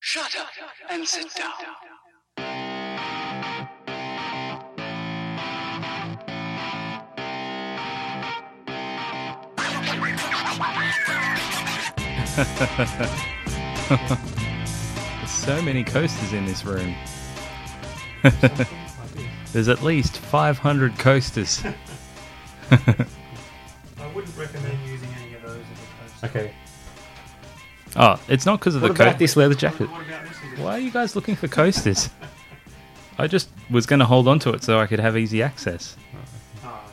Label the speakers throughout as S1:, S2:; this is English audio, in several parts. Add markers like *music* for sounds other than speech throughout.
S1: Shut up and sit down.
S2: There's so many coasters in
S3: *laughs*
S2: this room. There's at least 500 coasters.
S4: I wouldn't recommend using any of those as a coaster.
S3: Okay.
S2: Oh, it's not because of
S3: What
S2: the
S3: about
S2: coast.
S3: this leather jacket?
S4: What about this? Is it-
S2: Why are you guys looking for coasters? I just was going to hold on to it so I could have easy access.
S4: Oh,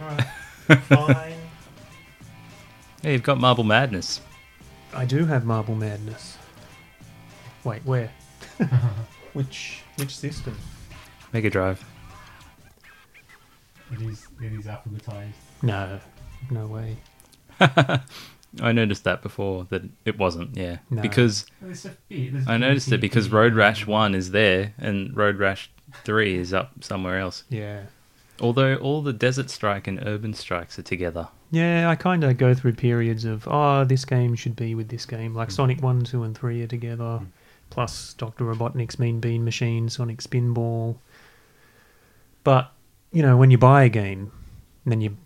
S4: okay.
S2: *laughs*
S4: Alright. Fine.
S2: Yeah, you've got Marble Madness.
S4: I do have Marble Madness. Wait, where? *laughs* which which system?
S2: Mega Drive.
S3: It is, it is alphabetized.
S4: No. No way.
S2: I noticed that before that it wasn't, yeah.
S4: No.
S2: Because I noticed
S3: *laughs*
S2: it because Road Rash 1 is there and Road Rash 3 is up somewhere else.
S4: Yeah.
S2: Although all the Desert Strike and Urban Strikes are together.
S4: Yeah, I kind of go through periods of, oh, this game should be with this game.
S3: Mm.
S4: Like Sonic 1, 2, and 3 are together, plus Dr. Robotnik's Mean Bean Machine, Sonic Spinball. But, you know, when you buy a game, and then you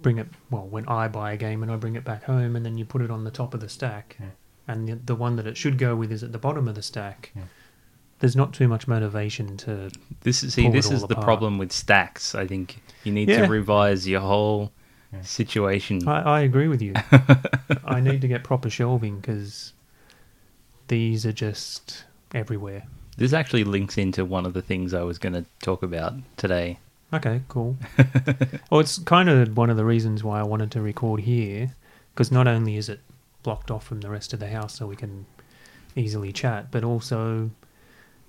S4: bring it, well, when I buy a game and I bring it back home, and then you put it on the top of the stack,
S3: Yeah.
S4: and the, the one that it should go with is at the bottom of the stack,
S3: Yeah.
S4: there's not too much motivation to.
S2: This is see,
S4: Pull it
S2: this
S4: all
S2: is the
S4: apart.
S2: problem with stacks. I think you need
S4: Yeah.
S2: to revise your whole
S3: Yeah.
S2: situation.
S4: I, I agree with you. I need to get proper shelving because these are just everywhere.
S2: This actually links into one of the things I was going to talk about today.
S4: Okay, cool. well, it's kind of one of the reasons why I wanted to record here because not only is it blocked off from the rest of the house so we can easily chat, but also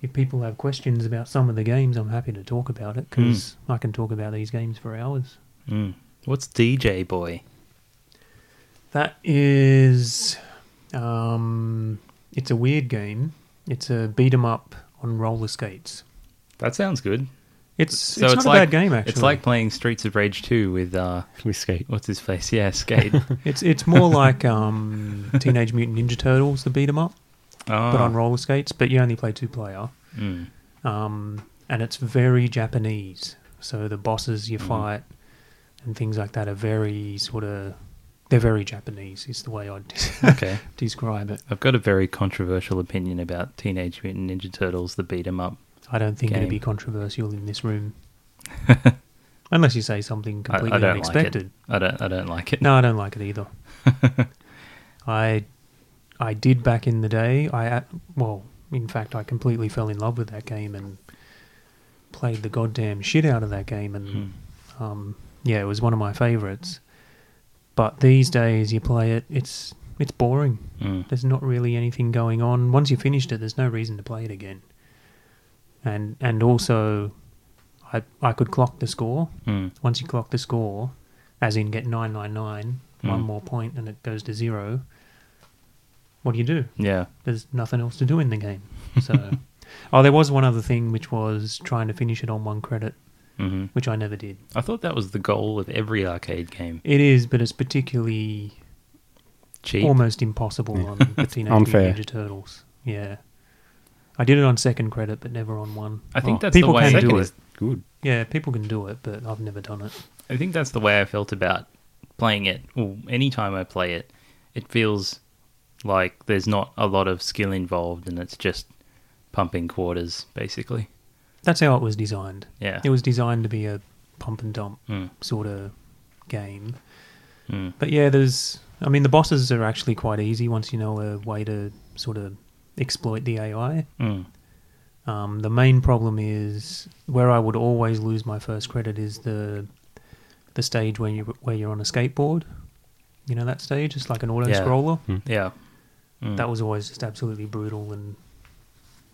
S4: if people have questions about some of the games, I'm happy to talk about it because I can talk about these games for hours.
S2: Mm. What's DJ Boy?
S4: That is, um, it's a weird game. It's a beat 'em up on roller skates.
S2: That sounds good.
S4: It's it's, not a bad game actually.
S2: It's like playing Streets of Rage 2 with uh
S3: We skate.
S2: what's his face? Yeah,
S4: *laughs*
S2: Skate.
S4: it's it's more like um, Teenage Mutant Ninja Turtles, the beat 'em up, but on roller skates. But you only play two player,
S2: Ah, Mm.
S4: um, and it's very Japanese. So the bosses
S2: Mm-hmm.
S4: you fight and things like that are very sort of they're very Japanese. Is the way I'd *laughs*
S2: Okay.
S4: describe it.
S2: I've got a very controversial opinion about Teenage Mutant Ninja Turtles the beat 'em up.
S4: I don't think it'd be
S2: Game.
S4: controversial in this
S2: *laughs*
S4: room, unless you say something
S2: I,
S4: completely
S2: I don't
S4: unexpected.
S2: like it. I don't I don't like it.
S4: No, I don't like
S2: *laughs*
S4: it either. I I did back in the day. I a- well, in fact, I completely fell in love with that game and played the goddamn shit out of that game. And
S2: Hmm.
S4: um, yeah, it was one of my favorites. But these days, you play it, it's it's boring.
S2: Mm.
S4: There's not really anything going on. Once you've finished it, there's no reason to play it again. And and also, I I could clock the score
S2: Mm.
S4: once you clock the score, as in get 999, one more point and it goes to zero, what do you do?
S2: Yeah.
S4: There's nothing else to do in the game. So, oh, there was one other thing which was trying to finish it on one credit,
S2: hmm
S4: which I never did.
S2: I thought that was the goal of every arcade game.
S4: It is, but it's particularly
S2: Cheap.
S4: almost impossible
S3: *laughs*
S4: on the Teenage Mutant
S3: unfair.
S4: Ninja Turtles. Yeah. I did it on second credit, but never on one.
S2: I
S3: Oh.
S2: think that's
S4: People
S2: the way
S4: can
S2: I
S4: do
S2: feel-
S4: it.
S3: Good.
S4: Yeah, people can do it, but I've never done it.
S2: I think that's the way I felt about playing it. Well, anytime I play it, it feels like there's not a lot of skill involved and it's just pumping quarters, basically.
S4: That's how it was designed.
S2: Yeah.
S4: It was designed to be a pump and dump
S2: Mm.
S4: sort of game.
S2: Mm.
S4: But yeah, there's. I mean, the bosses are actually quite easy once you know a way to sort of exploit the AI.
S2: Mm.
S4: Um, the main problem is where I would always lose my first credit is the the stage where you where you're on a skateboard. You know that stage? It's like an auto
S2: Yeah. Hmm.
S4: scroller.
S2: Yeah. Mm.
S4: That was always just absolutely brutal and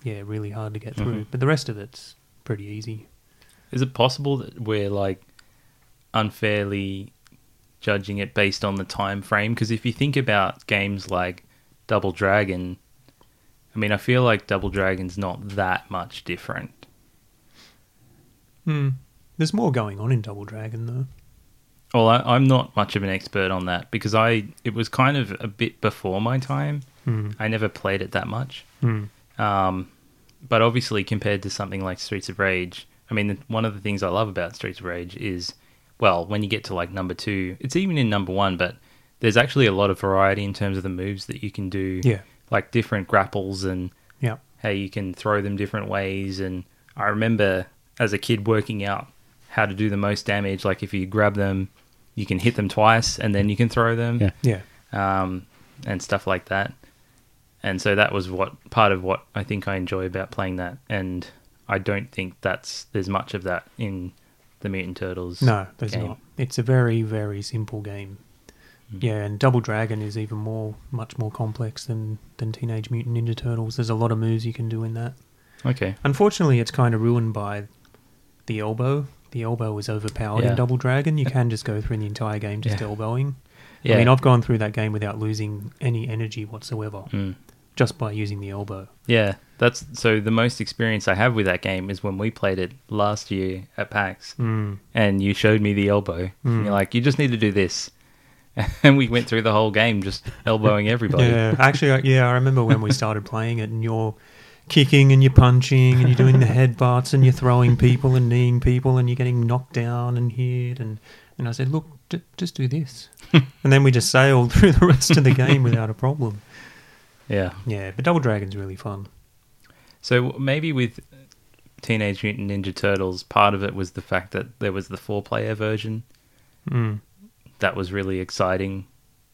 S4: yeah, really hard to get through. But the rest of it's pretty easy.
S2: Is it possible that we're like unfairly judging it based on the time frame? Because if you think about games like Double Dragon, I mean, I feel like Double Dragon's not that much different.
S4: Hmm. There's more going on in Double Dragon though.
S2: Well, I, I'm not much of an expert on that because I it was kind of a bit before my time,
S4: Mm.
S2: I never played it that much.
S4: Mm.
S2: Um, but obviously, compared to something like Streets of Rage, I mean, one of the things I love about Streets of Rage is, well, when you get to like number two, it's even in number one, but there's actually a lot of variety in terms of the moves that you can do.
S4: Yeah.
S2: Like different grapples and
S4: Yeah.
S2: how you can throw them different ways. And I remember as a kid working out how to do the most damage. Like if you grab them, you can hit them twice and then you can throw them
S5: Yeah.
S4: Yeah.
S2: um, and stuff like that. And so that was what part of what I think I enjoy about playing that. And I don't think that's there's much of that in the Mutant Turtles.
S4: No, there's
S2: game.
S4: not. It's a very, very simple game.
S2: Hmm.
S4: Yeah, and Double Dragon is even more, much more complex than, than Teenage Mutant Ninja Turtles. There's a lot of moves you can do in that.
S2: Okay.
S4: Unfortunately, it's kind of ruined by the elbow. The elbow is overpowered
S2: Yeah.
S4: in Double Dragon. You can just go through the entire game just
S2: Yeah.
S4: elbowing.
S2: Yeah.
S4: I mean, I've gone through that game without losing any energy whatsoever
S2: Mm.
S4: just by using the elbow.
S2: Yeah. That's so the most experience I have with that game is when we played it last year at PAX,
S4: Mm.
S2: and you showed me the elbow. And you're like, you just need to do this, *laughs* and we went through the whole game just elbowing everybody.
S4: *laughs* Yeah, actually, I- yeah, I remember when we started playing it, and you're kicking and you're punching and you're doing the headbutts and you're throwing people and kneeing people and you're getting knocked down and hit and and I said, look, j- just do this, and then we just sailed *laughs* through the rest of the game without a problem.
S2: yeah.
S4: Yeah, but Double Dragon's really fun.
S2: So maybe with Teenage Mutant Ninja Turtles, part of it was the fact that there was the four-player version
S4: Mm.
S2: that was really exciting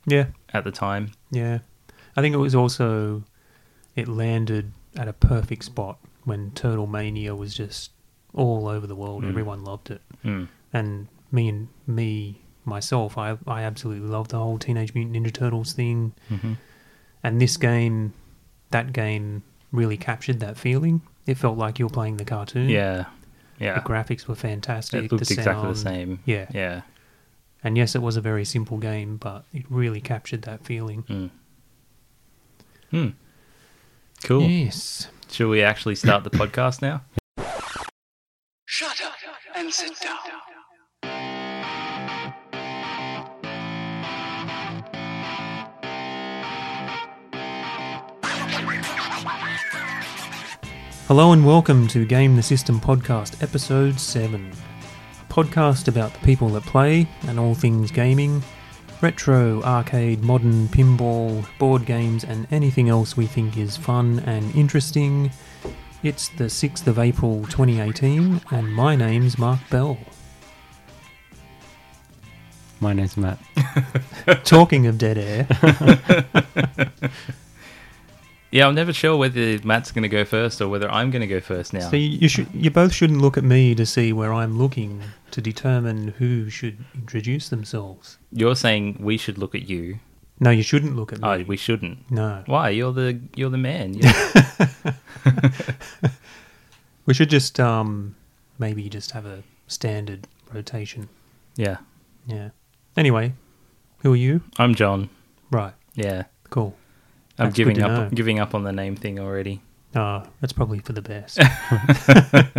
S4: Yeah,
S2: at the time.
S4: yeah. I think it was also it landed at a perfect spot when Turtle Mania was just all over the world. Everyone loved it.
S2: Mm.
S4: and me and me myself, I I absolutely love the whole Teenage Mutant Ninja Turtles thing,
S2: Mhm.
S4: and this game, that game really captured that feeling. It felt like you were playing the cartoon.
S2: Yeah, yeah.
S4: the graphics were fantastic.
S2: It looked
S4: the
S2: exactly the
S4: sound-
S2: same.
S4: Yeah.
S2: yeah.
S4: and yes, it was a very simple game, but it really captured that feeling.
S2: Mm. Hmm. Cool.
S4: Yes.
S2: Should we actually start the podcast
S4: *laughs*
S2: now?
S1: Shut up and sit down.
S4: Hello and welcome to Game the System Podcast, Episode 7. Podcast about the people that play and all things gaming, retro, arcade, modern, pinball, board games, and anything else we think is fun and interesting. It's the 6th of April 2018, and my name's Mark Bell.
S5: My name's Matt.
S4: Talking of dead air,
S2: Yeah, I'm never sure whether Matt's going to go first or whether I'm going to go first now.
S4: so you, you, should, you both shouldn't look at me to see where I'm looking to determine who should introduce themselves.
S2: You're saying we should look at you.
S4: No, you shouldn't look at me.
S2: Oh, we shouldn't.
S4: no.
S2: Why? You're the you're the man.
S4: *laughs*
S2: You're-
S4: We should just um maybe just have a standard rotation.
S2: yeah.
S4: Yeah. Anyway, who are you?
S2: I'm John.
S4: Right.
S2: Yeah.
S4: Cool.
S2: I'm
S4: That's good
S2: giving
S4: to
S2: up
S4: know.
S2: giving up on the name thing already.
S4: Ah, that's probably for
S2: *laughs*
S4: the best.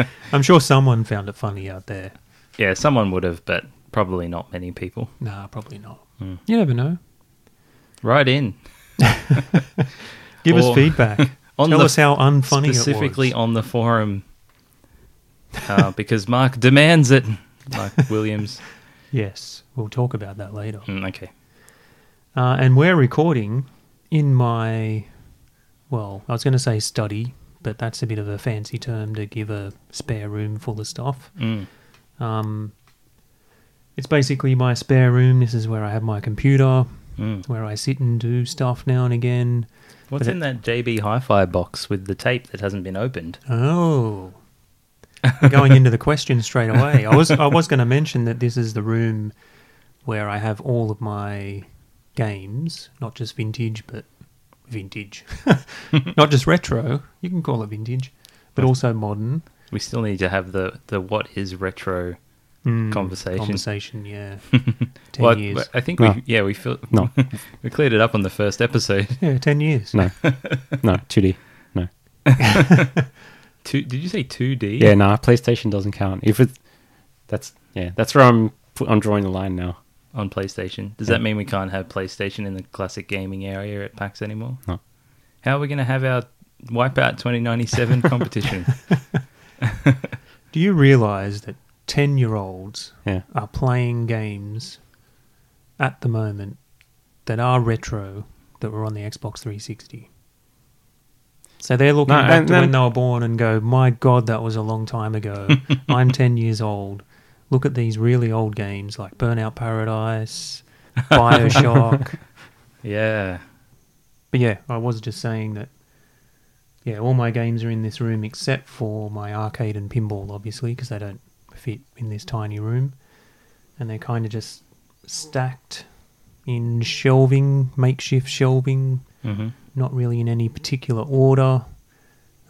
S4: *laughs* I'm sure someone found it funny out there.
S2: Yeah, someone would have, but probably not many people.
S4: Nah, probably not.
S2: Hmm.
S4: You never know.
S2: Right in.
S4: Give
S2: Or-
S4: us feedback.
S2: *laughs* On
S4: Tell
S2: the-
S4: us how unfunny
S2: specifically
S4: it was.
S2: on the forum uh, *laughs* because Mark demands it.
S4: *laughs*
S2: Mark Williams.
S4: yes, we'll talk about that later.
S2: Mm, okay.
S4: Uh, and we're recording in my, well, I was going to say study, but that's a bit of a fancy term to give a spare room full of stuff.
S2: Mm.
S4: Um, it's basically my spare room. This is where I have my computer,
S2: Mm.
S4: where I sit and do stuff now and again.
S2: What's
S4: But
S2: in that JB Hi-Fi box with the tape that hasn't been opened?
S4: Oh, going into the *laughs* question straight away. I was I was going to mention that this is the room where I have all of my games, not just vintage, but *laughs* vintage, not just retro. You can call it vintage, but also modern
S2: We still need to have the the what is retro
S4: Mm,
S2: conversation.
S4: Conversation, *laughs* yeah. Ten
S2: Well, I,
S4: years. Ah.
S2: I think
S5: No.
S2: we yeah we feel,
S5: No,
S2: *laughs* we cleared it up on the first episode.
S4: yeah, ten years.
S5: no, no. 2D. No.
S2: Two, did you say two D?
S5: Yeah, no. PlayStation doesn't count. If it's that's yeah, that's where I'm. pu- I'm drawing the line now.
S2: on PlayStation. Does
S5: Yeah.
S2: that mean we can't have PlayStation in the classic gaming area at PAX anymore?
S5: No.
S2: How are we going to have our Wipeout
S4: *laughs*
S2: 2097 competition?
S4: Do you realize that 10 year olds
S5: Yeah.
S4: are playing games at the moment that are retro that were on the Xbox 360? So they're looking
S5: No,
S4: back
S5: and
S4: to
S5: then-
S4: when they were born and go, my God, that was a long time
S5: *laughs*
S4: ago. I'm 10 years old. Look at these really old games like Burnout
S5: *laughs*
S4: Paradise, Bioshock.
S2: yeah.
S4: But yeah, I was just saying that. Yeah, all my games are in this room except for my arcade and pinball, obviously, because they don't fit in this tiny room, and they're kind of just stacked in shelving, makeshift shelving,
S2: hmm
S4: not really in any particular order.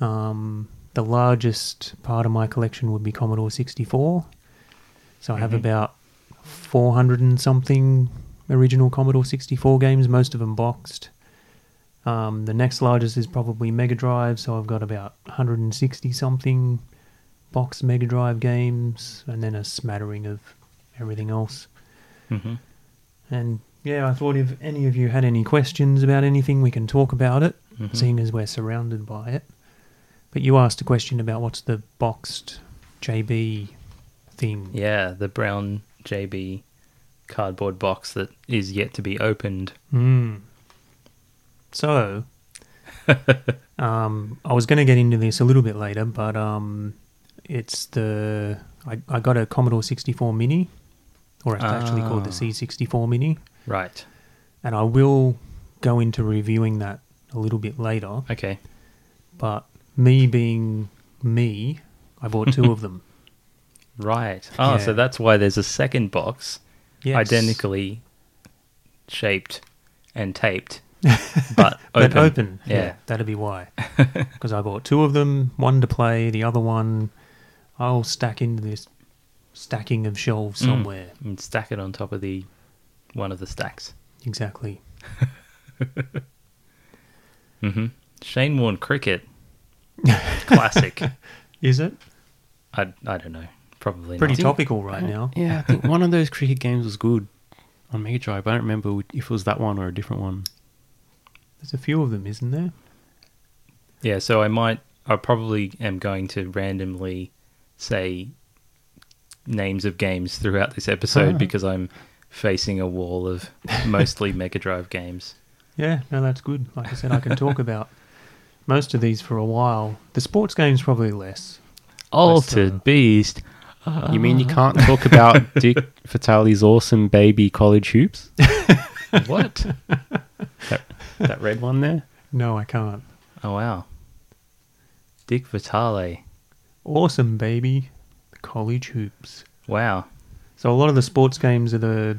S4: Um, the largest part of my collection would be Commodore 64, so I have about 400 and something original Commodore 64 games, most of them boxed. Um, the next largest is probably Mega Drive, so I've got about 160 something boxed Mega Drive games, and then a smattering of everything else.
S2: hmm
S4: And yeah, I thought if any of you had any questions about anything, we can talk about it,
S2: Mhm.
S4: seeing as we're surrounded by it. But you asked a question about what's the boxed JB thing.
S2: Yeah, the brown JB cardboard box that is yet to be opened.
S4: Hmm. So, um, I was going to get into this a little bit later, but um, it's the I, I got a Commodore 64 Mini, or it's actually called the
S2: Ah.
S4: C64 Mini,
S2: Right.
S4: and I will go into reviewing that a little bit later.
S2: Okay.
S4: but me being me, I bought two of them.
S2: Right. Ah, so
S4: Yeah.
S2: that's why there's a second box
S4: Yes.
S2: identically shaped and
S4: *laughs*
S2: taped, but open.
S4: But open. Yeah.
S2: Yeah.
S4: that'd
S2: *laughs*
S4: be why. Because I bought two of them, one to play, the other one I'll stack into this stacking of shelves
S2: Mm.
S4: somewhere.
S2: And stack it on top of the one of the stacks.
S4: Exactly.
S2: hmm Shane Warne cricket. Classic.
S4: Is it?
S2: I, I don't know. Probably not.
S4: Pretty topical right now.
S5: Yeah, I think one of those cricket games was good on Mega Drive. but I don't remember wh- if it was that one or a different one.
S4: There's a few of them, isn't there?
S2: Yeah, so I might, I probably am going to randomly say names of games throughout this episode because I'm facing a wall of mostly Mega Drive games.
S4: Yeah, no, that's good. Like I
S2: *laughs*
S4: said, I can talk about most of these for a while. The sports game's probably less.
S2: Altered Beast.
S5: You mean you can't talk about Uh. *laughs* Dick Vitale's awesome baby college hoops?
S2: What?
S5: That, that red one *laughs* there?
S4: No, I can't.
S2: oh, wow. Dick Vitale.
S4: Awesome, baby. College hoops.
S2: Wow.
S4: So a lot of the sports games are the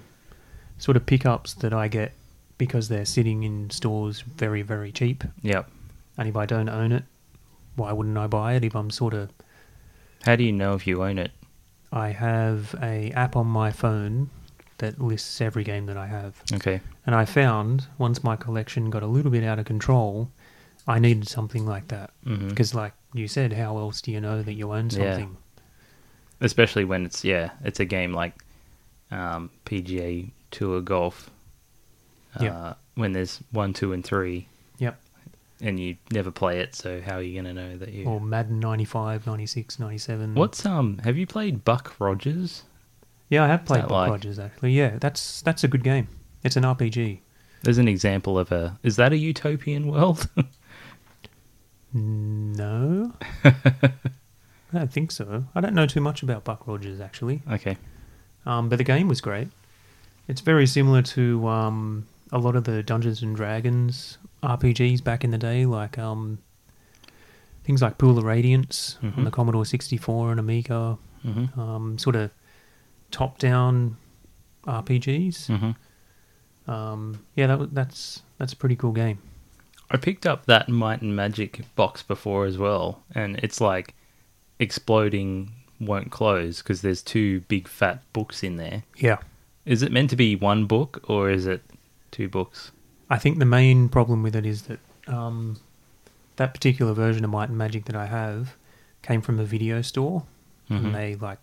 S4: sort of pickups that I get because they're sitting in stores very, very cheap.
S2: Yep.
S4: And if I don't own it, why wouldn't I buy it? If I'm sort of,
S2: How do you know if you own it?
S4: I have a app on my phone that lists every game that I have.
S2: Okay.
S4: And I found once my collection got a little bit out of control, I needed something like that
S2: hmm
S4: because, like you said, how else do you know that you own
S2: Yeah.
S4: something?
S2: Especially when it's, yeah, it's a game like um, PGA Tour Golf. Uh,
S4: Yeah.
S2: When there's one, two, and three.
S4: Yep.
S2: and you never play it, so how are you going to know that you?
S4: Or Madden 95, 96, 97.
S2: What's um? Have you played Buck Rogers?
S4: Yeah, I have played
S2: that
S4: Buck
S2: like?
S4: Rogers actually. Yeah, that's that's a good game. It's an RPG.
S2: There's an example of a. Is that a utopian world? *laughs*
S4: No, I don't think so. I don't know too much about Buck Rogers actually,
S2: okay.
S4: um, but the game was great. It's very similar to um, a lot of the Dungeons and Dragons RPGs back in the day, like um, things like Pool of Radiance on
S2: Mhm.
S4: the Commodore 64 and Amiga,
S2: hmm
S4: um, sort of top-down RPGs.
S2: hmm
S4: Um, yeah, that, wa- that's that's a pretty cool game.
S2: I picked up that Might and Magic box before as well, and it's like exploding won't close because there's two big fat books in there.
S4: Yeah.
S2: Is it meant to be one book or is it two books?
S4: I think the main problem with it is that um, that particular version of Might and Magic that I have came from a video store,
S2: Mhm.
S4: and they like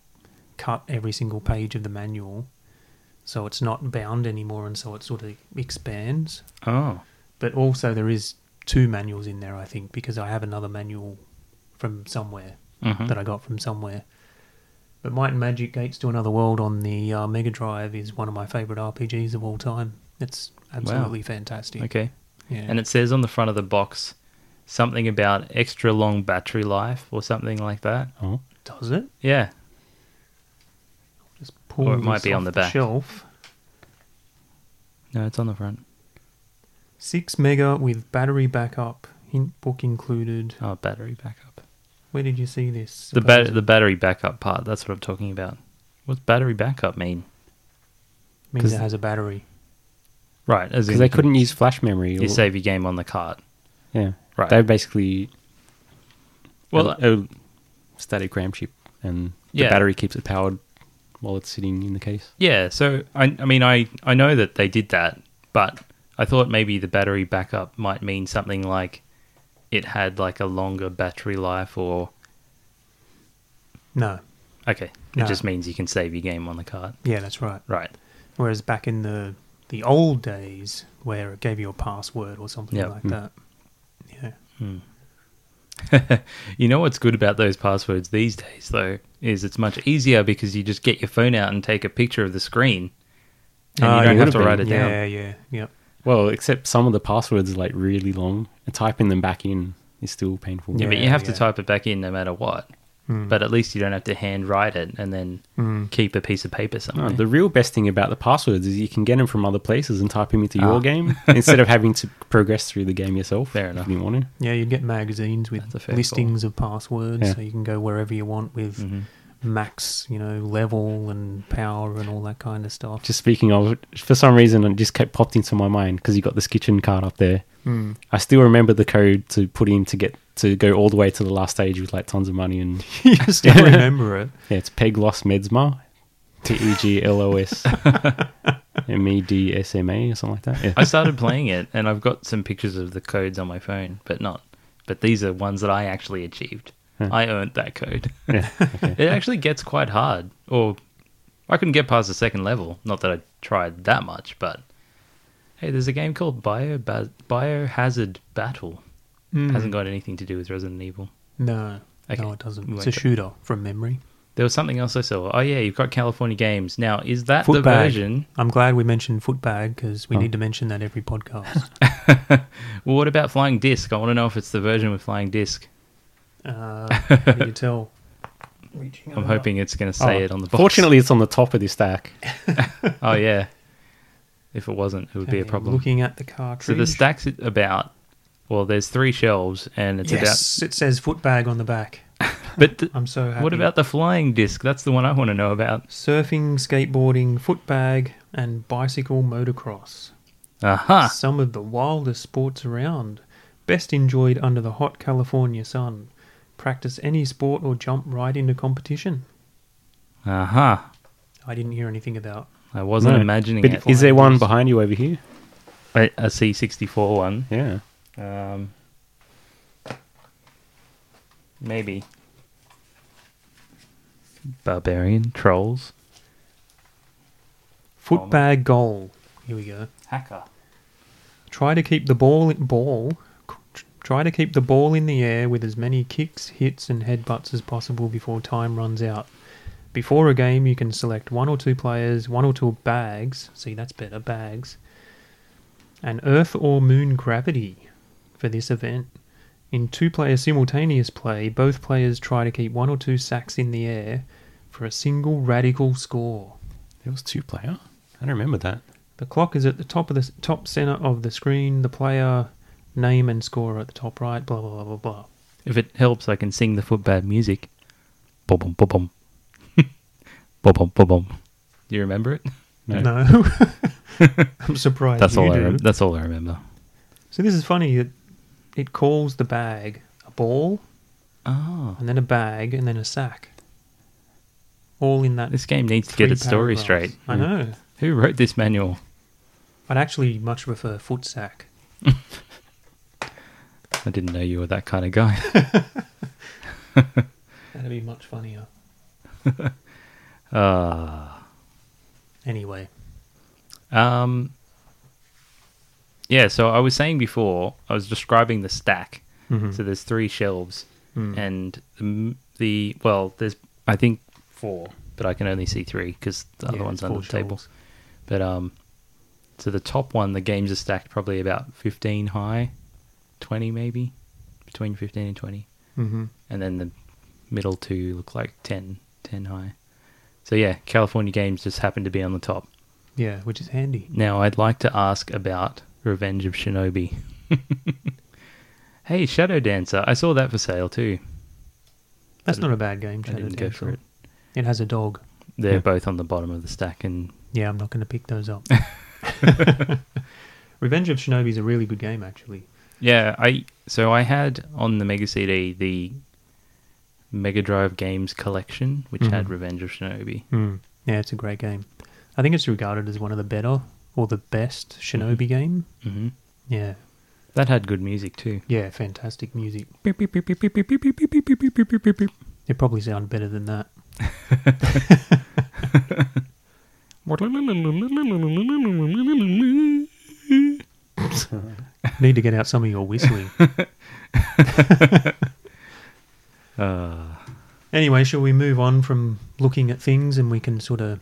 S4: cut every single page of the manual, so it's not bound anymore, and so it sort of expands.
S2: Oh,
S4: But also, there is two manuals in there, I think, because I have another manual from somewhere
S2: Mhm.
S4: that I got from somewhere. But Might and Magic Gates to Another World on the uh, Mega Drive is one of my favorite RPGs of all time. It's absolutely fantastic.
S2: Okay.
S4: Yeah.
S2: And it says on the front of the box something about extra long battery life or something like that.
S5: Oh,
S4: does it?
S2: Yeah.
S4: Just pull
S2: Or it might
S4: this
S2: be on
S4: off
S2: the back.
S4: shelf.
S2: No, it's on the front.
S4: Six mega with battery backup. Hint book included.
S2: Oh, battery backup.
S4: Where did you see this?
S2: The bat-
S4: Supposed-
S2: the battery backup part. That's what I'm talking about. What's battery backup mean?
S4: means it has a battery.
S2: Right, as
S5: because
S2: in
S5: they
S2: you can-
S5: couldn't use flash memory.
S2: you
S5: or-
S2: save your game on the cart.
S5: Yeah,
S2: Right.
S5: They basically
S2: Well,
S5: a, a Oh, static RAM chip, and the
S2: Yeah.
S5: battery keeps it powered while it's sitting in the case.
S2: yeah. So I I mean I I know that they did that, but I thought maybe the battery backup might mean something like it had like a longer battery life or
S4: No.
S2: okay, it
S4: No.
S2: just means you can save your game on the cart.
S4: Yeah, that's right.
S2: Right.
S4: Whereas back in the the old days, where it gave you a password or something
S2: Yeah.
S4: like
S5: Mm.
S4: that. Yeah.
S2: You know what's good about those passwords these days, though, is it's much easier because you just get your phone out and take a picture of the screen, and
S4: Ah,
S2: you don't
S5: yeah.
S2: have to write
S5: Would've been,
S2: it
S4: yeah,
S2: down.
S4: yeah, yep.
S5: Well, except some of the passwords are like really long, and typing them back in is still painful.
S2: Yeah, but you
S4: Yeah,
S2: have to
S4: yeah.
S2: type it back in no matter what.
S4: Mm.
S2: But at least you don't have to handwrite it and then
S4: Mm.
S2: keep a piece of paper
S5: No,
S2: somewhere.
S5: the real best thing about the passwords is you can get them from other places and type them into
S2: Ah.
S5: your game
S2: *laughs*
S5: instead of having to progress through the game yourself.
S2: Fair enough.
S5: If you want to.
S4: Yeah, you'd get magazines
S2: That's a
S4: with
S2: fair
S4: listings of passwords,
S5: Yeah.
S4: so you can go wherever you want with
S2: Mhm.
S4: max, you know, level and power and all that kind of stuff.
S5: Just speaking of, it, for some reason, it just kept popped into my mind because you got this kitchen card up there.
S4: Mm.
S5: I still remember the code to put in to get to go all the way to the last stage with like tons of
S2: *laughs*
S5: money and
S4: *laughs* you still remember it.
S5: yeah, it's Peg Lost Medsma, T E G L
S2: *laughs*
S5: O S M E D S M A or something like that. Yeah.
S2: I started playing it, and I've got some pictures of the codes on my phone, but not. But these are ones that I actually achieved.
S5: Huh.
S2: I earned that code.
S5: *laughs* Yeah, okay.
S2: It actually gets quite hard. Or I couldn't get past the second level. Not that I tried that much, but hey, there's a game called Bio ba- Biohazard Battle.
S5: Hmm.
S2: Hasn't got anything to do with Resident Evil.
S4: No.
S2: Okay.
S4: No, it doesn't.
S2: We won't
S4: It's a
S2: go-
S4: shooter from memory.
S2: There was something else I saw. Oh yeah, you've got California Games. Now, is that the
S4: Footbag.
S2: version?
S4: I'm glad we mentioned footbag because we
S5: Oh.
S4: need to mention that
S2: *laughs*
S4: every podcast.
S2: Well, what about Flying Disc? I want to know if it's the version with Flying Disc.
S4: uh, how do you tell? Reaching
S2: I'm
S4: up.
S2: hoping it's going to say
S5: Uh, Oh,
S2: it on the box.
S5: Fortunately, it's on the top of this stack.
S2: oh yeah. If it wasn't, it would be a
S4: Okay,
S2: problem.
S4: Looking at the cartridge.
S2: so the stack's about. Well, there's three shelves, and it's
S4: yes, it says footbag on the back.
S2: about. *laughs* But th-
S4: I'm so happy.
S2: What about the flying disc? That's the one I want to know about.
S4: surfing, skateboarding, footbag, and bicycle motocross?
S2: Aha!
S4: Some of the wildest sports around. Best enjoyed under the hot California sun. Practice any sport or jump right into competition.
S2: Aha!
S4: I didn't hear anything about.
S2: Uh-huh. I wasn't
S5: No,
S2: imagining
S5: But
S2: it.
S5: is there one behind you over here?
S2: A a C64 one.
S5: Yeah.
S2: Um, maybe. Barbarian, trolls,
S4: Footbag goal. Here we go.
S2: hacker.
S4: Try to keep the ball ball. Try to keep the ball in the air with as many kicks, hits, and headbutts as possible before time runs out. Before a game, you can select one or two players, one or two bags. See, that's better bags. An Earth or Moon gravity for this event. In two-player simultaneous play, both players try to keep one or two sacks in the air for a single radical score.
S5: There was two player. I don't remember that.
S4: The clock is at the top of the top center of the screen. The player name and score are at the top right. Blah blah blah blah blah.
S2: If it helps, I can sing the footbad music. Boom, boom, boom, *laughs* boom. boom, boom, boom, boom. Do you remember it?
S5: No.
S2: *laughs*
S4: No, I'm surprised.
S2: That's
S4: you
S2: all I.
S4: do.
S2: Rem- that's all I remember.
S4: so this is funny. It, it calls the bag a ball,
S2: Oh,
S4: and then a bag, and then a sack. All in that.
S2: this game needs to get
S4: three
S2: its story
S4: paragraphs.
S2: straight. Mm.
S4: I know.
S2: Who wrote this manual?
S4: I'd actually much prefer foot sack.
S2: I didn't know you were that kind of guy. *laughs*
S4: That'd be much funnier.
S2: Ah.
S4: Anyway,
S2: um, yeah, so I was saying before, I was describing the stack.
S4: Mhm.
S2: So there's three shelves,
S4: Hmm.
S2: and the, m- the well, there's I think four, but I can only see three because the
S4: Yeah,
S2: other one's
S4: there's
S2: under
S4: four
S2: the table.
S4: shelves.
S2: But um, so the top one, the games are stacked probably about 15 high, 20 maybe, between 15 and 20,
S4: Mm-hmm.
S2: and then the middle two look like 10, 10 high. So yeah, California games just happen to be on the top.
S4: Yeah, which is handy.
S2: Now, I'd like to ask about Revenge of Shinobi. *laughs* hey, Shadow Dancer. I saw that for sale too.
S4: That's
S2: I
S4: not a bad game.
S2: I didn't go for it.
S4: It has a dog.
S2: They're
S5: Yeah.
S2: both on the bottom of the stack, and
S4: Yeah, I'm not going to pick those up. Revenge of Shinobi is a really good game, actually.
S2: yeah, I so I had on the Mega CD the Mega Drive games collection, which had
S4: Mhm.
S2: Revenge of Shinobi.
S4: Yeah, it's a great game. I think it's regarded as one of the better or the best Shinobi game.
S2: hmm
S4: Yeah,
S2: That had good music too.
S4: yeah, fantastic music. It probably sound better than that. *laughs* Need to get out some of your whistling. Ah. Anyway, shall we move on from looking at things and we can sort of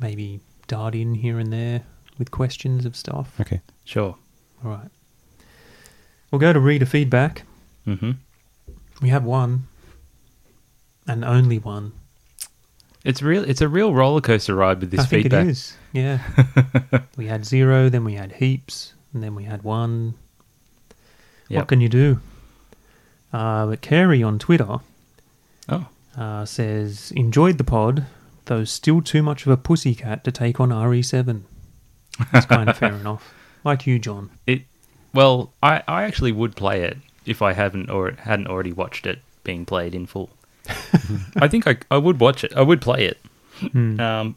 S4: maybe dart in here and there with questions of stuff?
S5: Okay.
S2: Sure.
S4: All right. We'll go to reader feedback.
S2: hmm
S4: We have one, and only one.
S2: It's real. It's a real roller coaster ride with this
S4: I think
S2: feedback.
S4: it is.
S2: *laughs*
S4: Yeah. we had zero, then we had heaps, and then we had one.
S2: Yep.
S4: What can you do? Uh, but Carrie on Twitter
S2: Oh,
S4: uh, says, enjoyed the pod, though still too much of a pussycat to take on RE7. That's kind
S2: *laughs*
S4: of fair enough. Like you, John.
S2: it. Well, I, I actually would play it if I haven't or hadn't already watched it being played in full. *laughs* I think I I would watch it. I would play it.
S4: Hmm.
S2: Um,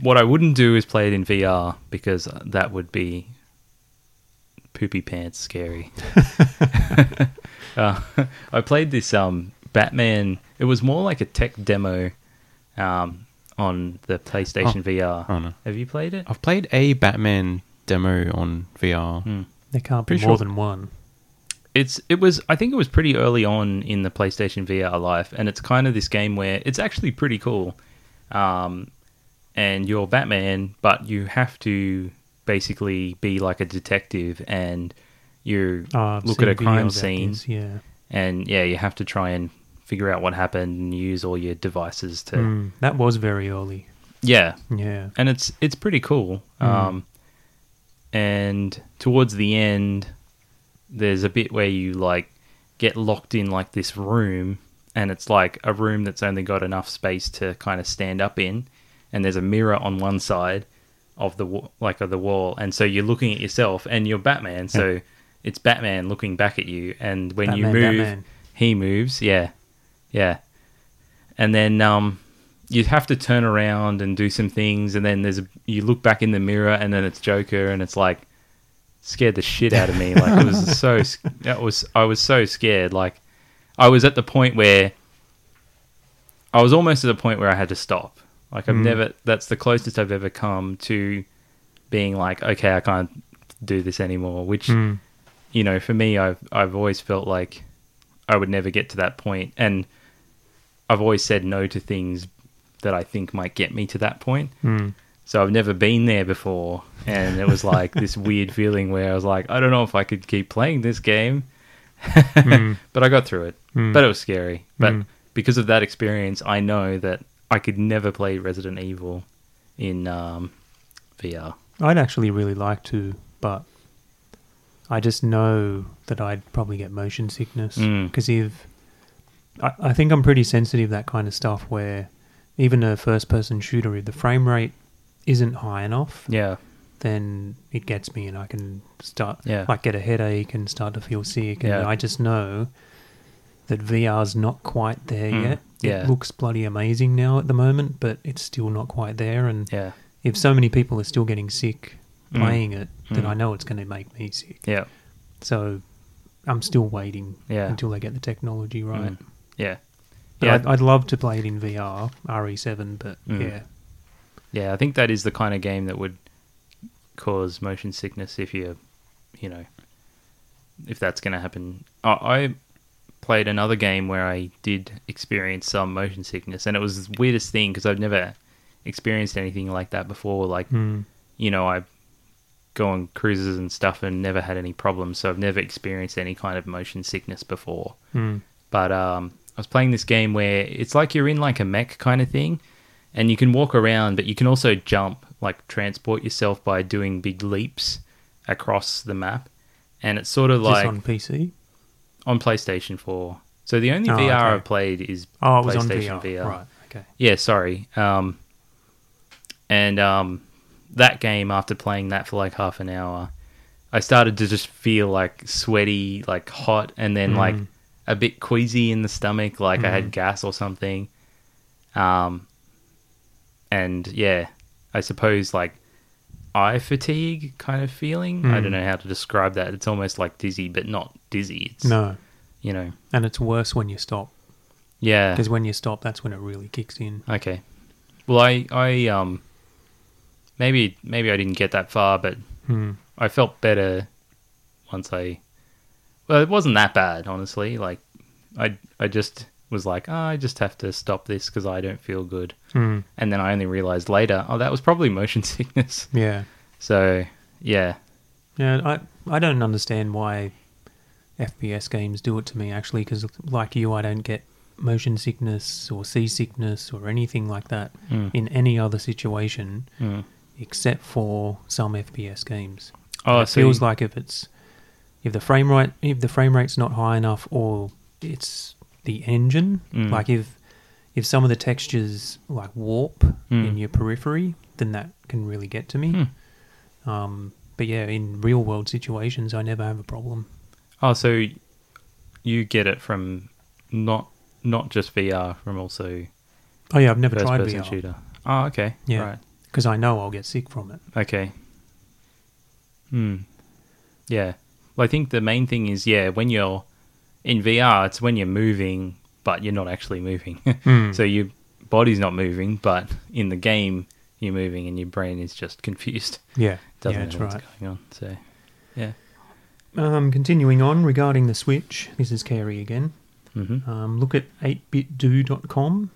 S2: what I wouldn't do is play it in VR because that would be poopy pants
S5: *laughs*
S2: scary. uh, *laughs* I played this um, Batman. It was more like a tech demo um, on the PlayStation
S5: Oh.
S2: VR.
S5: Oh, no.
S2: Have you played it?
S5: I've played a Batman demo on VR.
S2: Hmm.
S4: There can't be
S5: Pretty
S4: more
S5: sure-
S4: than one.
S2: it's it was I think it was pretty early on in the PlayStation VR life, and it's kind of this game where it's actually pretty cool. Um, and you're Batman, but you have to basically be like a detective, and you
S4: Oh, I've
S2: look
S4: seen
S2: at a
S4: video
S2: crime
S4: about
S2: scene,
S4: this, Yeah.
S2: and yeah, you have to try and figure out what happened and use all your devices to
S4: Hmm. That was very early.
S2: yeah
S4: Yeah. Mm.
S2: and it's it's pretty cool. Um, and towards the end, there's a bit where you like get locked in like this room, and it's like a room that's only got enough space to kind of stand up in, and there's a mirror on one side of the wa- like of the wall, and so you're looking at yourself, and you're Batman, so it's Batman looking back at you, and when you
S4: Batman,
S2: move,
S4: Batman.
S2: he moves, yeah, yeah, and then um, you have to turn around and do some things, and then there's a, you look back in the mirror, and then it's Joker, and it's like scared the shit out of me. Like it was so s- that was I was so scared. Like I was at the point where I was almost at the point where I had to stop. Like I've never that's the closest I've ever come to being like okay, I can't do this anymore, which
S4: Hmm.
S2: you know, for me, I've I've always felt like I would never get to that point, and I've always said no to things that I think might get me to that point.
S4: Hmm.
S2: So I've never been there before, and it was like this weird feeling where I was like, I don't know if I could keep playing this game, *laughs* but I got through it. But it was scary. But because of that experience, I know that I could never play Resident Evil in um, VR.
S4: I'd actually really like to, but I just know that I'd probably get motion sickness
S2: Mm.
S4: because if I, I think I'm pretty sensitive that kind of stuff where even a first person shooter if the frame rate isn't high enough
S2: Yeah,
S4: then it gets me and I can start
S2: Yeah.
S4: like get a headache and start to feel sick and
S2: Yeah.
S4: I just know that VR's not quite there
S2: Mm,
S4: yet.
S2: yeah.
S4: It looks bloody amazing now at the moment, but it's still not quite there and
S2: yeah,
S4: if so many people are still getting sick
S2: Mm.
S4: playing it, then
S2: Mm.
S4: I know it's going to make me sick.
S2: yeah,
S4: So I'm still waiting
S2: Yeah.
S4: until they get the technology right.
S2: Mm. yeah.
S4: But
S2: Yeah.
S4: I'd, I'd love to play it in VR, RE7, E but
S2: Mm.
S4: yeah.
S2: Yeah, I think that is the kind of game that would cause motion sickness if you're you know, if that's going to happen. I, I played another game where I did experience some motion sickness, and it was the weirdest thing because I've never experienced anything like that before. Like, you know, I go on cruises and stuff and never had any problems, so I've never experienced any kind of motion sickness before. But um, I was playing this game where it's like you're in like a mech kind of thing, and you can walk around, but you can also jump, like transport yourself by doing big leaps across the map. And it's sort of
S4: Is this
S2: like
S4: on PC?
S2: on PlayStation 4. So the only
S4: Oh,
S2: VR
S4: okay.
S2: I've played is
S4: Oh, it was on
S2: PlayStation
S4: VR. Right. Okay.
S2: Yeah, sorry. Um, and um, that game, after playing that for like half an hour, I started to just feel like sweaty, like hot, and
S4: Mm.
S2: then like a bit queasy in the stomach, like I had gas or something. Um, and yeah, I suppose like eye fatigue kind of feeling.
S4: Mm.
S2: I don't know how to describe that. It's almost like dizzy, but not dizzy. It's,
S4: No.
S2: you know,
S4: And it's worse when you stop
S2: yeah.
S4: because when you stop, that's when it really kicks in.
S2: Okay. Well, I, I, um, maybe, maybe I didn't get that far, but
S4: Hmm.
S2: I felt better once I. Well, it wasn't that bad, honestly. Like, I, I just was like, oh, I just have to stop this because I don't feel good.
S4: Hmm.
S2: And then I only realized later, oh, that was probably motion *laughs* sickness.
S4: Yeah.
S2: So, yeah,
S4: Yeah, I I don't understand why FPS games do it to me actually, because like you, I don't get motion sickness or seasickness or anything like that in any other situation except for some FPS games.
S2: Oh,
S4: it
S2: so
S4: feels
S2: you-
S4: like if it's if the frame rate if the frame rate's not high enough or it's the engine,
S2: Mm.
S4: like if if some of the textures like warp
S2: Mm.
S4: in your periphery, then that can really get to me.
S2: Hmm.
S4: Um, but yeah, in real world situations, I never have a problem.
S2: oh, so you get it from not not just VR, from also
S4: Oh yeah, I've never
S2: first
S4: tried
S2: person
S4: VR
S2: shooter. Oh, okay,
S4: Yeah.
S2: right.
S4: because I know I'll get sick from it.
S2: Okay. Hmm. Yeah. Well, I think the main thing is, yeah, when you're in VR, it's when you're moving, but you're not actually moving. *laughs*
S4: Hmm.
S2: So your body's not moving, but in the game, you're moving and your brain is just *laughs* confused.
S4: Yeah,
S2: Doesn't
S4: yeah,
S2: know
S4: that's
S2: what's
S4: right.
S2: going on. So, yeah.
S4: Um, continuing on regarding the Switch, this is Carey again.
S2: hmm
S4: Um, look at 8bitdo.com.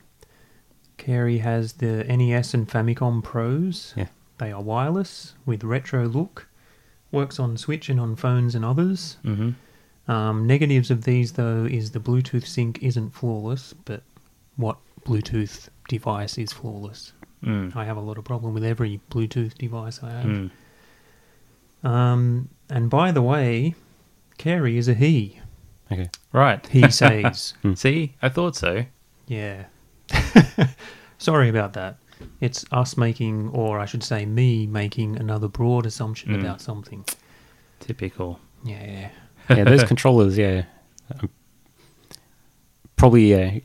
S4: Carey has the NES and Famicom Pros.
S5: Yeah.
S4: They are wireless with retro look. Works on Switch and on phones and others.
S2: hmm
S4: Um, negatives of these, though, is the Bluetooth sync isn't flawless, but what Bluetooth device is flawless?
S2: Mm.
S4: I have a lot of problem with every Bluetooth device I have.
S2: Mm.
S4: Um, and by the way, Carey is a he.
S5: Okay.
S2: Right.
S4: He says,
S2: See, I thought so.
S4: yeah. *laughs* Sorry about that. It's us making, or I should say, me making another broad assumption
S2: Mm.
S4: about something.
S2: Typical.
S4: Yeah.
S2: *laughs*
S5: Yeah, those controllers, yeah. Um, Probably, yeah.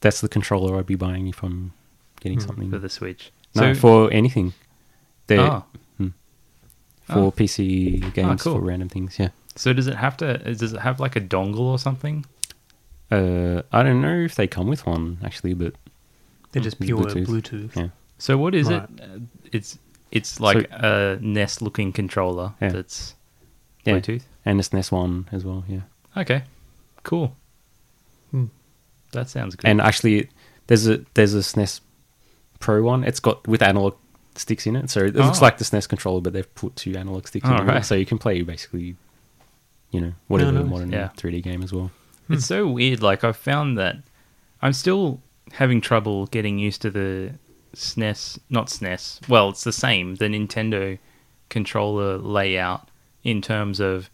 S5: That's the controller I'd be buying if I'm getting something.
S2: Hmm. for the Switch.
S5: no,
S2: so,
S5: for anything. They're
S2: Ah.
S5: for
S2: oh.
S5: PC games
S2: cool.
S5: for random things, yeah.
S2: so does it have to? Does it have like a dongle or something?
S5: Uh, I don't know if they come with one actually, but
S4: They're just
S5: It's
S4: pure Bluetooth.
S5: Bluetooth. yeah,
S2: So what is
S4: Right.
S2: it? Uh, It's it's like a Nest looking controller
S5: Yeah.
S2: that's
S5: yeah.
S2: Bluetooth.
S5: and it's NES E one as well, yeah.
S2: Okay, cool.
S4: Hmm.
S2: That sounds good.
S5: And actually, there's a there's a SNES Pro one. It's got with analog sticks in it, so it looks
S2: Oh.
S5: like the SNES controller, but they've put two analog sticks in it,
S2: Alright.
S5: so you can play basically, you know, whatever
S4: nice.
S5: modern
S2: Ah, Yeah.
S5: 3D game as well.
S2: it's so weird. Like I've found that I'm still having trouble getting used to the SNES, not SNES. Well, it's the same the Nintendo controller layout in terms of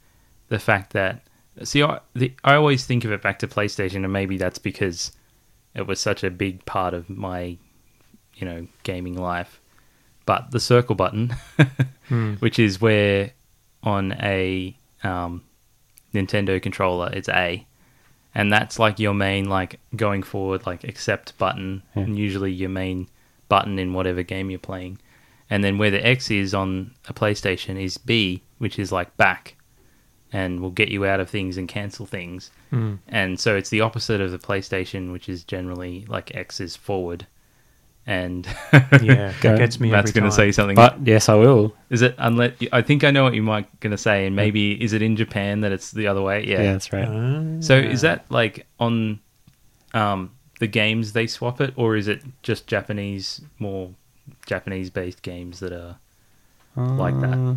S2: the fact that see, I the, I always think of it back to PlayStation, and maybe that's because it was such a big part of my you know gaming life. But the circle button, *laughs* which is where on a um, Nintendo controller, it's A, and that's like your main like going forward like accept button,
S5: Yeah.
S2: and usually your main button in whatever game you're playing. And then where the X is on a PlayStation is B, which is like back, and will get you out of things and cancel things.
S4: Mm.
S2: And so it's the opposite of the PlayStation, which is generally like X is forward and *laughs*
S4: Yeah, that
S5: Okay.
S4: gets me
S2: Matt's
S4: every
S2: going to
S4: time.
S2: say something.
S5: But yes, I will.
S2: is it unless I think I know what you might going to say, and maybe is it in Japan that it's the other way?
S5: Yeah,
S2: Yeah.
S5: that's right.
S4: Ah.
S2: So is that like on um, the games they swap it, or is it just Japanese more Japanese based games that are? like that.
S5: Uh,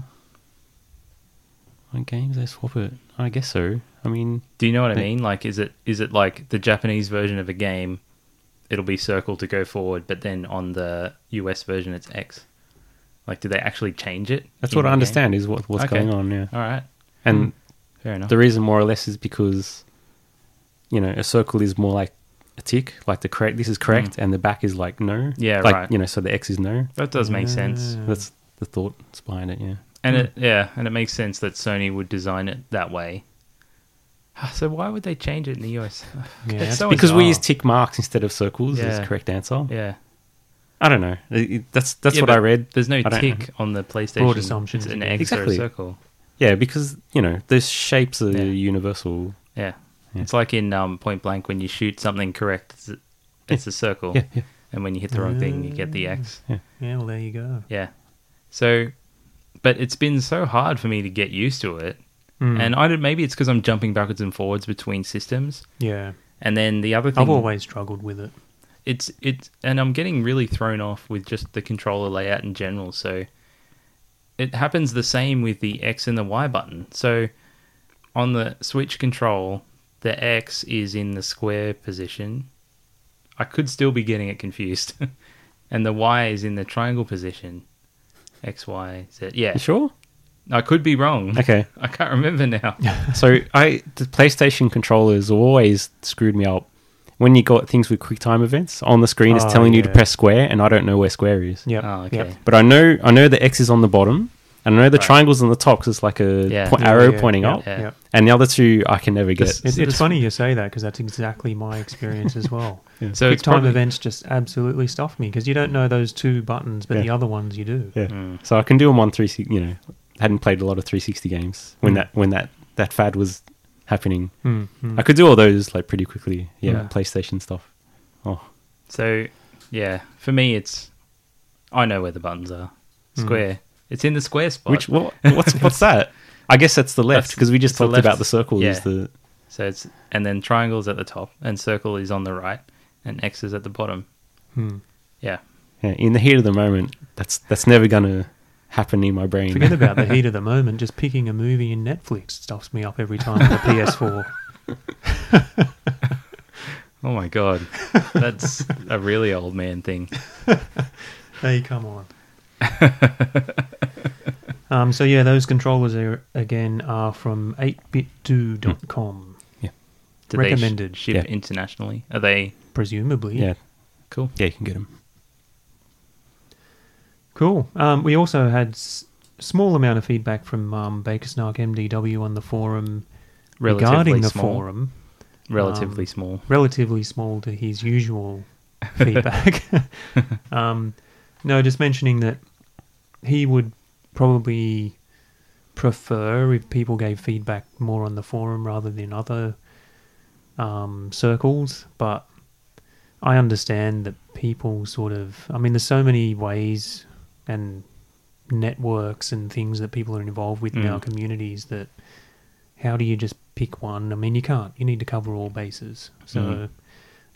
S5: What games they swap it? I guess so. I mean,
S2: Do you know what I
S5: Yeah.
S2: mean? Like, is it is it like the Japanese version of a game? It'll be circle to go forward, but then on the US version, it's X. Like, do they actually change it?
S5: that's
S2: in
S5: what
S2: the
S5: I
S2: game?
S5: understand is what what's
S2: Okay.
S5: going on. Yeah,
S2: All right,
S5: and
S2: fair enough.
S5: the reason more or less is because you know a circle is more like a tick, like the correct. This is correct, and the back is like no.
S2: Mm. Yeah,
S5: like,
S2: right.
S5: You know, so the X is no.
S2: that does make sense,
S4: Yeah.
S5: That's the thought that's behind it. Yeah.
S2: and it yeah, and it makes sense that Sony would design it that way. *sighs* So why would they change it in the *laughs* US?
S4: Yeah,
S2: It's
S4: that's
S2: so
S5: Because we
S2: bizarre.
S5: use tick marks instead of circles is
S2: Yeah.
S5: the correct answer.
S2: yeah,
S5: I don't know. It- it- that's that's
S2: Yeah,
S5: what
S2: but
S5: I read.
S2: There's no
S5: I don't-
S2: tick on the PlayStation.
S4: Broad assumptions
S2: It's an
S4: again.
S2: X or a
S5: Exactly.
S2: circle.
S5: Yeah, because you know those shapes are
S2: Yeah.
S5: universal.
S2: Yeah.
S5: Yeah.
S2: It's like in um, Point Blank when you shoot something correct, it's a, it's a circle.
S5: Yeah, yeah.
S2: And when you hit the wrong thing, you get the X.
S4: Yeah, well, there you go.
S2: Yeah. So, but it's been so hard for me to get used to it.
S5: Hmm.
S4: Mm.
S2: And I don't, maybe it's because I'm jumping backwards and forwards between systems.
S4: yeah,
S2: And then the other thing,
S4: I've always struggled with it.
S2: it's, it's, and I'm getting really thrown off with just the controller layout in general. So it happens the same with the X and the Y button. So on the Switch control, the X is in the square position. I could still be getting it confused. *laughs* and the Y is in the triangle position. X, Y, Z. Yeah.
S5: You sure?
S2: I could be wrong.
S5: Okay.
S2: *laughs* I can't remember now.
S5: So I the PlayStation controllers always screwed me up. When you got things with QuickTime events on the screen, it's
S4: Oh,
S5: telling you to
S4: yeah.
S5: press square, and I don't know where square is.
S4: Yep.
S2: Oh, okay.
S4: Yep.
S5: But I know I know the X is on the bottom, and I know the
S2: Right.
S5: triangle's on the top because it's like a
S2: Yeah.
S5: po-
S2: Yeah,
S5: arrow
S4: yeah,
S5: pointing
S4: yeah,
S5: up.
S2: Yeah.
S4: yep.
S5: And the other two I can never get.
S2: This-
S4: It,
S2: It's-
S4: it's funny you say that because that's exactly my experience as well.
S2: So
S4: Quick
S2: it's
S4: time
S2: probably,
S4: events just absolutely stuff me because you don't know those two buttons, but
S5: Yeah.
S4: the other ones you do.
S5: yeah. So I can do them on three. You know, hadn't played a lot of 360 games when
S4: Mm.
S5: that when that that fad was happening.
S4: Mm, mm.
S5: I could do all those like pretty quickly. Yeah,
S4: Yeah.
S5: PlayStation stuff. Oh,
S2: So, yeah, for me, it's I know where the buttons are. Square. It's in the square spot.
S5: which what, *laughs* what's what's that? I guess that's the left
S2: That's-
S5: because we just
S2: it's the
S5: talked
S2: left.
S5: about the circle. Is
S2: Yeah.
S5: the
S2: So it's and then triangles at the top, and circle is on the right, and X is at the bottom.
S4: Hmm.
S2: Yeah,
S5: yeah, in the heat of the moment? That's that's never gonna happen in my brain.
S4: Forget
S5: *laughs*
S4: about the heat of the moment. Just picking a movie in Netflix stuffs me up every time on the PS4.
S2: Oh my
S4: *laughs*
S2: god, that's a really old man thing.
S4: Hey, come on. um, so yeah, those controllers are again are from 8bitdo.com,
S2: Do
S4: Recommended.
S2: They sh- ship
S5: Yeah.
S2: internationally? Are they
S4: presumably.
S5: yeah,
S2: cool?
S5: yeah, you can get them.
S4: Cool. Um, we also had s- small amount of feedback from um, Bakersnark MDW on the forum
S2: Relatively
S4: regarding the
S2: small.
S4: forum.
S2: Relatively
S4: Um,
S2: small.
S4: relatively small to his usual *laughs*
S2: *laughs*
S4: feedback. um, no, just mentioning that he would probably prefer if people gave feedback more on the forum rather than other um, circles, but I understand that people sort of. I mean, there's so many ways and networks and things that people are involved with in
S2: Mm.
S4: our communities that how do you just pick one? I mean, you can't. You need to cover all bases. So
S2: Mm.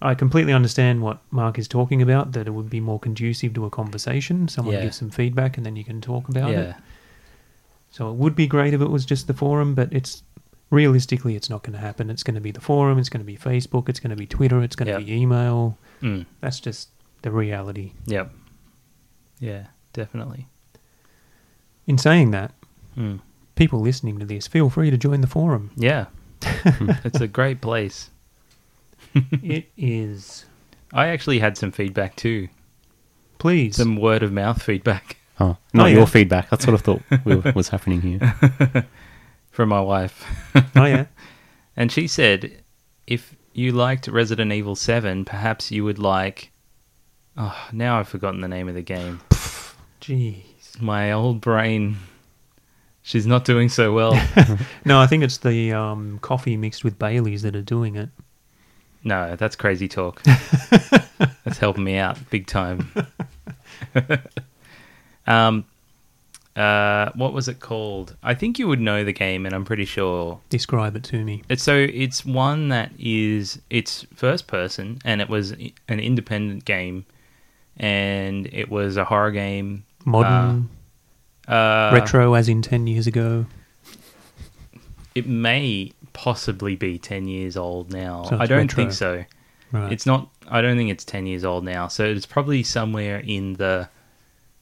S4: I completely understand what Mark is talking about, that it would be more conducive to a conversation. Someone
S2: Yeah.
S4: gives some feedback and then you can talk about it.
S2: Yeah,
S4: So it would be great if it was just the forum, but it's realistically it's not going to happen. It's going to be the forum, it's going to be Facebook, it's going to be Twitter, it's going to
S2: Yep.
S4: be email.
S2: mm.
S4: That's just the reality.
S2: yep, yeah, definitely.
S4: In saying that,
S2: Mm.
S4: people listening to this, feel free to join the
S2: *laughs*
S4: forum.
S2: Yeah,
S4: *laughs*
S2: it's a great place.
S4: it is.
S2: I actually had some feedback too,
S4: Please.
S2: some word of mouth feedback *laughs*
S5: Oh, not
S4: yeah.
S5: your feedback. That's what I *laughs* thought wa- was happening *laughs* here.
S2: from my wife.
S4: *laughs* oh, yeah.
S2: And she said, if you liked Resident Evil 7, perhaps you would like. Oh, now I've forgotten the name of the game.
S4: Jeez.
S2: My old brain. She's not doing so well.
S4: No, I think it's the um, coffee mixed with Bailey's that are doing it.
S2: No, that's crazy talk. that's helping me out big time. um, uh, what was it called? I think you would know the game, and I'm pretty sure
S4: Describe it to me.
S2: it's so it's one that is it's first person, and it was i- an independent game, and it was a horror game.
S4: Modern,
S2: Uh,
S4: retro, as in ten years ago.
S2: It may possibly be ten years old now.
S4: So it's
S2: I don't
S4: retro.
S2: think so.
S4: Right.
S2: It's not. I don't think it's ten years old now. So it's probably somewhere in the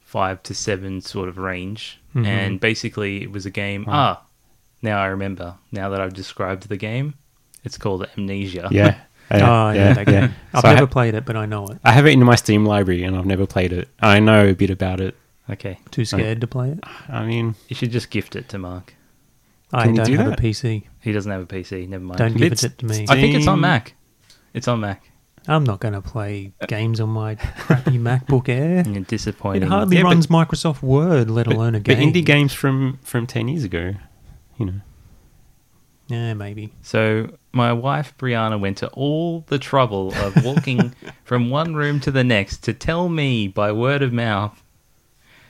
S2: five to seven sort of range.
S4: Mhm.
S2: And basically, it was a game. Ah, now I remember. Now that I've described the game, it's called Amnesia.
S5: Yeah.
S4: oh, yeah, that game. I've
S5: So I,
S4: never
S5: ha-
S4: played it, but I know it.
S5: I have it in my Steam library and I've never played it. I know a bit about it.
S2: *laughs* Okay.
S4: Too scared to play it.
S5: I mean,
S2: You should just gift it to Mark.
S4: I
S5: Can you
S4: don't
S5: do
S4: have
S5: that?
S4: a PC.
S2: He doesn't have a PC. Never mind.
S4: Don't give
S5: It's-
S4: it to me.
S2: I think it's on
S5: Steam.
S2: Mac. It's on Mac.
S4: I'm not going to play games on my crappy MacBook Air.
S2: And you're
S4: It
S2: disappointed.
S4: hardly
S5: Yeah, but-
S4: runs Microsoft Word, let alone a
S5: but,
S4: game.
S5: but indie games from from 10 years ago, you know.
S4: Yeah, maybe.
S2: So my wife Brianna went to all the trouble of
S4: *laughs*
S2: walking from one room to the next to tell me by word of mouth.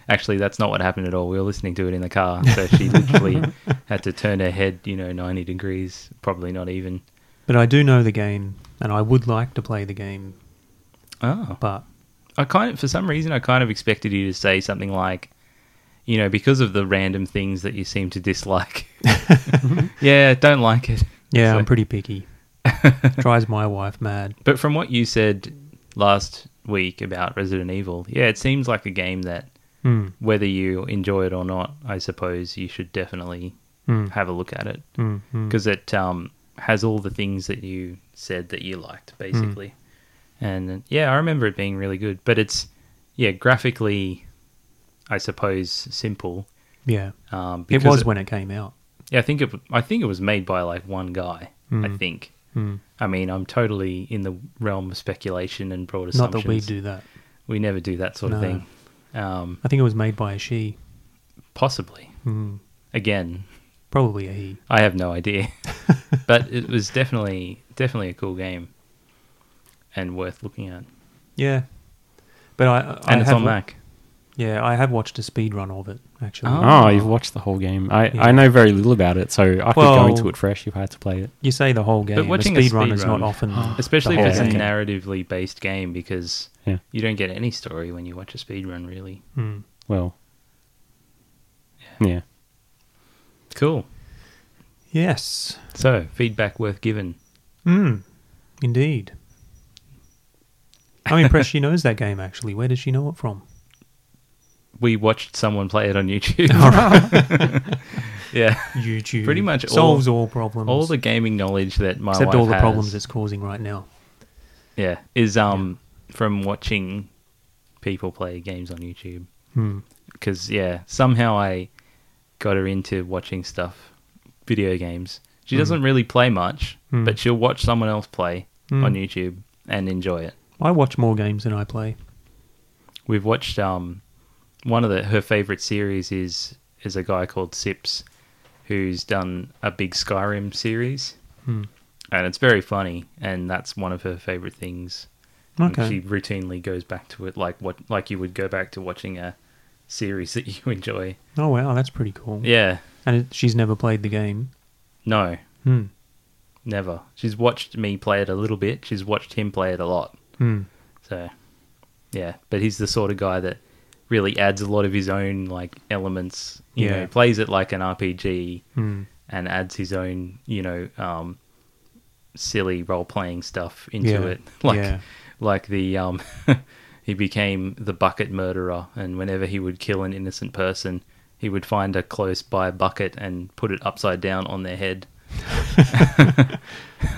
S2: Actually, that's not what happened at all. We were listening to it in the car, so she
S4: *laughs*
S2: literally had to turn her head, you know, ninety degrees, probably not even.
S4: But I do know the game, and I would like to play the game,
S2: Oh,
S4: but
S2: I kind of, for some reason, I kind of expected you to say something like, you know, because of the random things that you seem to dislike. *laughs* yeah, don't like it.
S4: yeah,
S2: So-
S4: I'm pretty picky. Drives my wife mad.
S2: But from what you said last week about Resident Evil, yeah, it seems like a game that,
S4: Hmm.
S2: whether you enjoy it or not, I suppose you should definitely
S4: Hmm.
S2: have a look at it
S4: Hmm. Hmm.
S2: because it um, has all the things that you said that you
S4: Mm.
S2: liked, basically. And yeah, I remember it being really good, but it's yeah, graphically, I suppose simple.
S4: Yeah,
S2: Um,
S4: it
S2: because
S4: was when it came out.
S2: yeah, I think it. I think it was made by like one guy. I
S4: Mm.
S2: think.
S4: Mm.
S2: I mean, I'm totally in the realm of speculation and broad
S4: Not
S2: assumptions.
S4: that we do that.
S2: We never do that sort of
S4: No.
S2: thing. Um,
S4: I think it was made by a she.
S2: possibly.
S4: Hmm.
S2: Again,
S4: Probably a he.
S2: I have no
S4: *laughs*
S2: idea, but it was definitely definitely a cool game and worth looking at.
S4: Yeah. But I, I
S2: And it's
S4: have
S2: on
S4: wa-
S2: Mac.
S4: Yeah, I have watched a speed run of it actually.
S2: Oh.
S5: Oh, you've watched the whole game. I,
S4: Yeah.
S5: I know very little about it, so I could
S4: Well-
S5: go into it fresh if I had to play it.
S4: You say the whole game. A
S2: watching
S4: speed,
S2: a
S4: run
S2: speed
S4: is
S2: run-
S4: not
S2: *gasps*
S4: often,
S2: Especially
S4: the
S2: if
S4: whole
S2: it's
S4: game.
S2: a narratively based game, because
S5: Yeah.
S2: you don't get any story when you watch a speedrun, really.
S4: Hmm.
S5: Well, yeah.
S2: Cool.
S4: Yes.
S2: So, feedback worth given.
S4: Hmm. Indeed. I'm impressed she knows that game actually. Where does she know it from?
S2: We watched someone play it on
S4: *laughs*
S2: YouTube. *laughs* yeah.
S4: YouTube.
S2: Pretty much all-
S4: solves all, problems.
S2: All the gaming knowledge that my
S4: except
S2: wife
S4: all the
S2: has-
S4: problems it's causing right now.
S2: Yeah, is um from watching people play games on YouTube
S4: Hmm.
S2: because yeah, somehow I got her into watching stuff, video games. She doesn't really play much,
S4: Mm.
S2: but she'll watch someone else play
S4: Mm.
S2: on YouTube and enjoy it.
S4: I watch more games than I play.
S2: We've watched um one of the her favorite series is is a guy called Sips who's done a big Skyrim series.
S4: Mm.
S2: And it's very funny, and that's one of her favorite things. And
S4: Okay.
S2: She routinely goes back to it like what like you would go back to watching a series that *laughs* you enjoy.
S4: Oh wow, that's pretty cool.
S2: Yeah.
S4: And it, she's never played the game.
S2: No,
S4: Hmm.
S2: never. She's watched me play it a little bit. She's watched him play it a lot.
S4: Hmm.
S2: So yeah, but he's the sort of guy that really adds a lot of his own like elements. You
S4: Yeah.
S2: know, plays it like an RPG
S4: Hmm.
S2: and adds his own, you know, um silly role playing stuff into
S4: Yeah.
S2: it. *laughs* Like
S4: Yeah.
S2: like the um *laughs* he became the bucket murderer and whenever he would kill an innocent person he would find a close by bucket and put it upside down on their head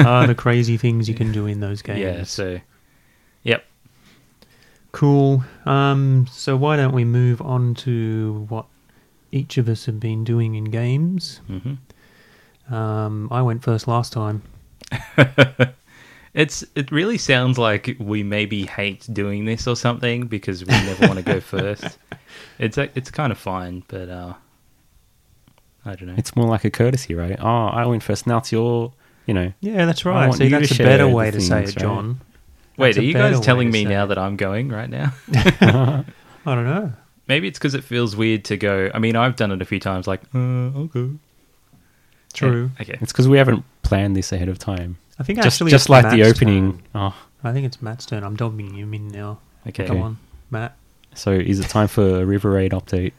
S4: Ah, the crazy things you can do in those games.
S2: yeah so yep
S4: Cool. Um, so why don't we move on to what each of us have been doing in games?
S2: hmm
S5: Mm-hmm.
S4: Um, I went first last time.
S2: it's it really sounds like we maybe hate doing this or something because we never want to go
S4: *laughs*
S2: first it's a, it's kind of fine but uh i don't know
S5: It's more like a courtesy, right? Oh, I went first. Now it's your you know,
S4: Yeah, that's
S5: I
S4: right.
S5: want
S4: See,
S5: you to
S4: that's a
S5: share
S4: better
S5: the
S4: way to say it,
S5: things, right?
S4: John.
S2: Wait,
S4: That's
S2: are
S4: a
S2: you
S4: better
S2: guys
S4: way
S2: telling
S4: to
S2: me
S4: say
S2: now
S4: it.
S2: that I'm going right now? *laughs*
S4: I don't know.
S2: Maybe it's because it feels weird to go. I mean, I've done it a few times. Like, uh, okay,
S4: True.
S2: Yeah, okay.
S5: it's because we haven't planned this ahead of time.
S4: I think
S5: Just,
S4: actually,
S5: just
S4: it's
S5: like the
S4: Matt's
S5: opening.
S4: turn.
S5: Oh,
S4: I think it's Matt's turn. I'm dogging him in now.
S2: Okay.
S4: Come on,
S5: *laughs*
S4: Matt.
S5: so is it time for a River Raid update?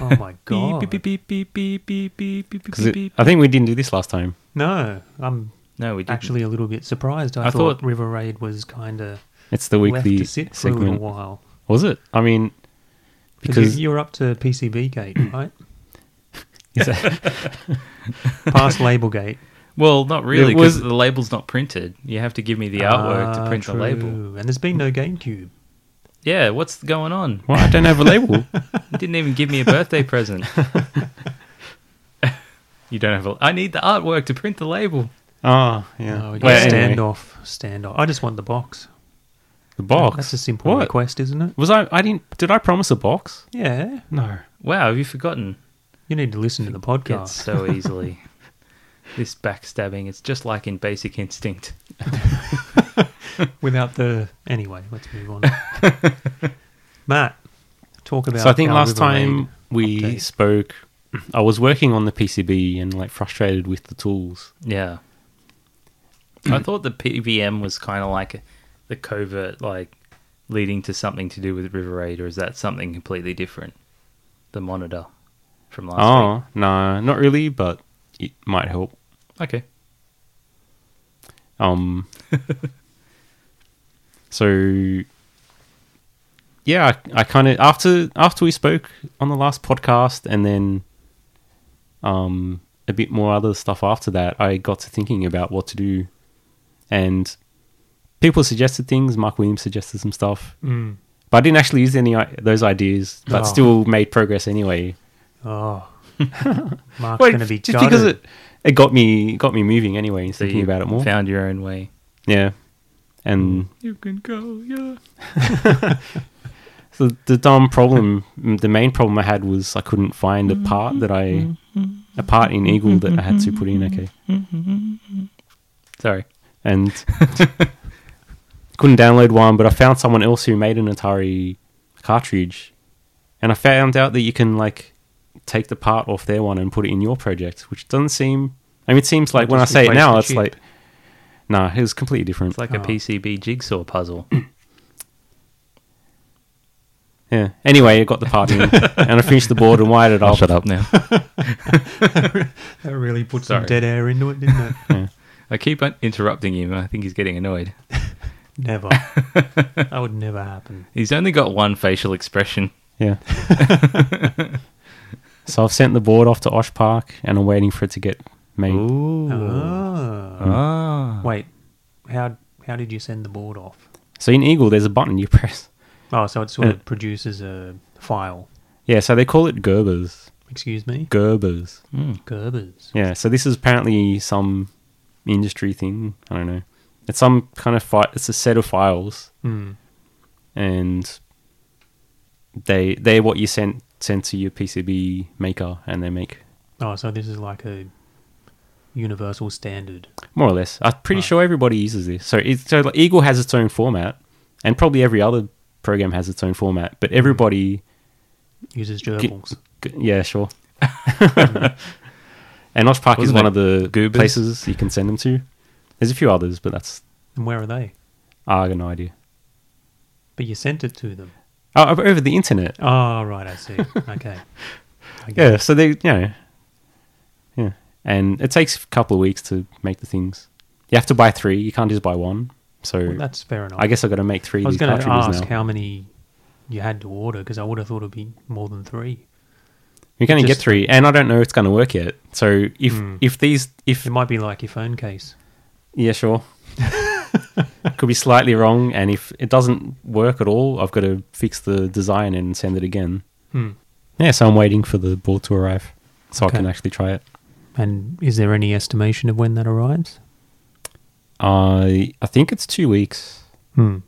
S4: Oh my god.
S2: Beep, beep, beep, beep, beep, beep, beep, beep,
S5: Because
S2: beep, beep.
S5: I think we didn't do this last time.
S4: No, I'm
S2: No, we didn't.
S4: actually a little bit surprised. I,
S2: I
S4: thought,
S2: thought-
S4: River Raid was kind of
S5: It's the
S4: left
S5: weekly
S4: to sit for a
S5: segment.
S4: little while.
S5: Was it? I mean,
S4: Because
S5: because
S4: you, you're up to PCB
S5: *clears throat*
S4: gate, right?
S5: *laughs* is that-
S4: *laughs* Past label gate.
S2: Well, not really,
S5: It was-
S2: because the label's not printed. You have to give me the artwork
S4: Ah,
S2: to print the label.
S4: true. And there's been no GameCube.
S2: Yeah, what's going on?
S5: well, I don't have
S4: *laughs*
S5: a label.
S2: You didn't even give me a birthday present. *laughs* you don't have a. I need the artwork to print the label.
S5: Oh, yeah.
S4: Oh, we
S5: Well,
S4: got
S5: anyway,
S4: standoff. Standoff. I just want the box.
S5: the box.
S4: That's a simple
S5: What?
S4: request, isn't it?
S5: Was I? I didn't. Did I promise a box?
S4: Yeah.
S5: No.
S2: Wow, have you forgotten?
S4: You need to listen to the
S2: Gets
S4: podcast.
S2: so *laughs* easily. This backstabbing, it's just like in Basic Instinct.
S4: Without the. Anyway, let's move on.
S5: *laughs*
S4: Matt, talk about.
S5: So I think
S4: our
S5: last
S4: River
S5: time
S4: Raid.
S5: we
S4: update.
S5: spoke, I was working on the PCB and like frustrated with the tools.
S2: Yeah. I thought the PVM was kind of like the covert, like leading to something to do with River Raid, or is that something completely different? The monitor from last
S5: oh no, not really, but it might help.
S2: week. Okay.
S5: Um. *laughs* so yeah, I, I kind of after after we spoke on the last podcast, and then um a bit more other stuff after that, I got to thinking about what to do, and people suggested things. Mark Williams suggested some stuff.
S4: Mm.
S5: But I didn't actually use any i- those ideas, but
S4: Oh.
S5: still made progress anyway. *laughs*
S4: Oh. Mark's
S5: Well,
S4: going to be
S5: just because
S4: gutted.
S5: it, it got me got me moving anyway and thinking about it more.
S2: Found your own way.
S5: yeah, and
S2: You can go, yeah.
S5: so the dumb problem, m- the main problem I had was I couldn't find a part that I a part in Eagle that I had to put in. Okay,
S2: Sorry. *laughs*
S5: and couldn't download one, but I found someone else who made an Atari cartridge, and I found out that you can like take the part off their one and put it in your project, which doesn't seem. I mean, it seems like when I
S2: just
S5: say it
S2: replace
S5: now,
S2: the
S5: it's
S2: chip.
S5: like, nah, it was completely different.
S2: It's like a
S4: Oh.
S2: PCB jigsaw puzzle.
S5: yeah. Anyway, I got
S2: *laughs*
S5: the part in, and I finished the board and wired it
S2: Oh,
S5: up.
S2: now.
S4: That really put some
S2: Sorry.
S4: dead air into it, didn't it?
S2: *laughs*
S5: *laughs*
S2: I keep on interrupting him. I think he's getting annoyed.
S5: *laughs*
S4: never. that would never happen.
S2: He's only got one facial expression.
S5: Yeah. *laughs* so I've sent the board off to Osh Park, and I'm waiting for it to get made.
S2: Ooh.
S4: Oh.
S2: Ah.
S4: Wait, how how did you send the board off?
S5: So in Eagle, there's a button you *laughs* press.
S4: Oh, so it sort
S5: Uh.
S4: of produces a file.
S5: Yeah. So they call it Gerbers.
S4: Excuse me?
S5: Gerbers.
S2: Mm.
S4: Gerbers.
S5: Yeah, so this is apparently some industry thing. I don't know. It's some kind of fi- It's a set of files,
S4: Hmm.
S5: and they they're what you sent sent to your PCB maker, and they make
S4: Oh, so this is like a universal standard.
S5: more or less. I'm pretty
S4: Right.
S5: sure everybody uses this. So it's, so like Eagle has its own format, and probably every other program has its own format.
S4: Hmm.
S5: But everybody,
S4: Uses
S5: g-
S4: gerbils.
S5: g-
S4: *laughs*
S5: yeah, sure. and Osh Park is
S2: Wasn't
S5: one
S2: it
S5: of the
S2: Goobers?
S5: places you can send them to. There's a few others, but that's
S4: And where are they?
S5: I got no idea.
S4: But you sent it to them.
S5: Oh, over- over the internet.
S4: Oh, right, I
S5: *laughs*
S4: see. okay. I get
S5: Yeah,
S4: it.
S5: so they, you know, yeah, and it takes a couple of weeks to make the things. You have to buy three. You can't just buy one. So
S4: Well, that's fair enough.
S5: I guess I got to make three.
S4: I was
S5: these
S4: going to
S5: cartridges
S4: ask
S5: now.
S4: how many you had to order because I would have thought it'd be more than three.
S5: You can only get
S4: just-
S5: three, and I don't know if it's going to work yet. So if
S4: Hmm.
S5: if these if
S4: It might be like your phone case. *laughs*
S5: yeah sure could be slightly wrong, and if it doesn't work at all, I've got to fix the design and send it again.
S4: Hmm.
S5: Yeah, so I'm waiting for the board to arrive so
S4: Okay.
S5: I can actually try it.
S4: And is there any estimation of when that arrives?
S5: I I think it's two weeks.
S4: Hmm.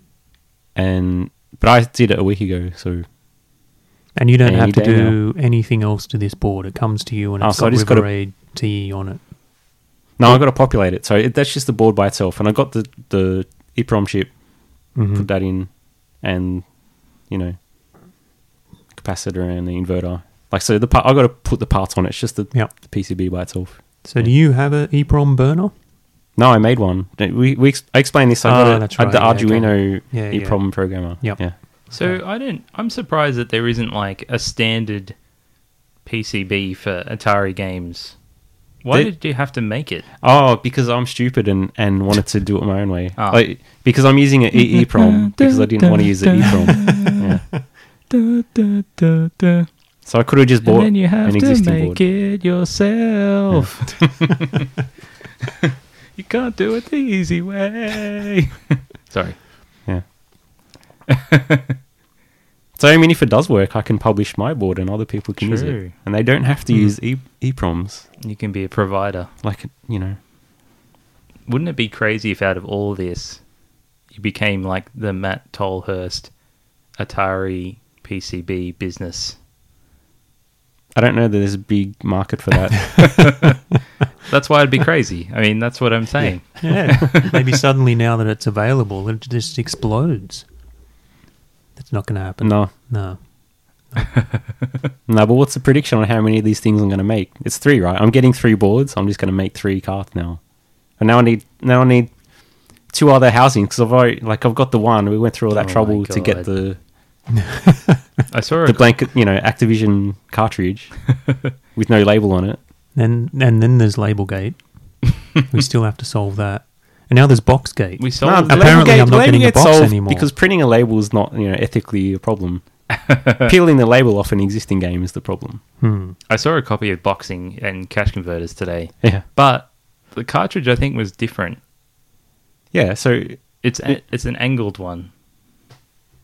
S5: and but I did it a week ago, so
S4: And you don't
S5: Any
S4: have to
S5: day
S4: do anything else to this board. It comes to you and
S5: Oh,
S4: it's
S5: so I
S4: got
S5: just gotta-
S4: River Aid TE on it.
S5: No, I've got to populate it. So it, that's just the board by itself. And I got the, the EEPROM chip,
S4: Mm-hmm.
S5: put Mm-hmm. that in, and, you know, capacitor and the inverter. Like, so the part, I've got to put the parts on it. It's just the,
S4: Yep.
S5: the PCB by itself.
S4: So do you have a EEPROM burner?
S5: No, I made one. We, we ex- I explained this. I
S4: Ah,
S5: got
S4: that's
S5: a, I had the
S4: right. Yeah,
S5: Arduino
S4: yeah. Yeah, yeah.
S5: EEPROM programmer.
S4: Yep.
S5: Yeah.
S2: So I don't. I'm surprised that there isn't like a standard PCB for Atari games. Why
S5: They-
S2: did you have to make it?
S5: Oh, because I'm stupid and, and wanted to do it my own way.
S2: Ah.
S5: Like, because I'm using an EEPROM because I didn't want to use an EEPROM. Yeah.
S2: Da, da, da, da.
S5: So I could have just bought
S2: And then you have
S5: an
S2: to
S5: existing
S2: make
S5: board.
S2: it yourself. *laughs* you can't do it the easy way. *laughs* Sorry.
S5: Yeah. *laughs* so I mean, if it does work, I can publish my board and other people can use
S2: True. Hmm.
S5: it, and they don't have to use e- EEPROMs.
S2: You can be a provider.
S5: Like you know,
S2: Wouldn't it be crazy if out of all this, you became like the Matt Tolhurst Atari PCB business?
S5: I don't know that there's a big market
S2: *laughs*
S5: for that.
S2: That's why it'd
S5: *laughs*
S2: be crazy. I mean, that's what I'm saying.
S4: Yeah. *laughs* Maybe suddenly now that it's available, it just explodes. That's not going to happen.
S5: no,
S4: No.
S5: no. But what's the prediction on how many of these things I'm going to make? It's three, right? I'm getting three boards. I'm just going to make three cards now, and now I need now I need two other housings because I've already, like I've got the one. We went through all
S2: Oh
S5: that
S2: my
S5: trouble to
S2: God.
S5: get the
S2: I saw a
S5: the blanket, you know, Activision
S2: *laughs*
S5: cartridge with no label on it.
S4: Then and then there's
S5: *laughs*
S4: Labelgate. we still have to solve that. And now there's Boxgate.
S2: we
S5: No,
S2: sold
S5: the
S2: it.
S4: apparently
S5: label
S4: I'm not
S5: label
S4: getting a
S5: gets
S4: box
S5: solved
S4: anymore.
S5: Because printing a label is not, you know, ethically
S2: *laughs*
S5: a problem. Peeling the label off an existing game is the problem.
S4: Hmm.
S2: I saw a copy of Boxing and Cash Converters today,
S5: Yeah.
S2: but the cartridge I think was different.
S5: Yeah, so
S2: It's a, it's an angled one.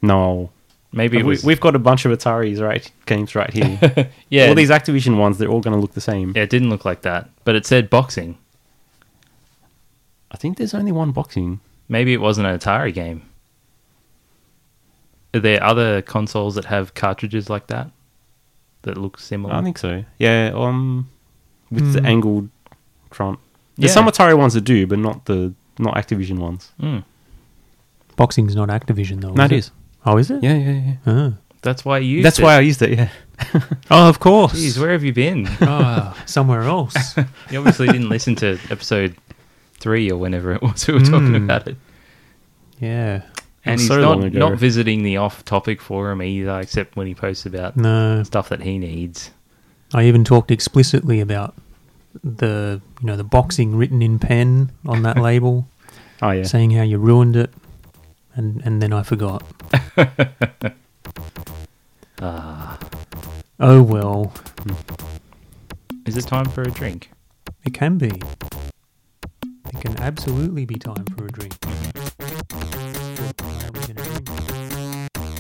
S5: no.
S2: Maybe
S5: Uh, We,
S2: it was,
S5: we've got a bunch of Atari's right games right here.
S2: *laughs* yeah,
S5: All these Activision ones, they're all going to look the same.
S2: yeah, it didn't look like that, but it said boxing.
S5: I think there's only one boxing.
S2: Maybe it wasn't an Atari game. Are there other consoles that have cartridges like that that look
S5: I
S2: similar?
S5: think so. Yeah, um with the
S4: Hmm.
S5: angled front. There's
S2: Yeah.
S5: some Atari ones that do, but not the not Activision ones.
S2: Mm.
S4: Boxing's not Activision though.
S5: No, it
S4: it?
S5: is.
S4: Oh, is it?
S5: Yeah, yeah, yeah.
S4: Oh,
S2: That's why you. Used
S5: That's
S2: it.
S5: why I used it, yeah.
S4: oh of course.
S2: Jeez,
S4: *laughs*
S2: where have you
S5: *laughs*
S2: been?
S4: Ah, somewhere else.
S2: you obviously didn't listen to episode three or whenever it was we were talking
S4: Mm.
S2: about it.
S4: Yeah.
S2: And
S5: Hmm. was
S2: he's
S5: so
S2: not,
S5: long ago.
S2: not visiting the off-topic forum either, except when he posts about
S4: No.
S2: stuff that he needs.
S4: I even talked explicitly about the you know the boxing written in pen on
S5: *laughs*
S4: that label,
S5: Oh yeah.
S4: saying how you ruined it, and and then I
S5: *laughs*
S4: forgot.
S5: Ah.
S4: Oh well,
S2: Is it time for a drink?
S4: it can be. It can absolutely be time for a drink. Are we gonna drink?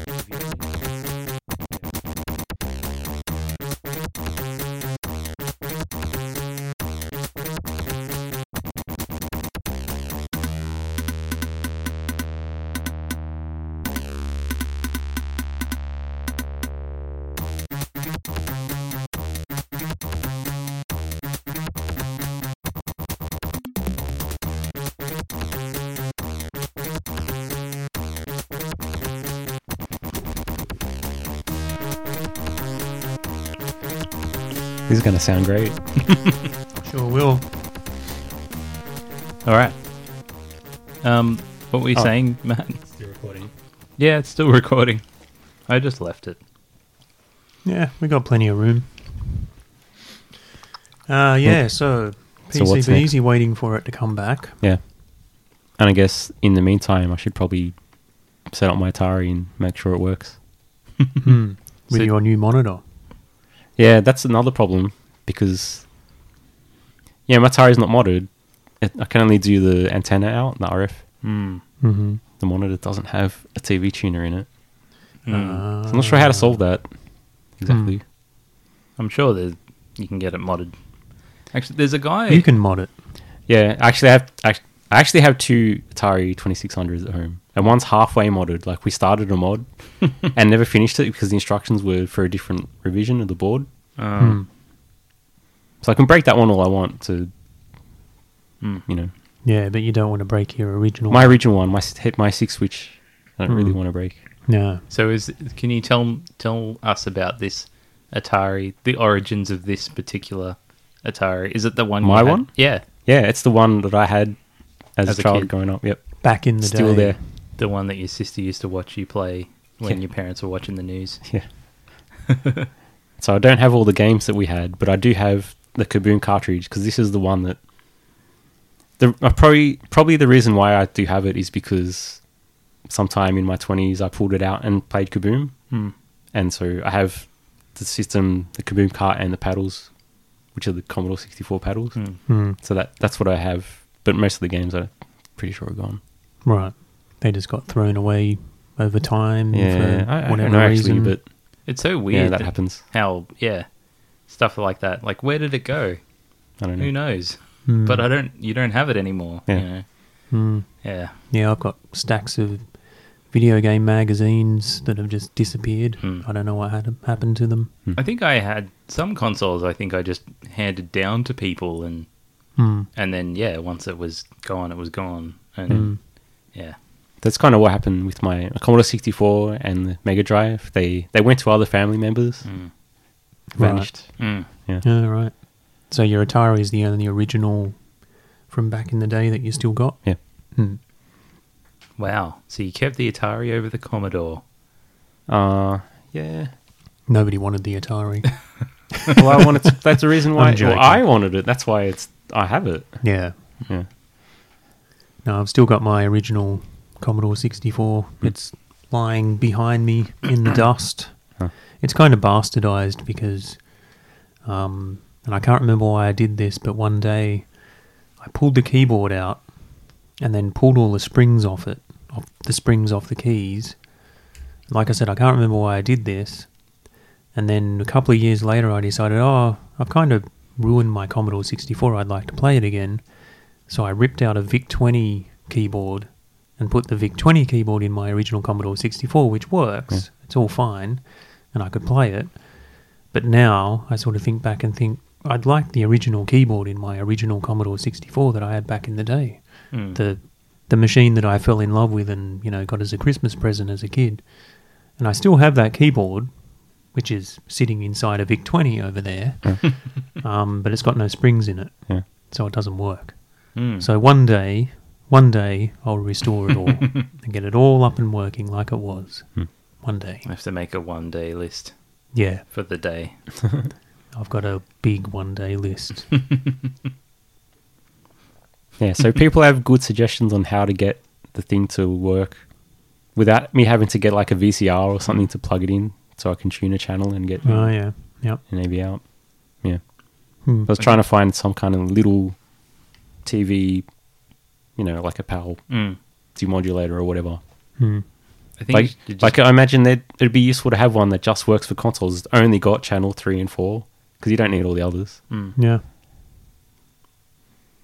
S5: This is going to sound great.
S4: Sure will.
S2: All right. Um, what were you
S5: Oh.
S2: saying, Matt? *laughs*
S3: Still recording.
S2: Yeah, it's still recording. I just left it.
S4: Yeah, we got plenty of room. Uh yeah, so
S5: So what's next?
S4: PCBs, you're waiting for it to come back.
S5: Yeah. And I guess in the meantime, I should probably set up my Atari and make sure it works.
S4: Hmm. with
S2: So-
S4: your new monitor.
S5: Yeah, that's another problem because, yeah, my Atari's not modded. It, I can only do the antenna out, the RF.
S2: Mm.
S4: Mm-hmm.
S5: The monitor doesn't have a TV tuner in it. Uh,
S2: Mm.
S5: So I'm not sure how to solve that exactly.
S2: I'm sure there's, you can get it modded. Actually, there's a guy.
S4: You can mod it.
S5: Yeah, actually, I have act- I actually have two Atari 2600s at home, and one's halfway modded. Like we started a mod and never finished it because the instructions were for a different revision of the board.
S4: Hmm.
S2: Uh,
S5: So I can break that one all I want to you know,
S4: Yeah, but you don't want to break your original.
S5: my original one, my s- hit my six, which I don't really want to break.
S4: no.
S2: So is can you tell tell us about this Atari, the origins of this particular Atari? Is it the one? you
S5: My
S2: had?
S5: one?
S2: Yeah,
S5: Yeah, it's the one that I had as,
S2: As a
S5: a child
S2: kid.
S5: growing up. Yep,
S4: Back in the
S5: still
S4: day.
S5: there.
S2: the one that your sister used to watch you play when
S5: Yeah.
S2: your parents were watching the news.
S5: Yeah. *laughs* so I don't have all the games that we had, but I do have the Kaboom cartridge because this is the one that the I probably probably the reason why I do have it is because sometime in my twenties I pulled it out and played Kaboom, mm. and so I have the system, the Kaboom cart, and the paddles, which are the Commodore sixty four paddles.
S2: Hmm.
S4: Mm,
S5: So that that's what I have. But most of the games I'm pretty sure are gone.
S4: right. They just got thrown away over time
S5: Yeah,
S4: for
S5: I, I
S4: whatever
S5: don't know actually,
S4: reason.
S5: but
S2: It's so weird.
S5: yeah, that happens.
S2: How? Yeah, stuff like that. Like, where did it go?
S5: I don't know. Hmm.
S2: Who knows?
S4: Mm.
S2: But I don't. You don't have it anymore.
S5: Yeah.
S2: You know?
S4: Mm.
S2: Yeah.
S4: Yeah, I've got stacks of video game magazines that have just disappeared.
S2: Hmm.
S4: I don't know what had happened to them.
S2: I think I had some consoles. I think I just handed down to people, and
S4: Hmm.
S2: and then yeah, once it was gone, it was gone, and yeah,
S5: that's kind of what happened with my Commodore 64 and the Mega Drive. They they went to other family members,
S4: Mm.
S5: vanished.
S2: Mm.
S4: Yeah, right. So your Atari is the only original from back in the day that you still got.
S5: Yeah,
S4: Hmm.
S2: wow. So you kept the Atari over the Commodore.
S5: uh,
S4: *laughs*
S5: yeah.
S4: Nobody wanted the
S5: *laughs*
S4: Atari.
S5: Well, I wanted. To, that's the reason why.
S4: I'm joking.
S5: Well, I wanted it. That's why it's. I have it.
S4: yeah.
S5: Yeah.
S4: No, I've still got my original Commodore 64.
S5: Hmm.
S4: It's lying behind me in
S5: *coughs*
S4: the dust.
S5: Huh.
S4: It's kind of bastardized because, um, and I can't remember why I did this, but one day I pulled the keyboard out and then pulled all the springs off it, off the springs off the keys. Like I said, I can't remember why I did this. And then a couple of years later, I decided, oh, I've kind of ruined my Commodore 64. I'd like to play it again. So I ripped out a VIC 20 keyboard and put the VIC 20 keyboard in my original Commodore 64, which works. It's all fine, and I could play it. But now I sort of think back and think I'd like the original keyboard in my original Commodore 64 that I had back in the day,
S2: Mm.
S4: the the machine that I fell in love with and you know got as a Christmas present as a kid. And I still have that keyboard, which is sitting inside a VIC 20 over there, *laughs* um, but it's got no springs in it,
S5: Yeah.
S4: so it doesn't work.
S2: Mm.
S4: So one day, one day, I'll restore it all and get it all up and working like it was. One day.
S2: I have to make a one day list
S4: Yeah,
S2: for the day.
S4: I've got a big one day list.
S5: Yeah.
S4: *laughs*
S5: So people have good suggestions on how to get the thing to work without me having to get like a VCR or something to plug it in, so I can tune a channel and get
S4: oh, yeah. Yep.
S5: an AV out. Yeah.
S4: Hmm.
S5: I was trying to find some kind of little TV, you know, like a PAL
S2: Mm.
S5: demodulator or whatever.
S4: Hmm.
S2: I think
S5: Like,
S2: you just-
S5: like I imagine that it'd be useful to have one that just works for consoles. It's only got channel three and four because you don't need all the others.
S2: Mm.
S4: Yeah.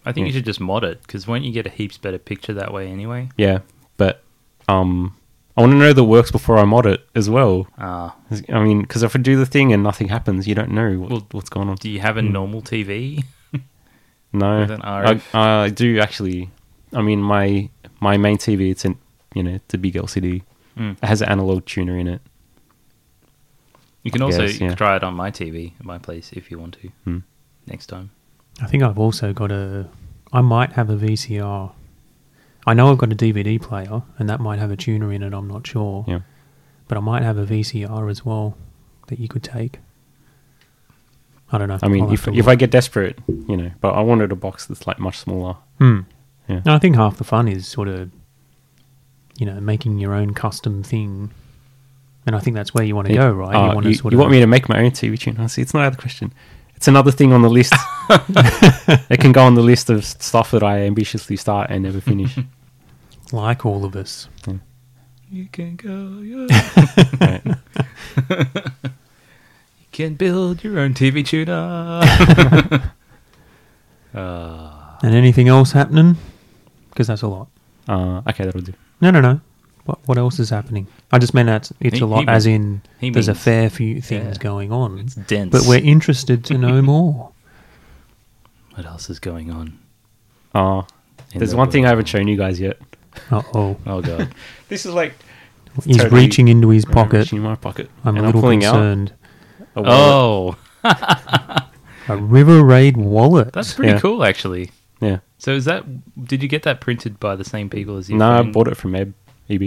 S2: I think you
S5: yeah.
S2: should just mod it because won't you get a heaps better picture that way anyway?
S5: Yeah, but um, I want to know that works before I mod it as well.
S2: Ah,
S5: 'Cause- I mean, because if I do the thing and nothing happens, you don't know what,
S2: Well,
S5: what's going on.
S2: do you have a normal TV?
S5: No,
S2: With an
S5: I,
S2: RF?
S5: I do actually. I mean, my my main TV, it's an you know, it's a big LCD.
S2: Mm.
S5: It has an analog tuner in it.
S2: You can also
S5: Yes, yeah.
S2: try it on my TV at my place if you want to
S5: Hmm.
S2: next time.
S4: I think I've also got a. I might have a VCR. I know I've got a DVD player, and that might have a tuner in it, I'm not sure.
S5: Yeah.
S4: But I might have a VCR as well that you could take. Oh, I don't know.
S5: I mean, if if I get desperate, you know, but I wanted a box that's like much smaller.
S4: Hmm.
S5: Yeah.
S4: No, I think half the fun is sort of, you know, making your own custom thing, and I think that's where you want to go, right?
S5: Uh,
S4: want
S5: you,
S4: sort
S5: you
S4: of
S5: want me to make my own TV tune? Honestly, it's not out of the question. It's another thing on the
S4: *laughs*
S5: list. *laughs* it can go on the list of stuff that I ambitiously start and
S4: *laughs*
S5: never finish.
S4: like all of us.
S2: You can go.
S5: Right.
S2: can build your own TV tuner.
S4: And anything else happening? Because that's a lot.
S5: Uh, okay, that'll do.
S4: No, no, no. What what else is happening? I just meant that it's
S2: He-
S4: a lot,
S2: he
S4: as
S2: means-
S4: in
S2: he
S4: there's a
S2: means-
S4: fair few things
S2: yeah.
S4: going on,
S2: It's dense. *laughs*
S4: but we're interested to know more.
S2: what else is going on?
S5: Oh,
S2: in
S5: there's
S2: the
S5: one thing I
S2: world.
S5: haven't shown you guys yet.
S4: Uh oh.
S2: *laughs* Oh god.
S5: This is like
S4: He's
S5: totally-
S4: reaching into his pocket.
S5: reaching in my pocket.
S4: I'm
S5: and
S4: a
S5: I'm
S4: little
S5: pulling
S4: concerned.
S5: out. A wallet.
S2: oh,
S4: A River Raid wallet.
S2: that's pretty
S5: Yeah.
S2: cool actually.
S5: yeah.
S2: So is that? Did you get that printed by the same people as you?
S5: No, I bought it from Eb. EB.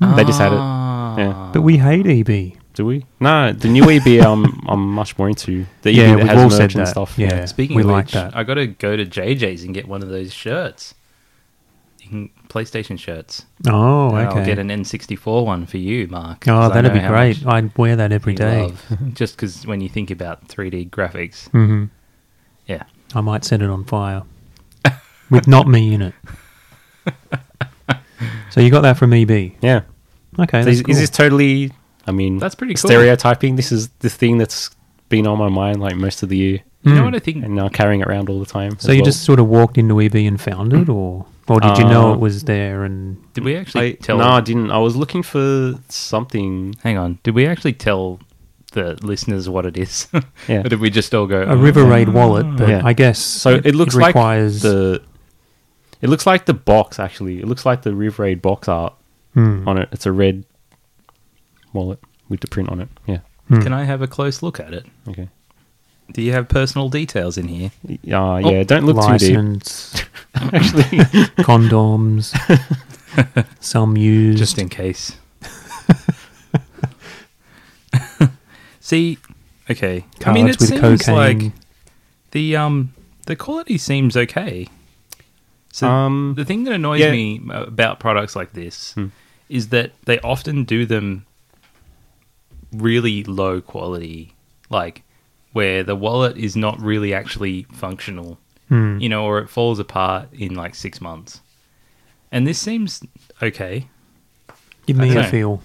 S5: They just had it. Yeah.
S4: but we hate E EB.
S5: Do we? No, the new EB. I'm I'm much more into. The EB
S4: Yeah,
S5: that
S4: we've
S5: has
S4: all
S5: merch
S4: said
S5: and
S4: that.
S5: stuff.
S4: Yeah.
S2: Speaking
S4: We
S2: of
S4: like
S2: which,
S4: that.
S2: I got to go to JJ's and get one of those shirts. You can, PlayStation shirts.
S4: Oh, okay.
S2: And I'll get an N64 one for you, Mark.
S4: oh,
S2: 'cause I
S4: that'd
S2: know
S4: be
S2: how
S4: great.
S2: much
S4: I'd wear that every
S2: you
S4: day.
S2: love- *laughs* Just because when you think about 3D graphics,
S4: Mm-hmm.
S2: yeah.
S4: I might set it on
S2: *laughs*
S4: fire with not me in it. so you got that from EB. Okay,
S5: Yeah. So
S4: that's
S5: is, is
S4: cool.
S5: this totally? I mean,
S2: That's pretty cool.
S5: Stereotyping. This is the thing that's been on my mind like most of the year,
S2: You know
S4: Mm.
S2: what I think?
S5: and now carrying it around all the time.
S4: so you just sort of walked into EB and found it, or or did you know it was there? And
S2: Did we actually tell?
S5: no, I didn't. I was looking for something.
S2: Hang on. Did we actually tell the listeners what it is? *laughs*
S5: Yeah.
S2: or did we just all go?
S4: a River Raid wallet, but
S5: Yeah.
S4: I guess
S5: So it, looks like
S4: requires
S5: the. It looks like the box actually. It looks like the Riv Raid box art
S4: Hmm.
S5: on it. It's a red wallet with the print on it. Yeah.
S2: "Oh, Can I have a close look at it?
S5: Okay.
S2: Do you have personal details in here?
S5: Uh, yeah. don't look too
S4: Oh, license,
S5: deep. Actually.
S4: *laughs* condoms, some used.
S2: Just in case. See, okay. I mean, it
S4: cards
S2: seems like the um the quality seems okay. So
S5: Um,
S2: the thing that annoys
S5: yeah.
S2: me about products like this is that they often do them really low quality, like where the wallet is not really actually functional,
S4: Hmm.
S2: you know, or it falls apart in like six months. And this seems okay.
S4: Give me a
S2: Okay.
S4: feel.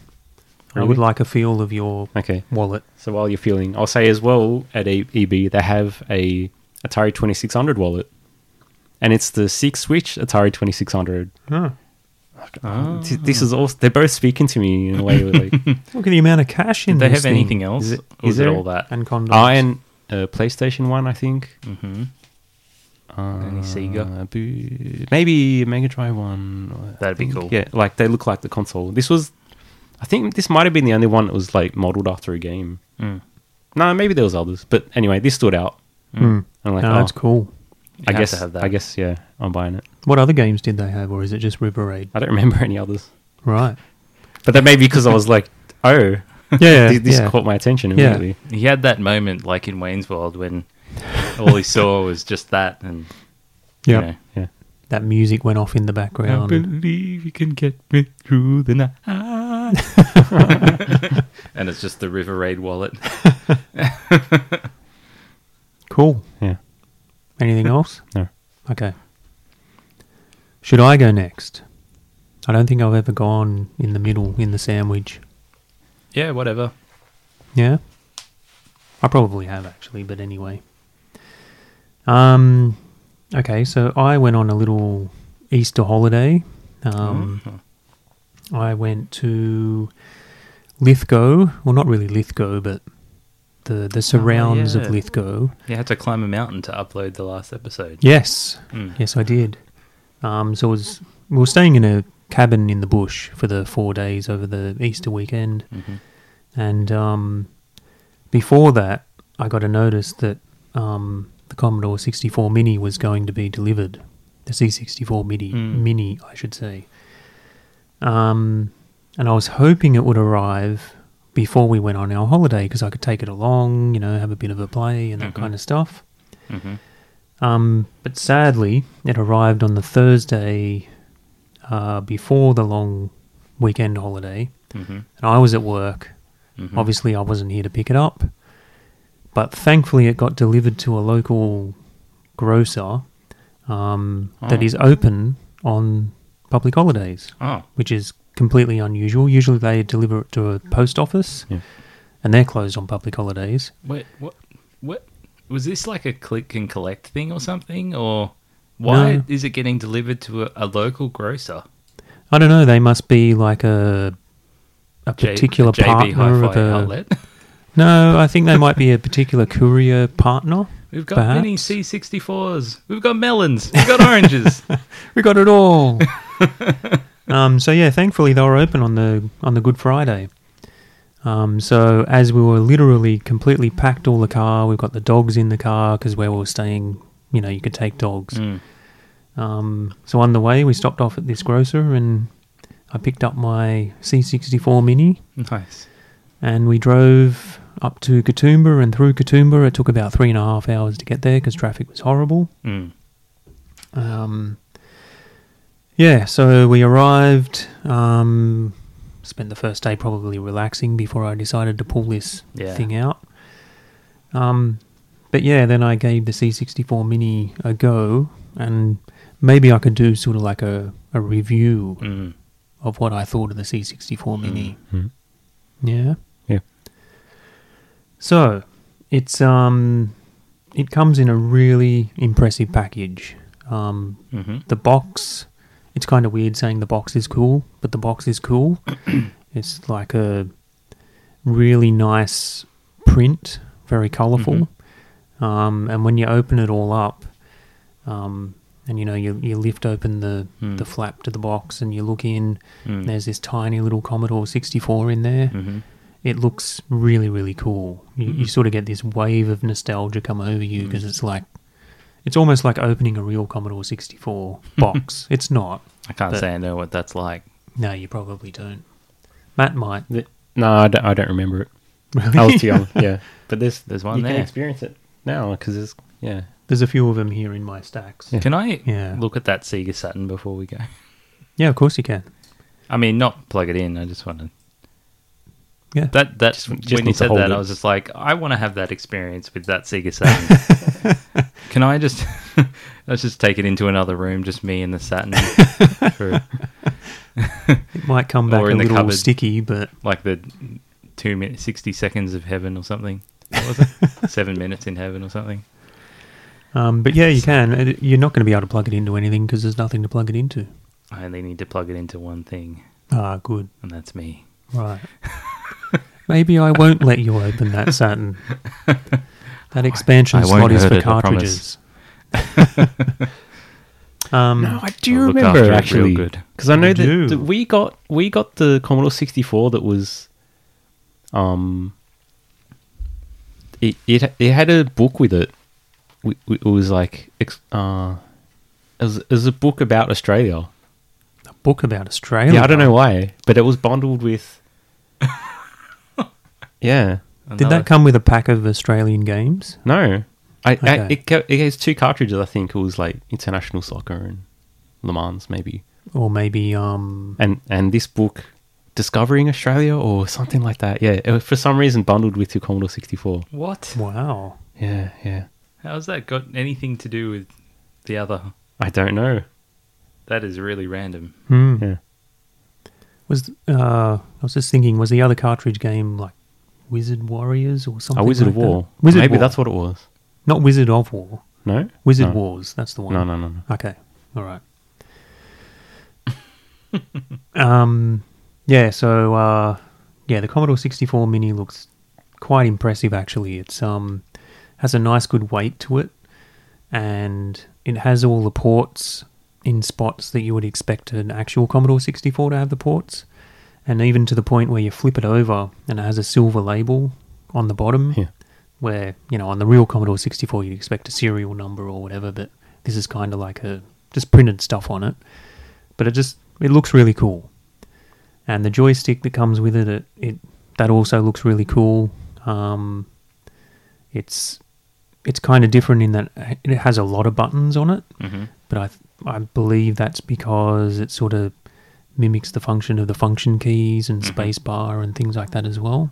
S4: I
S5: Really?
S4: would like a feel of your
S5: okay.
S4: wallet.
S5: So while you're feeling, I'll say as well at E- EB they have a Atari 2600 wallet, and it's the six switch Atari 2600.
S2: Ah.
S5: Th- This is also they're both speaking to me in a
S2: *laughs*
S5: way. Like,
S4: Look at the amount of cash
S2: Did
S4: in
S2: they
S4: this
S2: have
S4: thing.
S2: anything else?
S5: Is it-
S2: or
S5: is
S2: is it
S5: there-
S2: all that?
S4: And condoms.
S5: I and uh, PlayStation One, I think.
S2: hmm
S5: Uh,
S2: Any Sega?
S5: bu- Maybe Mega Drive One. I
S2: That'd be
S5: think.
S2: cool.
S5: Yeah, like they look like the console. This was, I think, this might have been the only one that was like modeled after a game.
S2: Mm.
S5: No, maybe there was others, but anyway, this stood out.
S4: Hmm.
S5: I'm like,
S4: No,
S5: oh,
S4: that's cool.
S5: I
S2: have
S5: guess.
S2: to have that.
S5: I guess. Yeah, I'm buying it.
S4: What other games did they have, or is it just River Raid?
S5: I don't remember *laughs* any others,
S4: Right.
S5: but that may be because I was like, *laughs* oh,
S4: Yeah.
S5: th- this
S4: yeah.
S5: caught my attention
S4: Yeah.
S5: immediately.
S2: He had that moment, like in Wayne's World, when all he *laughs* saw was just that, and you
S4: Yep.
S2: know.
S5: Yeah.
S4: That music went off in the background.
S2: believe you can get me through the *laughs* night. and it's just the River Raid wallet.
S4: Cool.
S5: Yeah.
S4: Anything else?
S5: No.
S4: Okay. Should I go next? I don't think I've ever gone in the middle in the sandwich.
S2: *laughs* Yeah, whatever.
S4: Yeah. I probably have actually, but anyway. Um okay, so I went on a little Easter holiday. Um I went to Lithgow, well not really Lithgow, but the the surrounds
S2: yeah.
S4: of Lithgow.
S2: You had to climb a mountain to upload the last episode.
S4: Yes.
S2: Mm.
S4: Yes, I did. Um, so it was we were staying in a cabin in the bush for the four days over the Easter weekend,
S2: Mhm.
S4: and um, before that, I got a notice that um, the Commodore 64 Mini was going to be delivered, the C64 Mini,
S2: Mm.
S4: Mini, I should say. Um, and I was hoping it would arrive before we went on our holiday because I could take it along, you know, have a bit of a play and that
S2: Mhm.
S4: kind of stuff.
S2: Mhm.
S4: Um, but sadly, it arrived on the Thursday uh, before the long weekend holiday,
S2: Mhm.
S4: and I was at work.
S2: Mhm.
S4: Obviously, I wasn't here to pick it up, but thankfully, it got delivered to a local grocer um, that
S2: Oh.
S4: is open on public holidays,
S2: Oh,
S4: which is completely unusual. Usually, they deliver it to a post office,
S5: Yeah.
S4: and they're closed on public holidays.
S2: wait, what? What was this like a click and collect thing or something, or why
S4: No.
S2: is it getting delivered to a, a local grocer?
S4: I don't know. They must be like a a
S2: J-
S4: particular
S2: JB
S4: partner of
S2: Hi-Fi
S4: a.
S2: outlet.
S4: No, I think they might be a particular courier partner.
S2: We've got
S4: Perhaps.
S2: mini C64s. We've got melons. We've got oranges.
S4: We got it all. um, so yeah, thankfully they were open on the on the Good Friday. Um, so as we were literally completely packed all the car, we've got the dogs in the car because where we were staying, you know, you could take dogs.
S2: Mm.
S4: Um, so on the way, we stopped off at this grocer and I picked up my C64 Mini
S2: Mm. Nice.
S4: and we drove up to Katoomba and through Katoomba. It took about three and a half hours to get there because traffic was horrible.
S2: Mm.
S4: Um, yeah, so we arrived. Um, spent the first day probably relaxing before I decided to pull this
S2: Yeah.
S4: thing out. Um, but yeah, then I gave the C64 Mini a go, and maybe I could do sort of like a, a review
S2: Mm.
S4: of what I thought of the C64 Mini.
S5: Mhm.
S4: Yeah.
S5: Yeah.
S4: So, it's um, it comes in a really impressive package. Um,
S2: hmm
S4: the box it's kind of weird saying the box is cool but the box is cool it's like a really nice print very colorful um, and when you open it all up um, and you know you, you lift open the,
S2: Mm.
S4: the flap to the box and you look in
S2: Mm.
S4: there's this tiny little commodore 64 in there
S2: Mhm.
S4: it looks really really cool you, you
S2: Mhm.
S4: sort of get this wave of nostalgia come over you because it's like it's almost like opening a real
S2: *laughs*
S4: commodore 64 box it's not
S2: I can't
S4: But-
S2: say I know what that's like.
S4: no you probably don't matt might
S5: The- no, I don't, I don't remember it.
S4: really
S5: I was too young. Yeah, *laughs* but there's
S2: There's one
S5: you
S2: there.
S5: can experience it now because it's yeah.
S4: there's a few of them here in my stacks yeah,
S5: Yeah.
S2: Can I
S4: Yeah.
S2: look at that Sega Saturn before we go?
S4: of course you can
S2: I mean, not plug it in. I just want to.
S4: yeah
S2: That that's
S5: just
S2: when you
S5: need to
S2: said
S5: hold
S2: that,
S5: it.
S2: I was just like, I want to have that experience with that Sega Saturn. Can I just *laughs* let's just take it into another room, just me and the Saturn, for
S4: it might come back
S2: Or
S4: a
S2: in the
S4: little
S2: cupboard.
S4: sticky but
S2: like the two minutes, sixty seconds of heaven or something. What was
S4: *laughs*
S2: it? Seven minutes in heaven or something.
S4: um, but yeah you can It- you're not going to be able to plug it into anything because there's nothing to plug it into
S2: I only need to plug it into one thing,
S4: ah good
S2: and that's me. *laughs*
S4: Right. Maybe I won't let you open that
S2: *laughs*
S4: Saturn. That expansion
S2: I won't
S4: slot is
S2: hurt
S4: for
S2: it, I promise.
S4: cartridges.
S2: *laughs*
S4: *laughs* um,
S5: No, I do
S2: I'll look
S5: remember
S2: after it real
S5: actually
S2: good.
S5: because I know
S4: You do.
S5: that, that we got we got the Commodore sixty four that was, um, it, it it had a book with it. We- we- It was like ex- uh, it was, it was a book about Australia.
S4: a book about Australia.
S5: Yeah, I don't know why, but it was
S4: *laughs*
S5: bundled with. yeah,
S4: Did that come with a pack of Australian games?
S5: no, I,
S4: Okay.
S5: I it ca- it has two cartridges. I think it was like international soccer and Le Mans, maybe,
S4: Or maybe um,
S5: and and this book, discovering Australia or something like that. Yeah, it was for some reason bundled with your Commodore sixty four.
S2: What?
S4: wow.
S5: Yeah, yeah.
S2: How's that got anything to do with the other?
S5: I don't know.
S2: That is really random.
S4: Hmm.
S5: Yeah.
S4: Was uh, I was just thinking, was the other cartridge game like Wizard Warriors or something?
S5: A Oh, Wizard
S4: like
S5: of War.
S4: That? Wizard
S5: maybe
S4: War.
S5: that's what it was.
S4: not Wizard of War.
S5: No,
S4: Wizard
S5: no.
S4: Wars. That's the one.
S5: No, no, no, no.
S4: Okay. All right. um, yeah. So, uh, yeah, the Commodore 64 Mini looks quite impressive. Actually, it's um has a nice good weight to it, and it has all the ports in spots that you would expect an actual Commodore 64 to have the ports, and even to the point where you flip it over and it has a silver label on the bottom
S5: Yeah.
S4: where you know on the real Commodore 64 you'd expect a serial number or whatever, but this is kind of like a just printed stuff on it. But it just it looks really cool, and the joystick that comes with it, it, it that also looks really cool. Um, it's it's kind of different in that it has a lot of buttons on it,
S2: Mm-hmm.
S4: but I th- I believe that's because it sort of mimics the function of the function keys and space bar and things like that as well.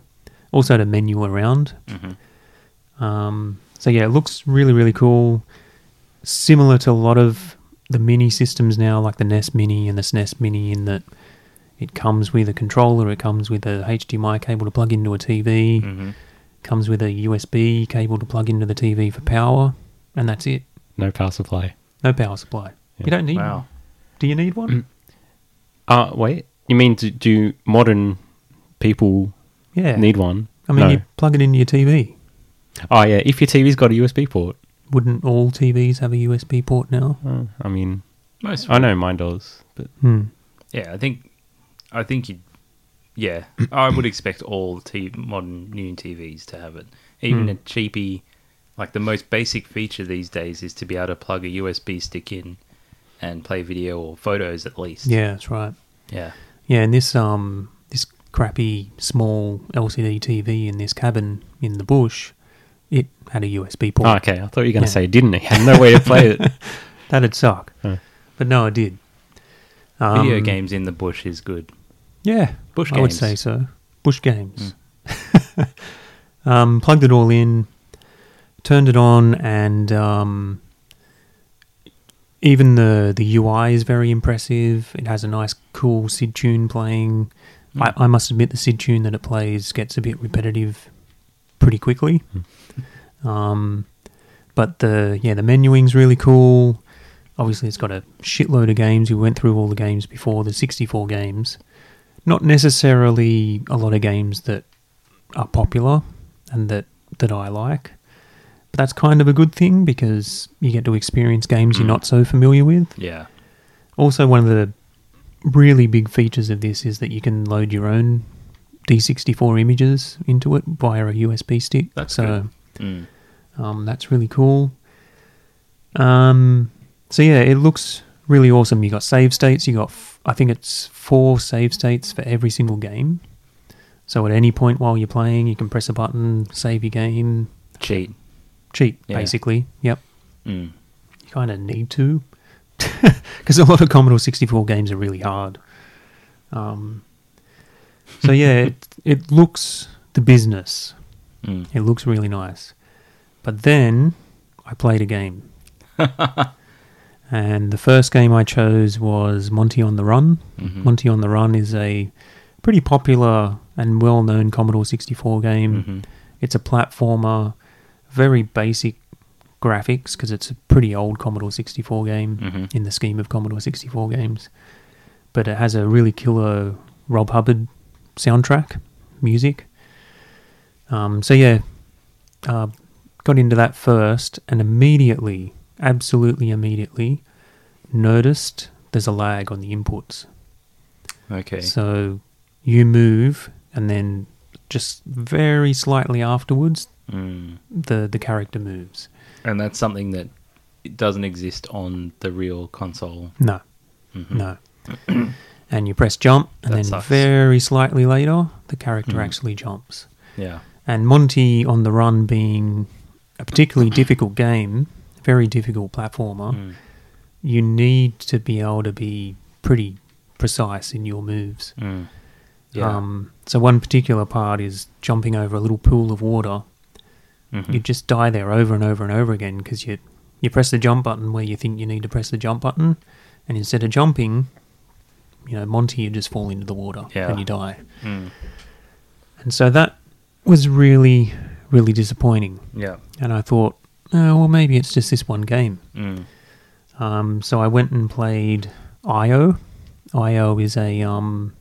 S4: Also to menu around.
S2: Mm-hmm.
S4: Um, so yeah, it looks really really cool. Similar to a lot of the mini systems now, like the NES Mini and the SNES Mini, in that it comes with a controller, it comes with a HDMI cable to plug into a TV,
S5: Mm.
S2: Mm-hmm.
S4: comes with a USB cable to plug into the TV for power, and that's it.
S5: No power supply.
S4: No power supply. You
S5: Yeah. Mm.
S4: don't need one.
S2: Wow.
S4: Do you need one?
S5: Uh wait. You mean do, do modern people
S4: yeah.
S5: need one?
S4: I mean,
S5: No.
S4: you plug it into your TV.
S5: Oh yeah, if your TV's got a USB port.
S4: wouldn't all TVs have a USB port now?
S5: Uh, I mean,
S2: Most.
S5: I know mine does, but
S4: Hmm.
S2: Yeah, I think, I think you, yeah, I would expect all t- modern new TVs to have it. Even
S4: Hmm.
S2: a cheapy, like the most basic feature these days is to be able to plug a USB stick in and play video or photos at least.
S4: Yeah, that's right.
S2: yeah,
S4: Yeah, and this um this crappy small LCD TV in this cabin in the bush, it had a USB port.
S5: oh, okay. I thought you were going to
S4: Yeah.
S5: say it didn't. It had no way to
S4: *laughs*
S5: play it.
S4: That'd suck.
S5: Huh.
S4: But no, it did. Um,
S2: video games in the bush is good.
S4: Yeah,
S2: Bush
S4: I would
S2: games. Mm.
S4: say so. Bush games. *laughs* um, plugged it all in, turned it on, and um, even the the UI is very impressive. It has a nice, cool Sid tune playing.
S2: Mm.
S4: I, I must admit, the Sid tune that it plays gets a bit repetitive pretty quickly.
S2: Mm.
S4: *laughs* Um, but the yeah, the menuing's really cool. Obviously, it's got a shitload of games. We went through all the games before. There's 64 games not necessarily a lot of games that are popular and that that I like. But that's kind of a good thing because you get to experience games you're not so familiar with.
S2: Yeah,
S4: Also, one of the really big features of this is that you can load your own D64 images into it via a USB stick.
S2: That's
S4: so
S2: Mm.
S4: um, that's really cool. Um, so yeah, it looks really awesome. You got save states. You got f- I think it's four save states for every single game. So at any point while you're playing, you can press a button, save your game,
S2: cheat.
S4: cheat
S2: Yeah.
S4: basically. Yep,
S2: Mm.
S4: you kind of need to *laughs* because a lot of Commodore 64 games are really hard. Um, so yeah, it, it looks the business.
S2: Mm.
S4: It looks really nice. But then I played a game. and the first game I chose was Monty on the Run.
S2: Mhm.
S4: Monty on the Run is a pretty popular and well known Commodore 64 game.
S2: Mhm.
S4: It's a platformer, very basic graphics because it's a pretty old Commodore 64 game
S2: Mhm.
S4: in the scheme of Commodore 64 games. But it has a really killer Rob Hubbard soundtrack, music. Um, so, yeah, uh, got into that first and immediately, absolutely immediately, noticed there's a lag on the inputs.
S2: Okay.
S4: So you move and then just very slightly afterwards
S2: Mm.
S4: the, the character moves.
S2: And that's something that it doesn't exist on the real console.
S4: No.
S2: Mhm.
S4: No. and you press jump, and
S2: That
S4: then
S2: sucks.
S4: very slightly later, the character
S2: Mm.
S4: actually jumps.
S2: Yeah.
S4: And Monty on the Run being a particularly difficult game, very difficult platformer,
S2: Mm.
S4: you need to be able to be pretty precise in your moves.
S2: Mm. Yeah.
S4: Um, so, one particular part is jumping over a little pool of water.
S2: Mhm.
S4: You just die there over and over and over again because you, you press the jump button where you think you need to press the jump button, and instead of jumping, you know, Monty, you just fall into the water
S2: Yeah.
S4: and you die.
S2: Mm.
S4: And so that was really, really disappointing.
S2: Yeah.
S4: And I thought, oh, well, maybe it's just this one game.
S2: Mm.
S4: Um, so I went and played IO. IO is a um,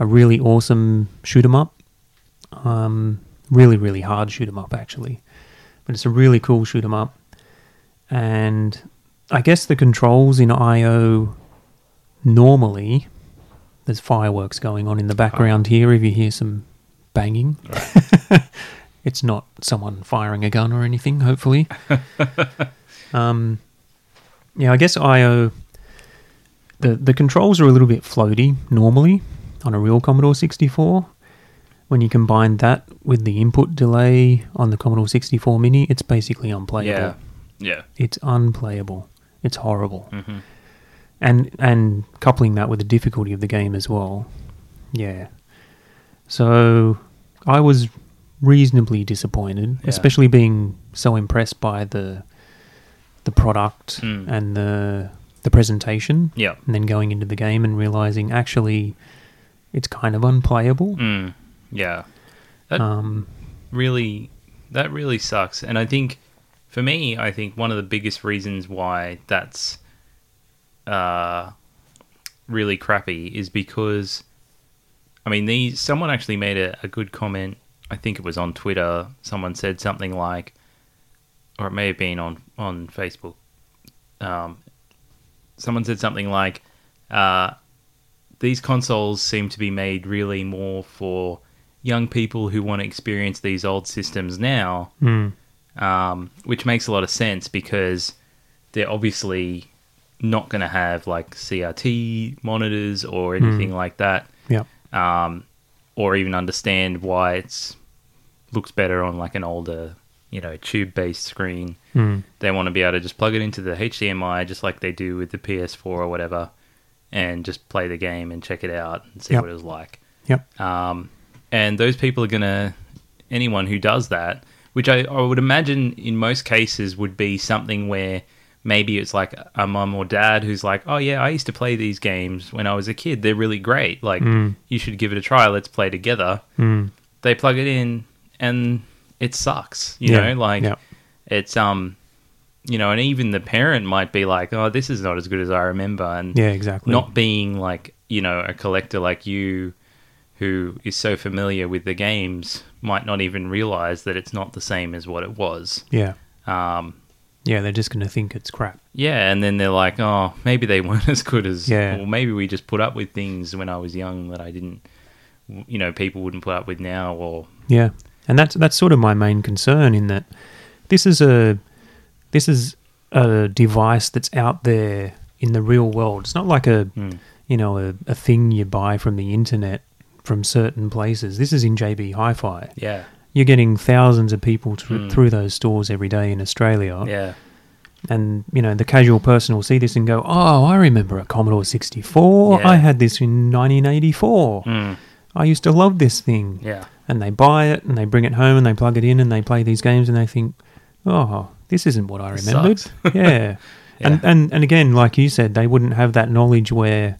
S4: a really awesome shoot 'em up. Um, really, really hard shoot 'em up actually, but it's a really cool shoot 'em up. And I guess the controls in IO normally there's fireworks going on in the background here. If you hear some banging, *laughs* it's not someone firing a gun or anything. Hopefully. um, yeah, I guess IO. The the controls are a little bit floaty normally on a real Commodore 64. When you combine that with the input delay on the Commodore 64 Mini, it's basically unplayable.
S2: Yeah. Yeah.
S4: It's unplayable. It's horrible.
S2: Mhm.
S4: And and coupling that with the difficulty of the game as well. Yeah. So I was reasonably disappointed,
S2: Yeah.
S4: especially being so impressed by the the product
S2: Mm.
S4: and the the presentation.
S2: Yeah.
S4: And then going into the game and realizing actually it's kind of unplayable.
S2: Mm. Yeah. That
S4: Um
S2: really that really sucks. And I think for me, I think one of the biggest reasons why that's uh really crappy is because I mean these someone actually made a, a good comment. I think it was on Twitter. Someone said something like or it may have been on on Facebook. Um, someone said something like, uh, "These consoles seem to be made really more for young people who want to experience these old systems now."
S4: Hmm.
S2: um, which makes a lot of sense because they're obviously not going to have like CRT monitors or anything like that,
S4: Yeah.
S2: um, or even understand why it's looks better on like an older, you know, tube-based screen.
S4: Hmm.
S2: They want to be able to just plug it into the HDMI, just like they do with the PS4 or whatever, and just play the game and check it out and see
S4: Yep.
S2: what it was like.
S4: Yep.
S2: Um, and those people are going to, anyone who does that, which I, I would imagine in most cases would be something where maybe it's like a mum or dad who's like, oh, yeah, I used to play these games when I was a kid. They're really great. Like, you should give it a try. Let's play together.
S4: Hmm.
S2: They plug it in and it sucks. You
S4: Yeah.
S2: know, like,
S4: Yeah.
S2: it's, um, you know, and even the parent might be like, oh, this is not as good as I remember. And
S4: Yeah, exactly.
S2: not being like you know a collector like you who is so familiar with the games might not even realize that it's not the same as what it was
S4: yeah.
S2: um
S4: Yeah, they're just going to think it's crap.
S2: yeah and then they're like oh maybe they weren't *laughs* as good as
S4: Yeah.
S2: or maybe we just put up with things when i was young that i didn't you know people wouldn't put up with now or
S4: Yeah, and that's that's sort of my main concern in that this is a this is a device that's out there in the real world. It's not like a
S2: Hmm.
S4: you know a, a thing you buy from the internet from certain places. This is in JB Hi-Fi.
S2: yeah
S4: You're getting thousands of people thr- through those stores every day in Australia,
S2: Hmm. yeah
S4: and you know the casual person will see this and go, "Oh, I remember a Commodore 64.
S2: Yeah.
S4: I had this in 1984.
S2: Mm.
S4: I used to love this thing."
S2: yeah
S4: and they buy it and they bring it home and they plug it in and they play these games and they think, oh, this isn't what I
S2: This
S4: remembered. *laughs*
S2: *laughs*
S4: yeah. And, and and again, like you said, they wouldn't have that knowledge where,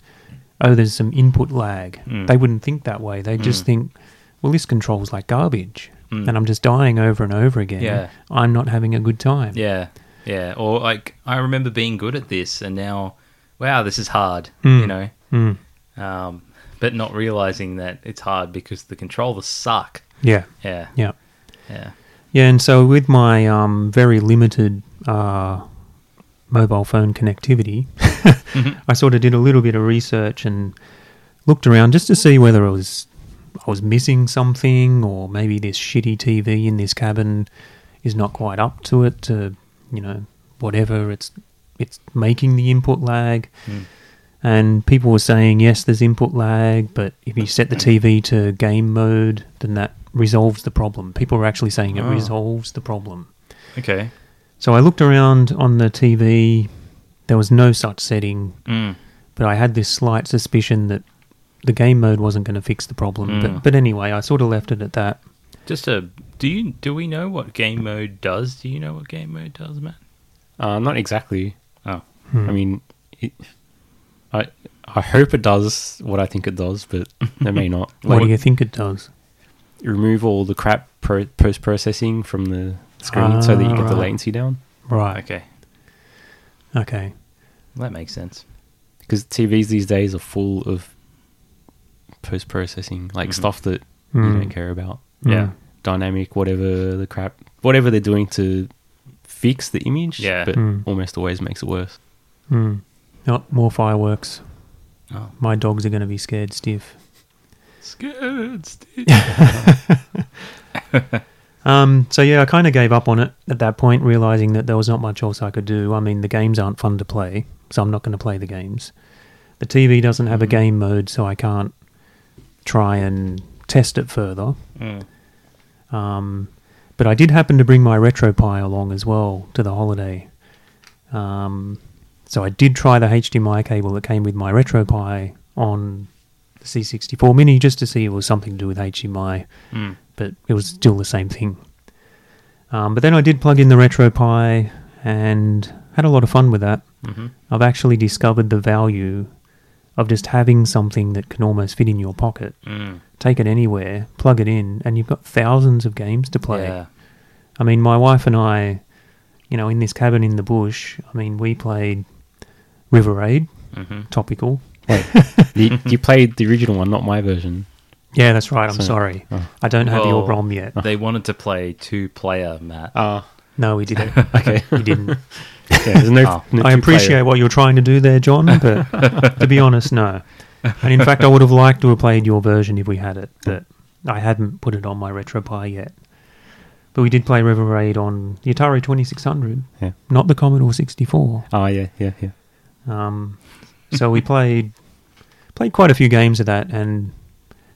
S4: oh, there's some input lag.
S2: Mm.
S4: They wouldn't think that way. They
S2: Hmm.
S4: just think, well, this controls like garbage,
S2: Mm.
S4: and I'm just dying over and over again.
S2: Yeah.
S4: I'm not having a good time.
S2: Yeah, yeah. Or like, I remember being good at this, and now, wow, this is hard.
S4: Mm.
S2: You know,
S4: Mm.
S2: um, but not realizing that it's hard because the controllers suck.
S4: yeah,
S2: Yeah,
S4: yeah.
S2: yeah,
S4: Yeah, and so with my um, very limited uh, mobile phone connectivity, *laughs* I sort of did a little bit of research and looked around just to see whether it was I was missing something or maybe this shitty TV in this cabin is not quite up to it to you know whatever it's it's making the input lag. And people were saying yes, there's input lag, but if you set the TV to game mode, then that resolves the problem. People were actually saying it
S2: Oh.
S4: resolves the problem.
S2: okay.
S4: So I looked around on the TV. There was no such setting,
S2: Mm.
S4: but I had this slight suspicion that the game mode wasn't going to fix the problem.
S2: Mm.
S4: But, but anyway, I sort of left it at that.
S2: Just a. Do you do we know what game mode does? Do you know what game mode does, Matt?
S5: Uh, not exactly.
S2: Oh,
S4: Hmm.
S5: I mean, it, I I hope it does what I think it does, but it may not.
S4: *laughs* What do you think it does?
S5: remove all the crap pro- post processing from the screen so that you
S4: Ah,
S5: get the
S4: right.
S5: latency down.
S4: Right.
S2: okay,
S4: Okay.
S2: that makes sense.
S5: Because TVs these days are full of post processing, like stuff that
S4: Mm.
S5: you don't care about.
S2: Yeah,
S4: Mm.
S5: Dynamic, whatever the crap, whatever they're doing to fix the image,
S2: Yeah.
S5: but
S4: Mm.
S5: almost always makes it worse. *laughs*
S4: Mm. Oh, more fireworks.
S2: Oh.
S4: My dogs are going to be scared stiff.
S2: scared. Steve.
S4: Um, so yeah, I kind of gave up on it at that point, realizing that there was not much else I could do. I mean, the games aren't fun to play, so I'm not going to play the games. The TV doesn't have a game mode, so I can't try and test it further.
S2: Mm.
S4: Um, but I did happen to bring my RetroPie along as well to the holiday. Um, so I did try the HDMI cable that came with my RetroPie on the C64 Mini just to see if it was something to do with HDMI
S2: Mm.
S4: but it was still the same thing. Um, but then I did plug in the RetroPie and had a lot of fun with that.
S2: Mhm.
S4: I've actually discovered the value of just having something that can almost fit in your pocket.
S2: Mm.
S4: Take it anywhere, plug it in, and you've got thousands of games to play.
S2: Yeah.
S4: I mean, my wife and I, you know, in this cabin in the bush, I mean, we played River Raid,
S2: Mm-hmm.
S4: topical.
S5: Wait, you, you played the original one, not my version.
S4: Yeah, that's right. I'm
S5: So-
S4: sorry.
S5: oh.
S4: I don't have your
S2: uh, Well, uh.
S4: ROM yet.
S2: They wanted to play two player, Matt.
S5: Uh,
S4: No, he didn't.
S5: *laughs*
S4: *laughs*
S5: Okay.
S4: he didn't.
S5: Yeah, there's no,
S2: Oh.
S5: no
S4: I
S5: two
S4: appreciate
S5: player.
S4: what you're trying to do there, John, but to be honest, no. And in fact, I would have liked to have played your version if we had it, but I hadn't put it on my RetroPie yet. But we did play River Raid on the Atari 2600,
S5: Yeah.
S4: not the Commodore 64.
S5: Oh yeah, yeah, yeah.
S4: Um, so we played played quite a few games of that, and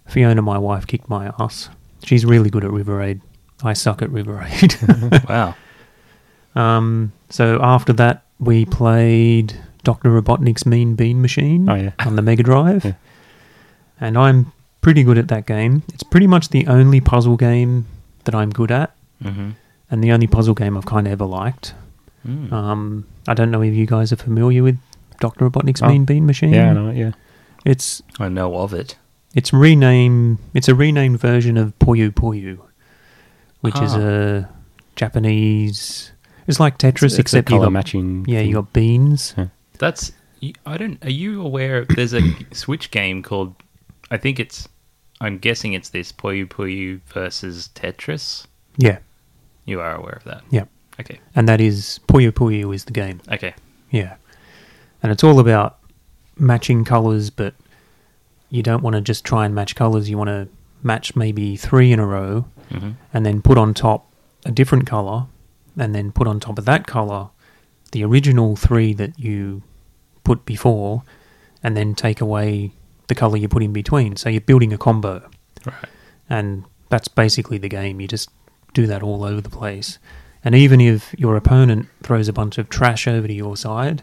S4: Fiona, my wife, kicked my ass. She's really good at River Raid. I suck at River Raid. *laughs*
S2: wow.
S4: Um, so after that, we played Doctor Robotnik's Mean Bean Machine
S5: Oh, yeah.
S4: on the Mega Drive,
S5: Yeah.
S4: and I'm pretty good at that game. It's pretty much the only puzzle game that I'm good at,
S2: hmm
S4: and the only puzzle game I've kind of ever liked.
S2: Mm.
S4: Um, I don't know if you guys are familiar with Doctor Robotnik's
S5: Oh.
S4: Mean Bean Machine.
S5: Yeah, I know it, yeah.
S4: It's
S2: I know of it.
S4: it's rename. It's a renamed version of Puyo Puyo, which is
S2: Ah.
S4: a Japanese. It's like Tetris,
S5: It's, it's a
S4: except you
S5: color
S4: got
S5: matching.
S4: yeah
S5: thing.
S4: you got beans.
S2: That's you- I don't. Are you aware? There's a *coughs* Switch game called. I think it's. I'm guessing it's this Puyo Puyo versus Tetris.
S4: Yeah,
S2: You are aware of that.
S4: yeah.
S2: Okay.
S4: And that is Puyo Puyo is the game.
S2: Okay.
S4: Yeah. And it's all about matching colours, but you don't want to just try and match colours. You want to match maybe three in a row
S2: Mhm.
S4: and then put on top a different colour and then put on top of that colour the original three that you put before and then take away the colour you put in between. So you're building a combo.
S2: Right.
S4: and that's basically the game. You just do that all over the place. And even if your opponent throws a bunch of trash over to your side,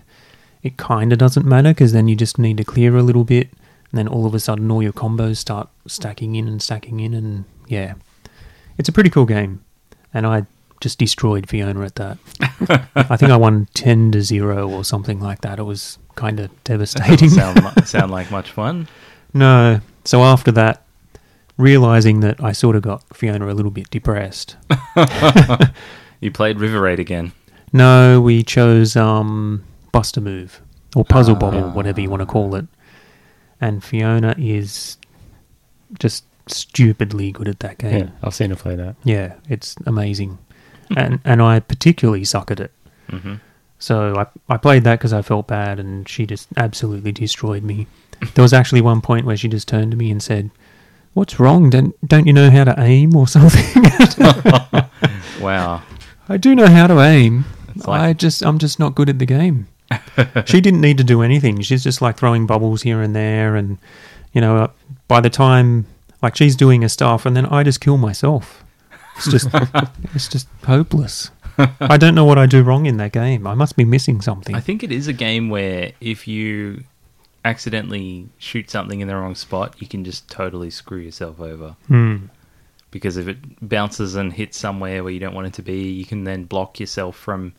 S4: it kind of doesn't matter because then you just need to clear a little bit, and then all of a sudden all your combos start stacking in and stacking in, and yeah, it's a pretty cool game. And I just destroyed Fiona at that. I think I won ten to zero or something like that. It was kind of
S2: *laughs*
S4: devastating.
S2: sound li- sound like much fun.
S4: No. So after that, realizing that I sort of got Fiona a little bit depressed.
S2: You played River Raid again.
S4: no, we chose um, Buster Move or Puzzle Bobble,
S2: Ah.
S4: whatever you want to call it. And Fiona is just stupidly good at that
S5: Yeah,
S4: game.
S5: I've seen her play that.
S4: Yeah, it's amazing. and and I particularly suck at it.
S2: hmm
S4: So I, I played that because I felt bad, and she just absolutely destroyed me. There was actually one point where she just turned to me and said, "What's wrong? Don't don't you know how to aim or *laughs* something?"
S2: Wow.
S4: I do know how to aim.
S2: It's like-
S4: I just I'm just not good at
S2: *laughs*
S4: the game. she didn't need to do anything. She's just like throwing bubbles here and there, and you know, uh, by the time like she's doing her stuff, and then I just kill myself. It's
S2: *laughs*
S4: just it's just hopeless. I don't know what I do wrong in that game. I must be missing something.
S2: I think it is a game where if you accidentally shoot something in the wrong spot, you can just totally screw yourself over.
S4: Hmm.
S2: Because if it bounces and hits somewhere where you don't want it to be, you can then block yourself from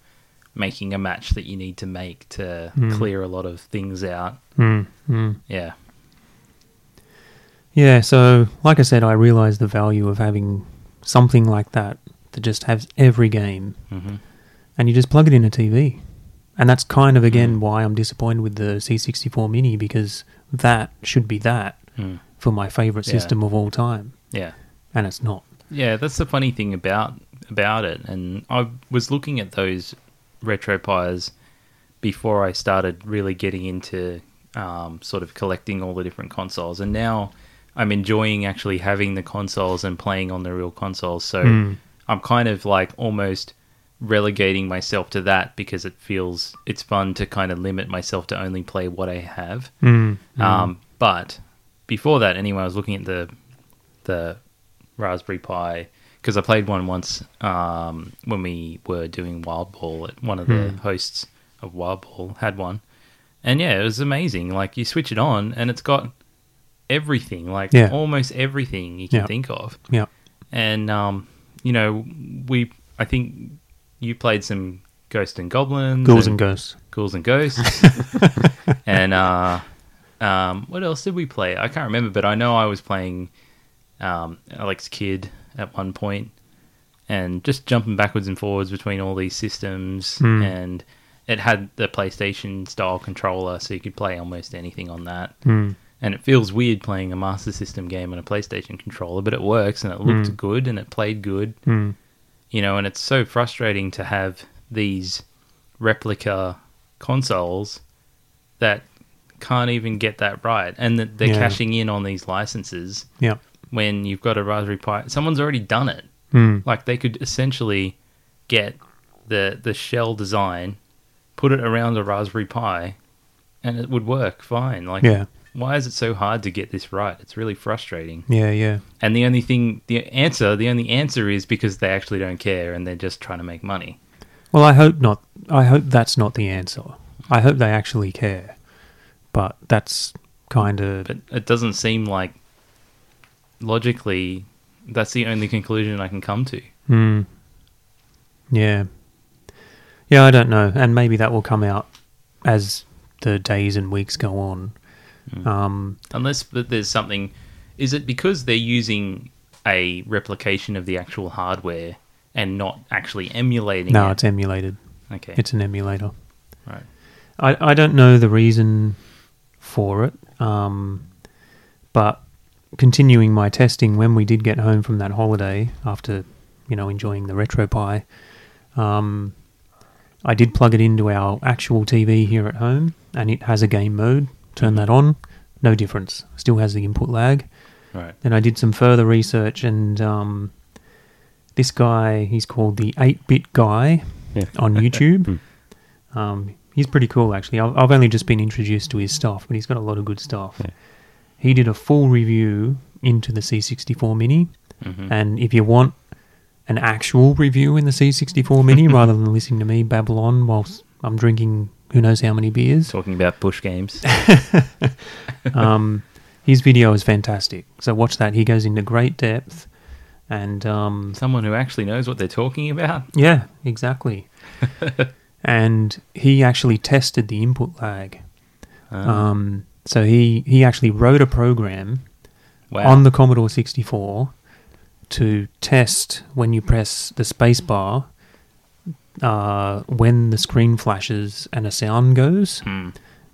S2: making a match that you need to make to clear a lot of things out.
S4: Mm, mm.
S2: Yeah.
S4: Yeah, so like I said, I realised the value of having something like that that just has every game,
S2: Mhm.
S4: and you just plug it in a TV. And that's kind of again why I'm disappointed with the C64 Mini because that should be that
S2: Mm.
S4: for my favourite
S2: Yeah.
S4: system of all time,
S2: Yeah.
S4: and it's not.
S2: Yeah, that's the funny thing about about it. And I was looking at those retro pies before I started really getting into um, sort of collecting all the different consoles. And now I'm enjoying actually having the consoles and playing on the real consoles. So I'm kind of like almost relegating myself to that because it feels it's fun to kind of limit myself to only play what I have.
S4: Mm.
S2: Um, but before that, anyway, I was looking at the the Raspberry Pi because I played one once um, when we were doing Wild Ball. At one of the
S4: Hmm.
S2: hosts of Wild Ball had one, and yeah, it was amazing. Like you switch it on, and it's got everything, like
S4: Yeah.
S2: almost everything you can
S4: Yeah.
S2: think of.
S4: Yeah.
S2: And um, you know, we I think you played some Ghost and Goblins,
S4: Ghouls and ghosts.
S2: Ghouls and Ghosts. and uh, um, what else did we play? I can't remember, but I know I was playing um, Alex Kidd at one point and just jumping backwards and forwards between all these systems.
S4: Hmm.
S2: And it had the PlayStation style controller, so you could play almost anything on that.
S4: Mm.
S2: And it feels weird playing a Master System game on a PlayStation controller, but it works and it looked good and it played good.
S4: Mm.
S2: you know, and it's so frustrating to have these replica consoles that can't even get that right, and that they're
S4: Yeah.
S2: cashing in on these licenses
S4: Yeah.
S2: when you've got a Raspberry Pi. Someone's already done it.
S4: Hmm.
S2: Like they could essentially get the the shell design, put it around the Raspberry Pi, and it would work fine. Like
S4: Yeah.
S2: why is it so hard to get this right? It's really frustrating.
S4: Yeah. Yeah.
S2: And the only thing the answer the only answer is because they actually don't care and they're just trying to make money.
S4: Well, I hope not. I hope that's not the answer. I hope they actually care. But that's kind of
S2: But it doesn't seem like logically that's the only conclusion I can come to.
S4: Hmm. Yeah. Yeah, I don't know, and maybe that will come out as the days and weeks go on. Um,
S2: Unless that there's something is it because they're using a replication of the actual hardware and not actually emulating
S4: no,
S2: it?
S4: it's emulated.
S2: okay.
S4: It's an emulator.
S2: right.
S4: I, I don't know the reason for it, um, but continuing my testing, when we did get home from that holiday after, you know, enjoying the RetroPie, um, I did plug it into our actual TV here at home, and it has a game mode. Turn
S2: Mm-hmm.
S4: that on, no difference. Still has the input lag.
S2: Right.
S4: Then I did some further research, and um, this guy, he's called the 8 Bit Guy
S5: Yeah. *laughs* Hmm.
S4: on YouTube. um, he's pretty cool, actually. I've, I've only just been introduced to his stuff, but he's got a lot of good stuff.
S5: Yeah.
S4: He did a full review into the C64 Mini,
S5: Mm-hmm.
S2: Mhm.
S4: and if you want an actual review in the C64
S5: *laughs*
S4: Mini rather than listening to me babble on whilst I'm drinking who knows how many beers,
S2: Talking about push
S4: *laughs*
S2: games.
S4: um, his video is fantastic. So watch that. He goes into great depth, and um,
S2: Someone who actually knows what they're talking about.
S4: yeah, exactly. and he actually tested the input lag. Um, so he he actually wrote a program
S2: Wow.
S4: on the Commodore 64 to test when you press the spacebar uh, when the screen flashes and a sound goes.
S2: Hmm.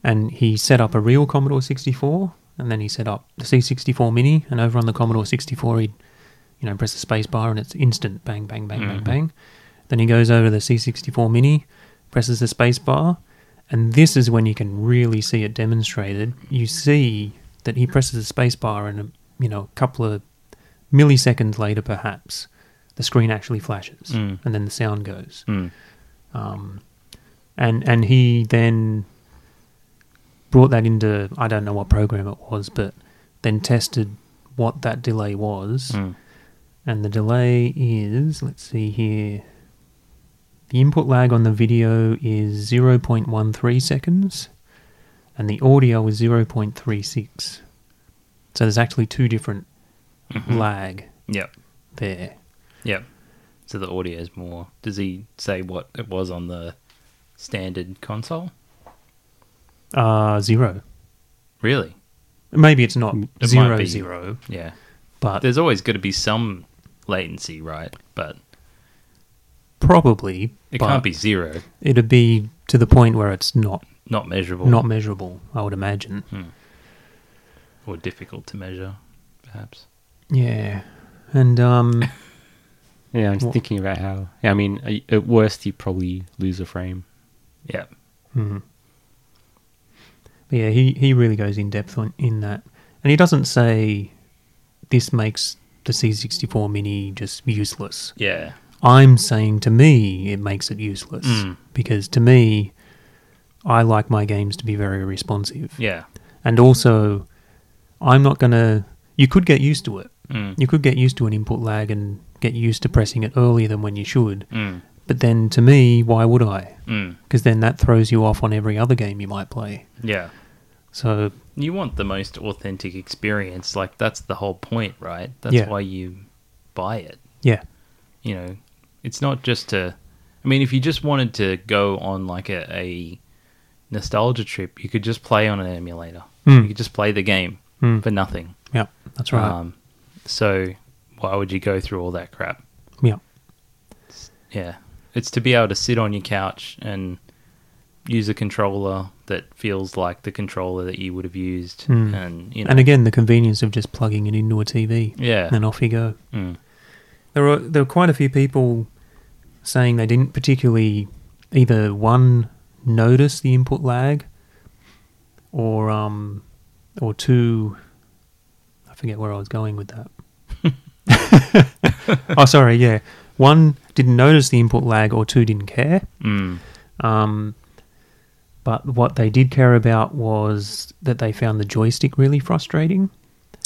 S4: And he set up a real Commodore 64, and then he set up the C64 Mini, and over on the Commodore 64, he'd you know press the spacebar and it's instant bang bang bang bang bang. Then he goes over to the C64 Mini, presses the spacebar, and this is when you can really see it demonstrated. You see that he presses the spacebar, and you know a couple of milliseconds later, perhaps the screen actually flashes,
S2: Mm.
S4: and then the sound goes
S2: Hmm.
S4: um, and and he then brought that into I don't know what program it was, but then tested what that delay was,
S2: Mm.
S4: and the delay is let's see here. The input lag on the video is 0.13 seconds, and the audio is 0.36. So there's actually two different
S2: Mm-hmm.
S4: lag
S2: Yep.
S4: there.
S2: Yep. So the audio is more. Does he say what it was on the standard console?
S4: Uh, zero.
S2: Really?
S4: Maybe it's not
S2: might
S4: zero
S2: be.
S4: zero,
S2: Yeah.
S4: but
S2: There's always going to be some latency, right? But
S4: Probably.
S2: it
S4: but
S2: can't be zero.
S4: It'd be to the point where it's not
S2: Not Mm. measurable.
S4: not measurable. I would imagine.
S2: or difficult to measure, perhaps.
S4: Yeah, and um,
S5: Yeah, I'm just
S4: Wha-
S5: thinking about how. Yeah, I mean, a- at worst, you probably lose a frame.
S2: Yeah.
S4: mhm. but yeah, he he really goes in depth on in that, and he doesn't say this makes the C64 Mini just useless.
S2: Yeah.
S4: I'm saying to me, it makes it useless
S2: Mm.
S4: because to me, I like my games to be very responsive,
S2: Yeah.
S4: and also, I'm not gonna. You could get used to it.
S2: Mm.
S4: You could get used to an input lag and get used to pressing it earlier than when you should.
S2: Mm.
S4: But then to me, why would I?
S2: Mm.
S4: Because then that throws you off on every other game you might play.
S2: Yeah.
S4: So,
S2: You want the most authentic experience. Like, that's the whole point, right? That's
S4: Yeah.
S2: why you buy it.
S4: yeah.
S2: you know, it's not just to. I mean, if you just wanted to go on like a, a nostalgia trip, you could just play on an emulator.
S4: Mm.
S2: You could just play the game
S4: Mm.
S2: for nothing.
S4: Yeah, that's right.
S2: Hmm. Um, so why would you go through all that crap?
S4: yeah.
S2: Yeah, it's to be able to sit on your couch and use a controller that feels like the controller that you would have used,
S4: Mm.
S2: and you know,
S4: And again, the convenience of just plugging it into a TV.
S2: yeah,
S4: And then off you go.
S2: Mm.
S4: There were there were quite a few people saying they didn't particularly either one notice the input lag, or um, or two. I forget where I was going with that.
S2: *laughs*
S4: *laughs* oh, sorry. Yeah, one didn't notice the input lag, or two didn't care.
S2: Mm.
S4: Um, but what they did care about was that they found the joystick really frustrating.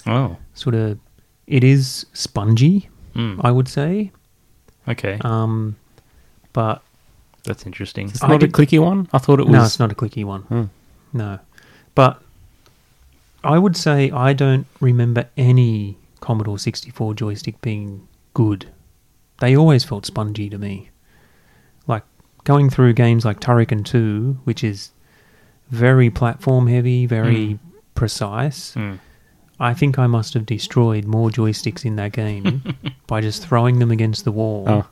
S2: Oh.
S4: Sort of, it is spongy,
S5: Hmm.
S2: Mm.
S4: I would say.
S2: Okay.
S4: Um, but
S2: That's interesting.
S5: It's
S4: I
S5: not a
S4: did-
S5: clicky one. I thought it was.
S4: no, it's not a clicky one.
S5: Hmm.
S4: No, but I would say I don't remember any Commodore 64 joystick being good. They always felt spongy to me. Like going through games like Turrican 2, which is very platform heavy, very
S5: Hmm.
S4: precise.
S2: Mm.
S4: I think I must have destroyed more joysticks in that game
S2: *laughs*
S4: by just throwing them against the wall
S5: Oh.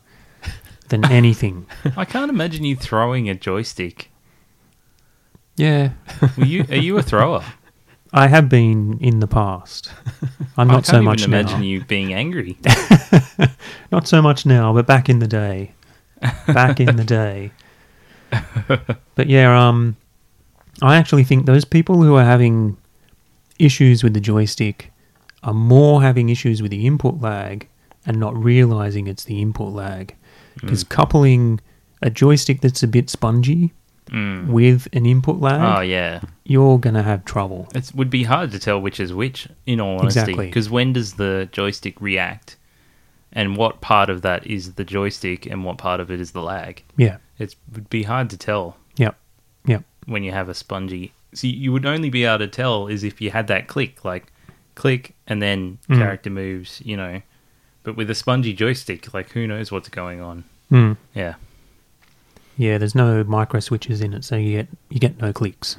S4: than
S2: *laughs*
S4: anything.
S2: I can't imagine you throwing a joystick.
S4: yeah,
S2: Were you? Are you a
S4: *laughs*
S2: thrower?
S4: I have been in the past. I'm not
S2: I can't
S4: so much
S2: even
S4: now.
S2: imagine you being
S4: *laughs*
S2: angry.
S4: Not so much now, but back in the day. Back in the day. but yeah, um I actually think those people who are having issues with the joystick are more having issues with the input lag and not realizing it's the input lag. Because coupling a joystick that's a bit spongy
S2: Mm.
S4: with an input lag,
S2: Oh yeah,
S4: you're going to have trouble.
S2: it would be hard to tell which is which. In all honesty,
S4: Exactly.
S2: because when does the joystick react, and what part of that is the joystick, and what part of it is the lag?
S4: Yeah.
S2: It would be hard to tell
S4: Yep. Yep.
S2: when you have a spongy. So you would only be able to tell is if you had that click, like click, and then
S4: Mm.
S2: character moves. You know, but with a spongy joystick, like who knows what's going on?
S4: Mm.
S2: Yeah.
S4: Yeah, there's no micro switches in it, so you get you get no clicks.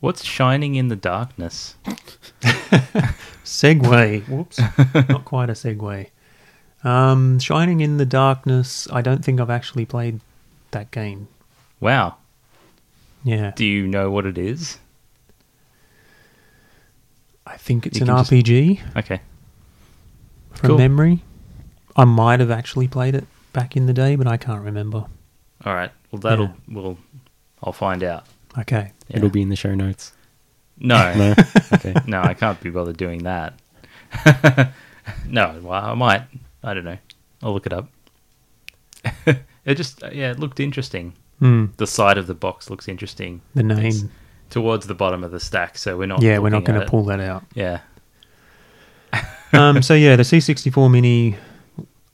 S2: What's shining in the darkness?
S4: Segway. Whoops. Not quite a segue. Um, Shining in the Darkness. I don't think I've actually played that game.
S2: Wow.
S4: Yeah.
S2: Do you know what it is?
S4: I think it's
S2: You
S4: an
S2: can just-
S4: RPG
S2: Okay.
S4: from
S2: Cool.
S4: memory. I might have actually played it back in the day, but I can't remember.
S2: All right. Well, that'll we'll I'll find out.
S4: Okay.
S2: Yeah.
S5: It'll be in the show notes.
S4: *laughs*
S2: no, no, *laughs*
S5: No. okay.
S2: I can't be bothered doing that. *laughs* no, well, I might. I don't know. I'll look it up. *laughs* it just yeah, it looked interesting.
S4: Hmm.
S2: The side of the box looks interesting.
S4: The name.
S2: It's towards the bottom of the stack, so we're not.
S4: yeah, we're not
S2: looking
S4: going
S2: at
S4: to
S2: it.
S4: pull that out.
S2: Yeah.
S4: um, so yeah, the C64 Mini,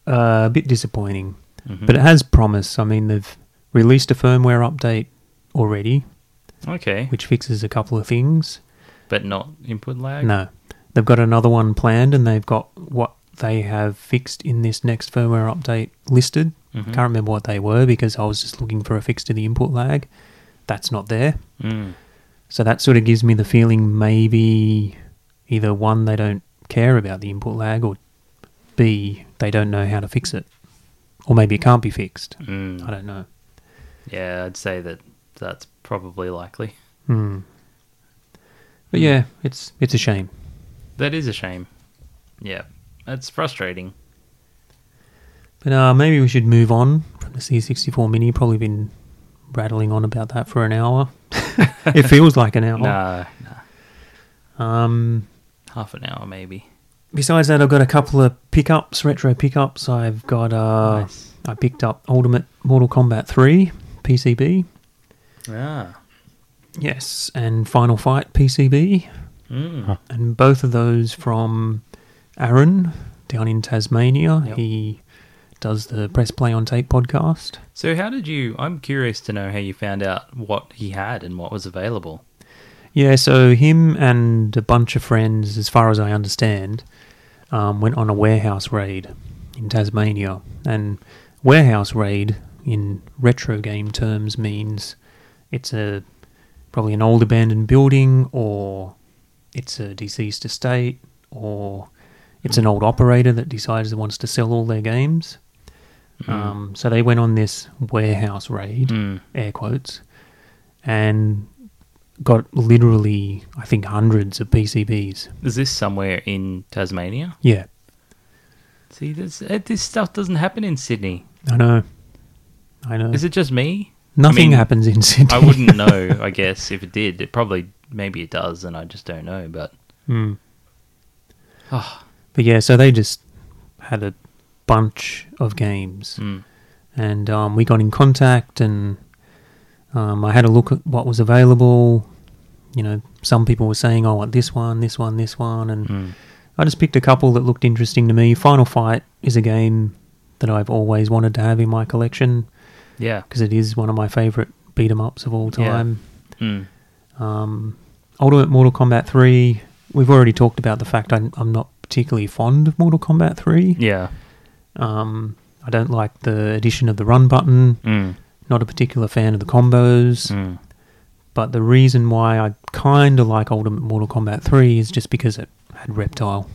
S4: uh, a bit disappointing,
S2: Mhm.
S4: but it has promise. I mean, they've released a firmware update already,
S2: Okay,
S4: which fixes a couple of things.
S2: but not input lag.
S4: No, they've got another one planned, and they've got what they have fixed in this next firmware update listed.
S2: Mhm.
S4: Can't remember what they were because I was just looking for a fix to the input lag. That's not there.
S2: Mm.
S4: So that sort of gives me the feeling maybe either one, they don't care about the input lag, or B, they don't know how to fix it. Or maybe it can't be fixed.
S2: Mm.
S4: I don't know.
S2: Yeah, I'd say that that's probably likely.
S4: Hmm. But yeah, it's it's a shame.
S2: That is a shame. Yeah, that's frustrating.
S4: But uh, maybe we should move on from the C64 Mini. Probably been rattling on about that for an hour. *laughs* it feels like an hour.
S2: Nah, nah,
S4: Um,
S2: half an hour maybe.
S4: besides that, I've got a couple of pickups, retro pickups. I've got uh,
S2: nice.
S4: I picked up Ultimate Mortal Kombat 3 PCB.
S2: Ah.
S4: Yes, and Final Fight PCB,
S2: Mm.
S5: Huh.
S4: and both of those from Aaron down in Tasmania.
S2: Yep.
S4: He does the Press Play on Tape podcast.
S2: So how did you? I'm curious to know how you found out what he had and what was available.
S4: Yeah, so him and a bunch of friends, as far as I understand, um, went on a warehouse raid in Tasmania. And warehouse raid, in retro game terms, means it's a probably an old abandoned building, or it's a deceased estate, or it's an old operator that decides it wants to sell all their games. Um, so they went on this warehouse raid
S2: Mm.
S4: air quotes, and got literally, I think, hundreds of PCBs.
S2: Is this somewhere in Tasmania?
S4: Yeah,
S2: See, this eh, this stuff doesn't happen in Sydney.
S4: I know. I know.
S2: Is it just me?
S4: Nothing
S2: I mean,
S4: happens in Sydney.
S2: I
S4: *laughs*
S2: wouldn't know, I guess, if it did. It probably, maybe it does, and I just don't know. But
S4: Mm.
S2: Ah.
S4: But yeah, so they just had a bunch of games,
S2: mm,
S4: and um, we got in contact, and um, I had a look at what was available. You know, some people were saying, "I want this one, this one, this one," and
S2: mm,
S4: I just picked a couple that looked interesting to me. Final Fight is a game that I've always wanted to have in my collection
S2: yeah,
S4: because it is one of my favorite beat 'em ups of all
S2: Yeah.
S4: time.
S2: mm,
S4: Um, Ultimate Mortal Kombat 3. We've already talked about the fact I'm, I'm not particularly fond of Mortal Kombat 3.
S2: yeah,
S4: Um, I don't like the addition of the run button.
S2: mm,
S4: Not a particular fan of the combos.
S2: mm,
S4: But the reason why I kind of like Ultimate Mortal Kombat 3 is just because it had Reptile.
S2: *laughs*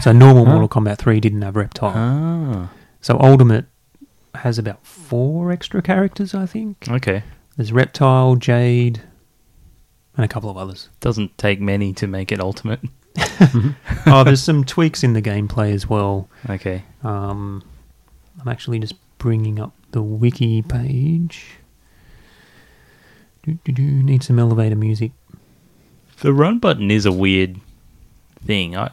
S4: So normal
S5: Huh?
S4: Mortal Kombat 3 didn't have Reptile.
S2: ah,
S4: So Ultimate has about four extra characters, I think.
S2: okay.
S4: There's Reptile, Jade, and a couple of others.
S2: Doesn't take many to make it ultimate.
S4: oh, there's some tweaks in the gameplay as well.
S2: Okay,
S4: Um, I'm actually just bringing up the wiki page. Do, do, do, need some elevator music.
S2: the run button is a weird thing. I,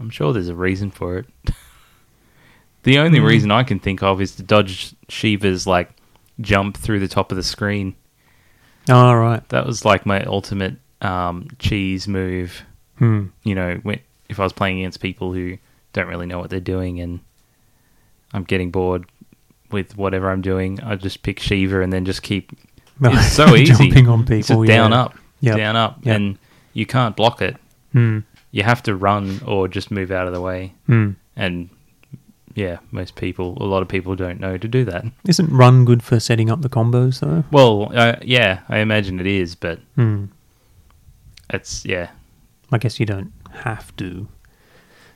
S2: I'm sure there's a reason for it. *laughs* the only reason I can think of is to dodge Shiva's like jump through the top of the screen.
S4: All right.
S2: That was like my ultimate um, cheese move.
S4: Hmm.
S2: you know, when, if I was playing against people who don't really know what they're doing and I'm getting bored with whatever I'm doing, I just pick Shiva and then just keep. It's
S4: *laughs*
S2: so easy.
S4: Jumping on
S2: It's just
S4: people. yeah.
S2: down up,
S4: Yep.
S2: down up,
S4: Yep.
S2: and you can't block it.
S4: Hmm.
S2: You have to run or just move out of the way.
S4: Hmm.
S2: And yeah, most people, a lot of people don't know to do that.
S4: Isn't run good for setting up the combos though?
S2: Well, uh, yeah, I imagine it is, but
S4: Hmm.
S2: it's yeah,
S4: I guess you don't have to.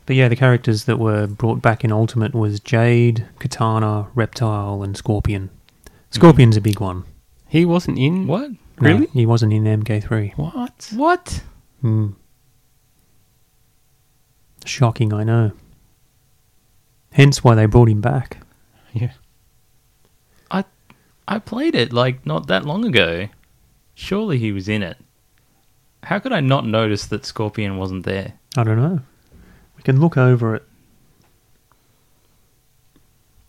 S4: But yeah, the characters that were brought back in Ultimate was Jade, Katana, Reptile, and Scorpion.
S2: Hmm.
S4: Scorpion's a big one.
S5: He wasn't in
S2: what?
S4: No,
S5: Really?
S4: he wasn't in MK3.
S5: What?
S2: What?
S4: Hmm. Shocking, I know. Hence why they brought him back.
S5: Yeah.
S2: I I played it like not that long ago. Surely he was in it. How could I not notice that Scorpion wasn't there?
S4: I don't know. We can look over it.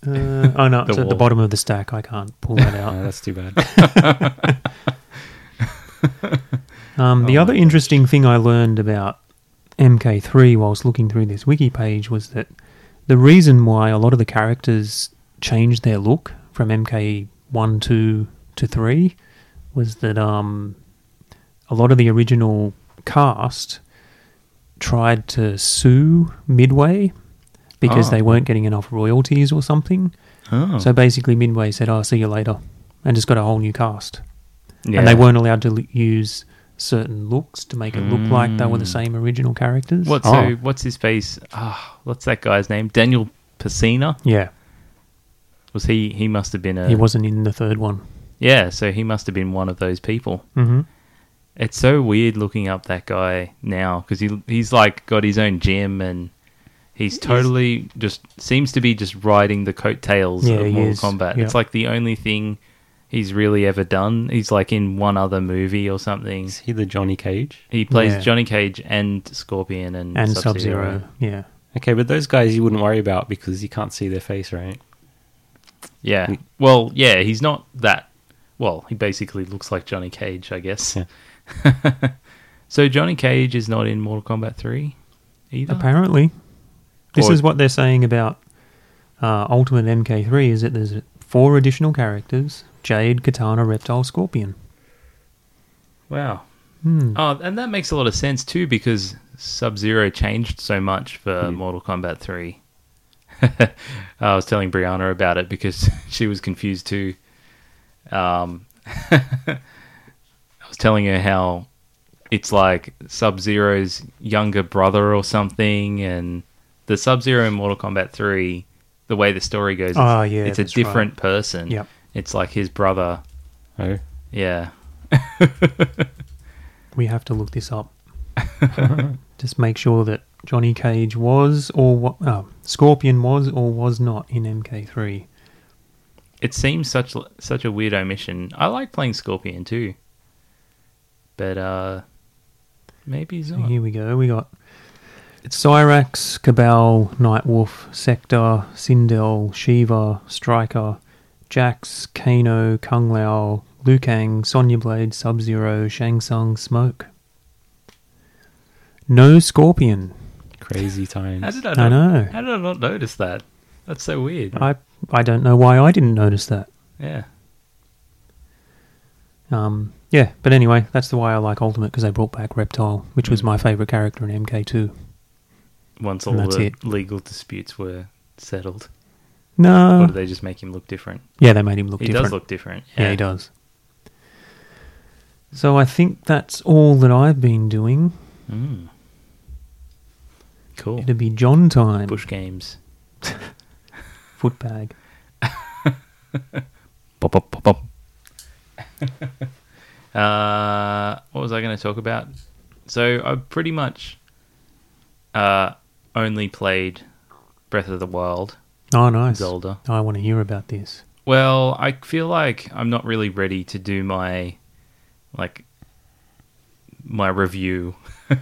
S4: Uh, oh no,
S2: *laughs* The
S4: it's at
S2: wall.
S4: the bottom of the stack. I can't pull
S2: *laughs*
S4: that out.
S5: that's too bad.
S4: Um, the other interesting thing I learned about MK3 whilst looking through this wiki page was that the reason why a lot of the characters changed their look from MK1, 2 to 3 was that um, a lot of the original cast tried to sue Midway because
S2: Ah.
S4: they weren't getting enough royalties or something.
S2: Oh,
S4: So basically, Midway said, "I'll see you later," and just got a whole new cast
S2: yeah.
S4: and they weren't allowed to l- use certain looks to make it look like they were the
S2: Mm.
S4: same original characters.
S2: What?
S5: Oh.
S2: So what's his face? Ah, what's that guy's name? Daniel Pacina.
S4: Yeah,
S2: Was he? He must have been a.
S4: he wasn't in the third one.
S2: Yeah, so he must have been one of those people.
S4: Mm-hmm.
S2: It's so weird looking up that guy now because he he's like got his own gym and he's totally just seems to be just riding the coattails
S4: Yeah,
S2: of
S4: he
S2: Mortal
S4: is.
S2: Kombat.
S4: Yeah.
S2: It's like the only thing he's really ever done. He's like in one other movie or something.
S5: Is he the Johnny Cage?
S2: He plays
S4: Yeah.
S2: Johnny Cage and Scorpion and,
S4: And Sub
S2: Sub-Zero.
S4: Zero. Yeah.
S5: Okay, but those guys you wouldn't worry about because you can't see their face, right?
S2: Yeah. Well, yeah, he's not that. Well, he basically looks like Johnny Cage, I guess. *laughs* so Johnny Cage is not in Mortal Kombat 3 either.
S4: Apparently, this
S2: Oh. Or-
S4: is what they're saying about uh, Ultimate MK3: is that there's four additional characters: Jade, Katana, Reptile, Scorpion.
S2: Wow.
S4: Hmm.
S2: Oh, and that makes a lot of sense too because Sub Zero changed so much for Mortal Kombat 3. *laughs* I was telling Brianna about it because *laughs* she was confused too. Um, *laughs* I was telling her how it's like Sub Zero's younger brother or something, and the Sub Zero in Mortal Kombat 3, the way the story goes, it's,
S4: Ah, yeah,
S2: it's a
S4: that's right.
S2: different person.
S4: Yep.
S2: It's like his brother.
S5: Oh,
S2: Yeah.
S4: We have to look this up.
S2: *laughs*
S4: Just make sure that Johnny Cage was or wa- oh, Scorpion was or was not in MK3.
S2: it seems such such a weird omission. I like playing Scorpion too, but uh, maybe Zon.
S4: Here we go. We got Cyrax, Cabal, Nightwolf, Sector, Sindel, Shiva, Striker, Jax, Kano, Kung Lao, Liu Kang, Sonya Blade, Sub Zero, Shang Tsung, Smoke. No Scorpion.
S5: Crazy times.
S2: How did I, not,
S4: I know.
S2: How did I not notice that? That's so weird.
S4: I I don't know why I didn't notice that.
S2: Yeah.
S4: Um, yeah, but anyway, that's the way I like Ultimate because they brought back Reptile, which
S2: Hmm.
S4: was my favorite character in MK2.
S2: Once all
S4: And that's
S2: the
S4: it.
S2: legal disputes were settled, or
S4: No,
S2: do they just make him look different?
S4: yeah, they made him look
S2: He
S4: Uh, different.
S2: does look different.
S4: yeah. he does. So I think that's all that I've been doing.
S2: Mm. Cool.
S4: It'll be John time.
S2: Bush games.
S4: Footbag.
S2: *laughs* Uh, what was I going to talk about? So I pretty much uh, only played Breath of the Wild,
S4: Oh, nice.
S2: Zelda.
S4: I want to hear about this.
S2: Well, I feel like I'm not really ready to do my like my review. *laughs*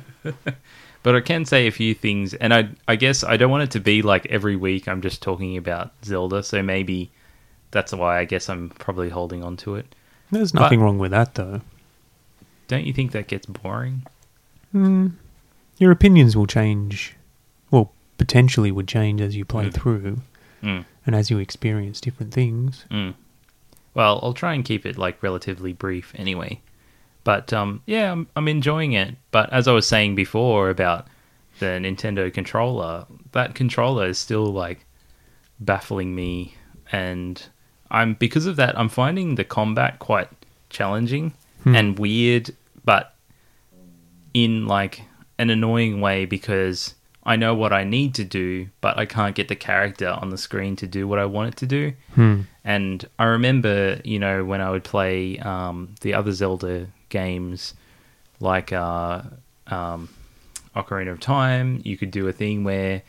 S2: but I can say a few things and I I guess I don't want it to be like every week I'm just talking about Zelda, so maybe that's why I guess I'm probably holding on to it.
S4: There's nothing wrong with that, though.
S2: Don't you think that gets boring?
S4: Hmm. Your opinions will change. Well, potentially would change as you play through
S2: Mm.
S4: and as you experience different things.
S2: Mm. Well, I'll try and keep it like relatively brief anyway. But um, yeah, I'm, I'm enjoying it. But as I was saying before about the Nintendo controller, that controller is still like baffling me, and I'm because of that, I'm finding the combat quite challenging and weird, but in like an annoying way because I know what I need to do, but I can't get the character on the screen to do what I want it to do.
S4: Hmm.
S2: And I remember, you know, when I would play um, the other Zelda games, like uh, um, Ocarina of Time, you could do a thing where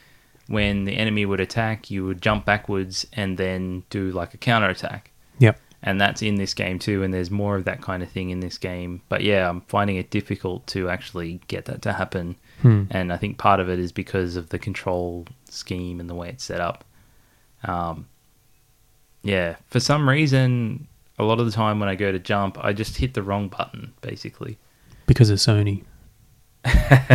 S2: when the enemy would attack, you would jump backwards and then do like a counter attack
S4: Yep.
S2: and that's in this game too and there's more of that kind of thing in this game but yeah i'm finding it difficult to actually get that to happen and i think part of it is because of the control scheme and the way it's set up um, yeah for some reason a lot of the time when i go to jump i just hit the wrong button basically
S4: Because of Sony.
S2: *laughs*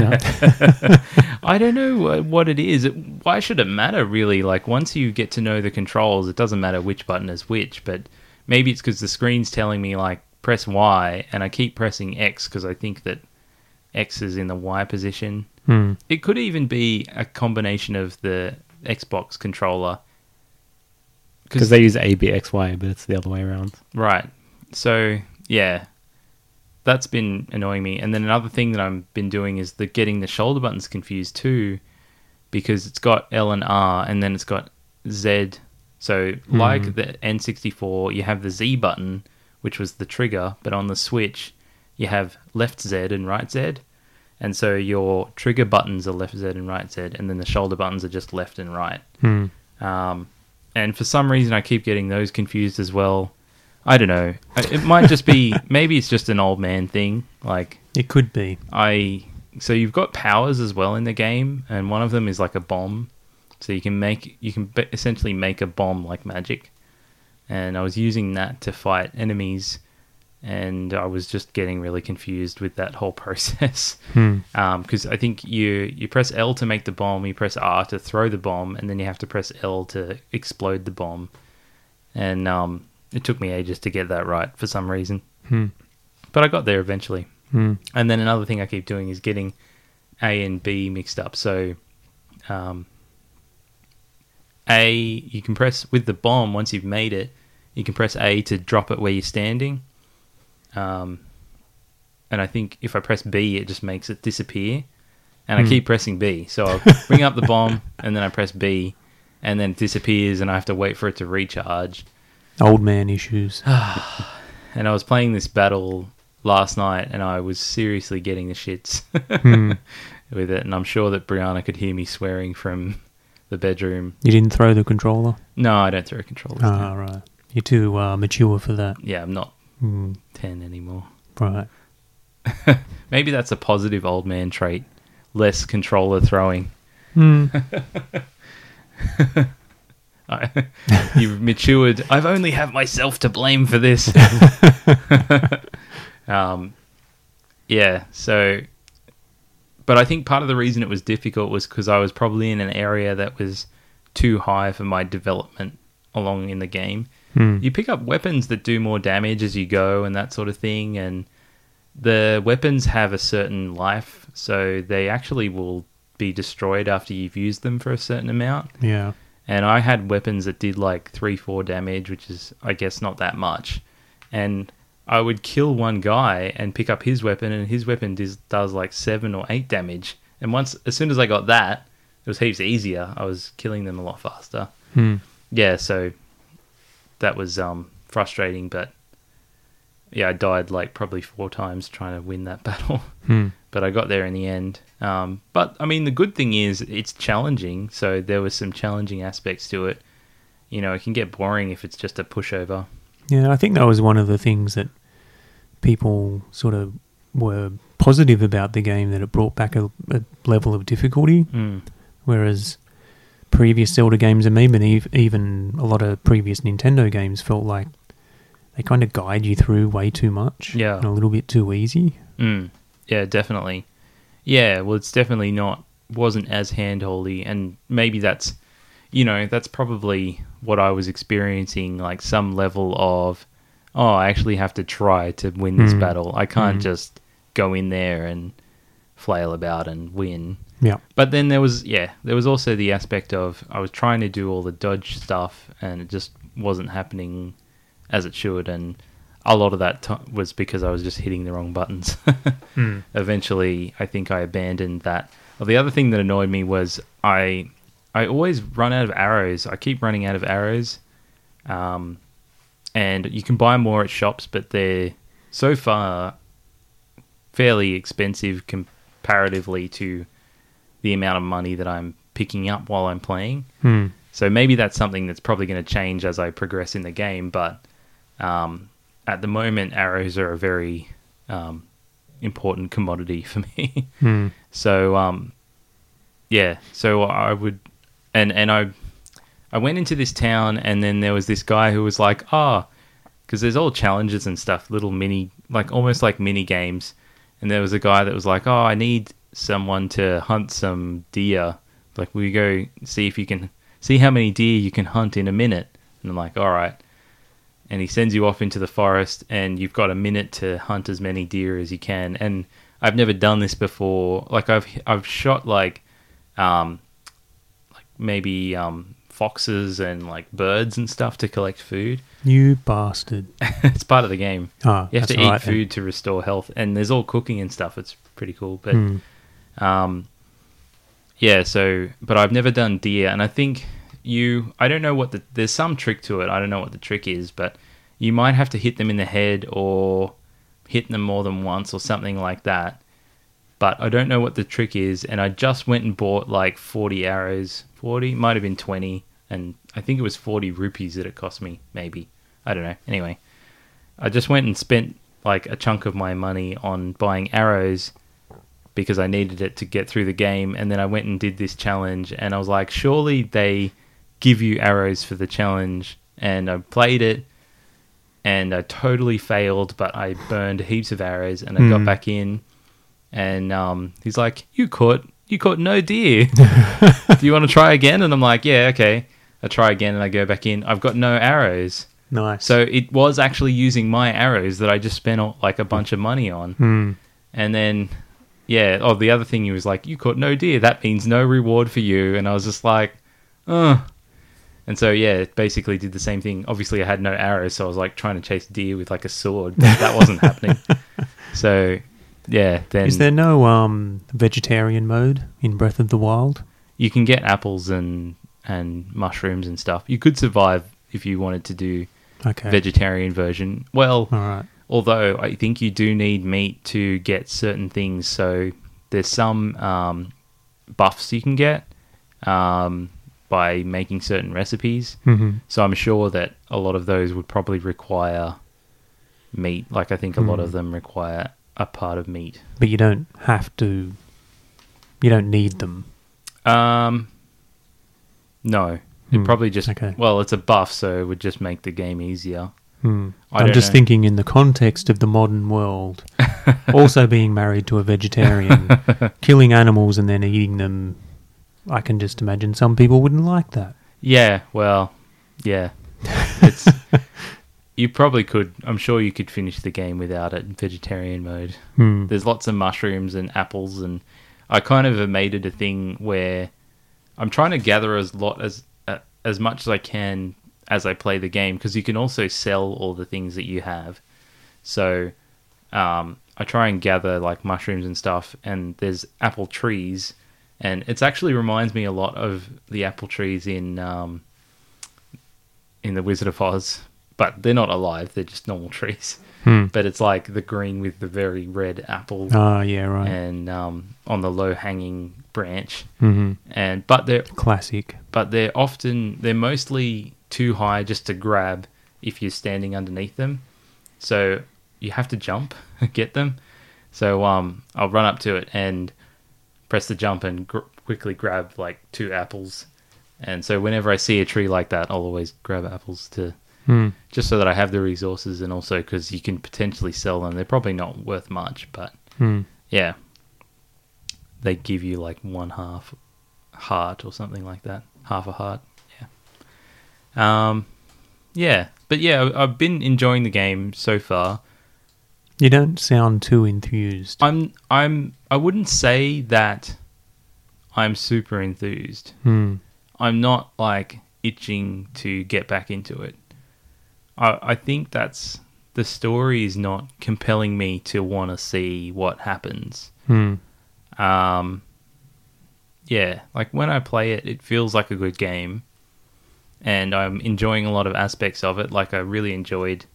S2: I don't know uh, what it is. It, why should it matter, really? Like, once you get to know the controls, it doesn't matter which button is which, but maybe it's because the screen's telling me, like, press Y, and I keep pressing X because I think that X is in the Y position. It could even be a combination of the Xbox controller.
S5: Because they use ABXY, but it's the other way
S2: *laughs*
S5: around.
S2: Right. So yeah, that's been annoying me. And then another thing that I've been doing is the getting the shoulder buttons confused too, because it's got L and R, and then it's got Z. So like the N64, you have the Z button, which was the trigger, but on the Switch, you have left Z and right Z. And so your trigger buttons are left Z and right Z, and then the shoulder buttons are just left and right. Um, and for some reason, I keep getting those confused as well. I don't know. I- It might just be maybe it's just an old man thing. Like
S4: It could be.
S2: I, so you've got powers as well in the game, and one of them is like a bomb. So you can make you can ba- essentially make a bomb like magic. And I was using that to fight enemies, and I was just getting really confused with that whole *laughs* process. Because I think you you press L to make the bomb, you press R to throw the bomb, and then you have to press L to explode the bomb. And um, it took me ages to get that right for some reason, but I got there eventually. And then another thing I keep doing is getting A and B mixed up. So, um, A, you can press with the bomb once you've made it, you can press A to drop it where you're standing. Um, and I think if I press B, it just makes it disappear. And I keep pressing B. So I bring up the bomb and then I press B and then it disappears and I have to wait for it to recharge
S4: Old man issues.
S2: and I was playing this battle last night, and I was seriously getting the shits *laughs* with it. And I'm sure that Brianna could hear me swearing from the bedroom.
S4: You didn't throw the controller?
S2: No, I don't throw controllers.
S4: Ah, right. You're too uh, mature for that.
S2: Yeah, I'm not
S4: Hmm.
S2: 10 anymore.
S4: Right.
S2: Maybe that's a positive old man trait. Less controller throwing.
S4: Hmm.
S2: *laughs* I, you've matured. I've only have myself to blame for
S4: *laughs*
S2: this. um, yeah. So, but I think part of the reason it was difficult was because I was probably in an area that was too high for my development along in the game.
S4: Hmm.
S2: You pick up weapons that do more damage as you go and that sort of thing, and the weapons have a certain life, so they actually will be destroyed after you've used them for a certain amount
S4: Yeah.
S2: and I had weapons that did like three, four damage, which is I guess not that much. And I would kill one guy and pick up his weapon, and his weapon does, does like seven or eight damage. And once, as soon as I got that, it was heaps easier. I was killing them a lot faster.
S4: Hmm.
S2: Yeah, so that was um, frustrating, but yeah, I died like probably four times trying to win that *laughs* battle
S4: Hmm.
S2: but I got there in the end. Um, but I mean, the good thing is it's challenging, so there were some challenging aspects to it. You know, it can get boring if it's just a pushover.
S4: Yeah, I think that was one of the things that people sort of were positive about the game that it brought back a, a level of difficulty,
S2: Mm.
S4: whereas previous Zelda games and even ev- even a lot of previous Nintendo games felt like they kind of guide you through way too much,
S2: Yeah.
S4: and a little bit too easy.
S2: Mm. Yeah, definitely. Yeah, well, it's definitely not wasn't as handholdy, and maybe that's you know that's probably what I was experiencing, like some level of oh, I actually have to try to win this
S4: Mm.
S2: battle. I can't
S4: Mm.
S2: just go in there and flail about and win.
S4: Yeah,
S2: But then there was yeah, there was also the aspect of I was trying to do all the dodge stuff and it just wasn't happening as it should and a lot of that ti was because I was just hitting the wrong buttons. *laughs* Eventually, I think I abandoned that. Well, the other thing that annoyed me was I I always run out of arrows. I keep running out of arrows. Um and you can buy more at shops, but they're so far fairly expensive comparatively to the amount of money that I'm picking up while I'm playing.
S4: Hmm.
S2: So maybe that's something that's probably going to change as I progress in the game. But um, at the moment, arrows are a very um, important commodity *laughs* for me.
S4: Hmm.
S2: so um, yeah, so I would, and and I, I went into this town, and then there was this guy who was like, ah, because there's all challenges and stuff, little mini, like almost like mini games. And there was a guy that was like, oh, I need someone to hunt some deer. Like, we go see if you can see how many deer you can hunt in a minute. And I'm like, all right. And he sends you off into the forest, and you've got a minute to hunt as many deer as you can. And I've never done this before. Like, I've I've shot like, um, like maybe um foxes and like birds and stuff to collect food. *laughs*
S4: you bastard!
S2: it's part of the game.
S4: Ah,
S2: You have
S4: that's
S2: to eat
S4: all right then.
S2: food to restore health, and there's all cooking and stuff. It's pretty cool, but
S4: Hmm.
S2: um, yeah. So, but I've never done deer, and I think you. I don't know what the. There's some trick to it. I don't know what the trick is, but you might have to hit them in the head or hit them more than once or something like that. But I don't know what the trick is, and I just went and bought like 40 arrows. 40 might have been 20, and I think it was 40 rupees that it cost me. Maybe I don't know. Anyway, I just went and spent like a chunk of my money on buying arrows because I needed it to get through the game. And then I went and did this challenge, and I was like, surely they give you arrows for the challenge. And I played it, and I totally failed, but I burned heaps of arrows, and I got
S4: Hmm.
S2: back in. And um, he's like, "You caught, you caught no deer. Do you want to try again?" And I'm like, "Yeah, okay." I try again, and I go back in. I've got no arrows.
S4: Nice.
S2: So it was actually using my arrows that I just spent all, like a bunch of money on.
S4: Hmm.
S2: And then, yeah. Oh, the other thing he was like, "You caught no deer. That means no reward for you." And I was just like, "Ugh." And so yeah, it basically did the same thing. Obviously, I had no arrows, so I was like trying to chase deer with like a sword. But that wasn't
S4: *laughs*
S2: happening. So yeah, then
S4: Is there no um, vegetarian mode in Breath of the Wild?
S2: you can get apples and and mushrooms and stuff. You could survive if you wanted to do
S4: Okay.
S2: vegetarian version. Well,
S4: All right.
S2: although I think you do need meat to get certain things. So there's some um, buffs you can get. Um, by making certain recipes.
S4: Mm-hmm.
S2: So I'm sure that a lot of those would probably require meat. Like I think a lot
S4: Hmm.
S2: of them require a part of meat.
S4: But you don't have to. You don't need them.
S2: Um, no, it
S4: Hmm,
S2: probably just
S4: okay.
S2: well, it's a buff, so it would just make the game easier.
S4: Hmm.
S2: I
S4: I'm
S2: don't
S4: just
S2: know.
S4: thinking in the context of the
S2: *laughs*
S4: modern world, also being married to a vegetarian, killing animals and then eating them. I can just imagine some people wouldn't
S2: *laughs*
S4: like that.
S2: Yeah, well, yeah. It's you probably could. I'm sure you could finish the game without it in vegetarian mode.
S4: Hmm.
S2: There's lots of mushrooms and apples, and I kind of have made it a thing where I'm trying to gather as lot as uh, as much as I can as I play the game because you can also sell all the things that you have. So um, I try and gather like mushrooms and stuff, and there's apple trees, and it's actually reminds me a lot of the apple trees in um, in the Wizard of Oz, but they're not alive; they're just normal trees.
S4: Hmm.
S2: But it's like the green with the very red apple,
S4: Ah, yeah, right.
S2: and um, on the low hanging branch,
S4: hmm
S2: and but they're
S4: Classic.
S2: but they're often they're mostly too high just to grab if you're standing underneath them. So you have to jump *laughs* and get them. So um, I'll run up to it and press the jump and gr- quickly grab like two apples. And so whenever I see a tree like that, I'll always grab apples to
S4: Hmm.
S2: just so that I have the resources and also because you can potentially sell them. They're probably not worth much, but
S4: Hmm.
S2: yeah, they give you like one half heart or something like that, half a heart. Yeah. Um, yeah, but yeah, I- I've been enjoying the game so far.
S4: You don't sound too enthused.
S2: I'm, I'm, I wouldn't say that I'm super enthused.
S4: Hmm.
S2: I'm not like itching to get back into it. I, I think that's the story is not compelling me to want to see what happens.
S4: Hmm.
S2: Um, yeah, like when I play it, it feels like a good game, and I'm enjoying a lot of aspects of it. Like I really enjoyed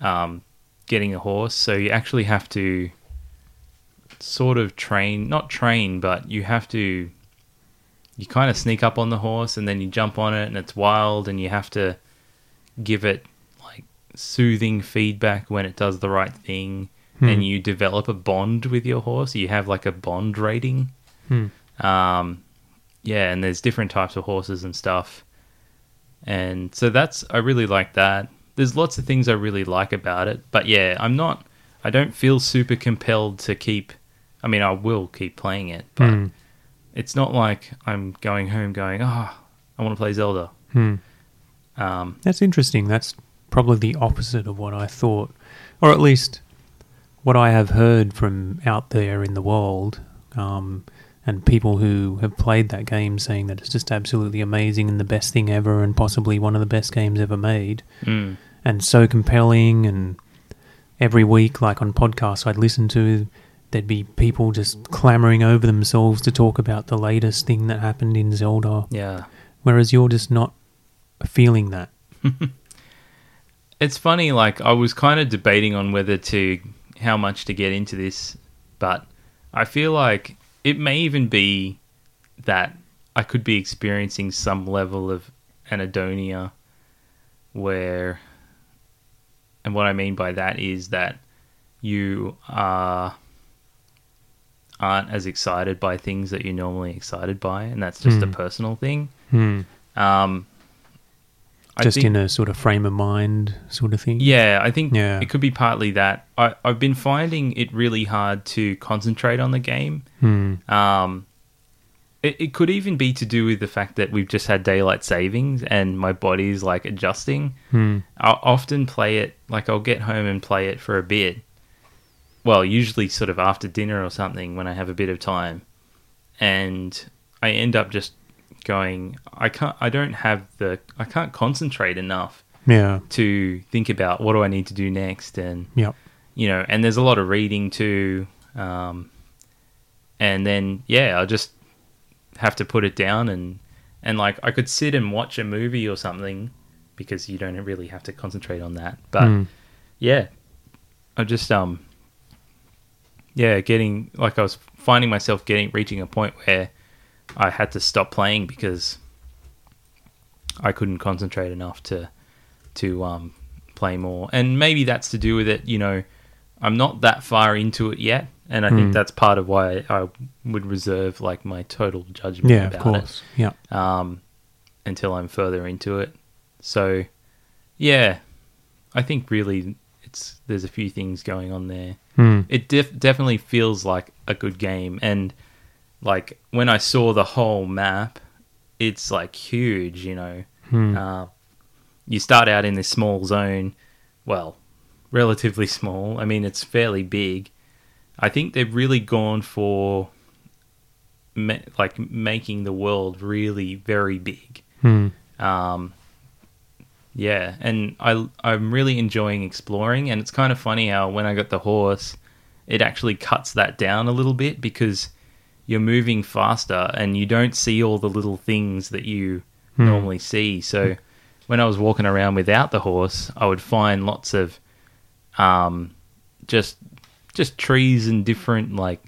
S2: um, getting a horse, so you actually have to sort of train, not train, but you have to. You kind of sneak up on the horse, and then you jump on it, and it's wild, and you have to give it like soothing feedback when it does the right thing
S4: Hmm.
S2: and you develop a bond with your horse. You have like a bond rating.
S4: Hmm.
S2: Um, yeah, and there's different types of horses and stuff. And so that's I really like that. There's lots of things I really like about it, but yeah, I'm not. I don't feel super compelled to keep. I mean, I will keep playing it, but
S4: Hmm.
S2: it's not like I'm going home going, ah, I want to play Zelda.
S4: Hmm.
S2: Um,
S4: That's interesting. That's probably the opposite of what I thought, or at least what I have heard from out there in the world, um, and people who have played that game saying that it's just absolutely amazing and the best thing ever, and possibly one of the best games ever made,
S2: mm,
S4: and so compelling. And every week, like on podcasts I'd listen to, there'd be people just clamoring over themselves to talk about the latest thing that happened in Zelda,
S2: yeah.
S4: whereas you're just not feeling that.
S2: It's funny, like I was kind of debating on whether to how much to get into this, but I feel like it may even be that I could be experiencing some level of anhedonia where and what I mean by that is that you are aren't as excited by things that you're normally excited by, and that's just a
S4: Hmm.
S2: personal thing.
S4: Hmm.
S2: Um, I
S4: just
S2: think-
S4: in a sort of frame of mind sort of thing.
S2: Yeah, I think
S4: Yeah.
S2: it could be partly that. I, I've been finding it really hard to concentrate on the game.
S4: Hmm.
S2: Um, it, it could even be to do with the fact that we've just had daylight savings and my body's like adjusting.
S4: Hmm.
S2: I'll often play it, like, I'll get home and play it for a bit. Well, usually sort of after dinner or something when I have a bit of time. And I end up just going, I can't, I don't have the, I can't concentrate enough
S4: Yeah.
S2: to think about what do I need to do next, and
S4: Yep.
S2: you know, and there's a lot of reading too, um, and then yeah, I'll just have to put it down and and like I could sit and watch a movie or something because you don't really have to concentrate on that, but
S4: Mm.
S2: yeah, I just um, yeah, getting like I was finding myself getting reaching a point where I had to stop playing because I couldn't concentrate enough to to um, play more. And maybe that's to do with it. You know, I'm not that far into it yet, and I
S4: Hmm.
S2: think that's part of why I would reserve like my total judgment.
S4: Yeah,
S2: about
S4: of course. Yeah.
S2: It, um, until I'm further into it. So, yeah, I think really it's there's a few things going on there.
S4: Hmm.
S2: It def- definitely feels like a good game, and like when I saw the whole map, it's like huge. You know,
S4: Hmm.
S2: uh, you start out in this small zone, well, relatively small. I mean, it's fairly big. I think they've really gone for ma- like making the world really very big.
S4: Hmm.
S2: Um, yeah, and I I'm really enjoying exploring, and it's kind of funny how when I got the horse, it actually cuts that down a little bit because you're moving faster and you don't see all the little things that you normally see. So when I was walking around without the horse, I would find lots of um, just just trees and different like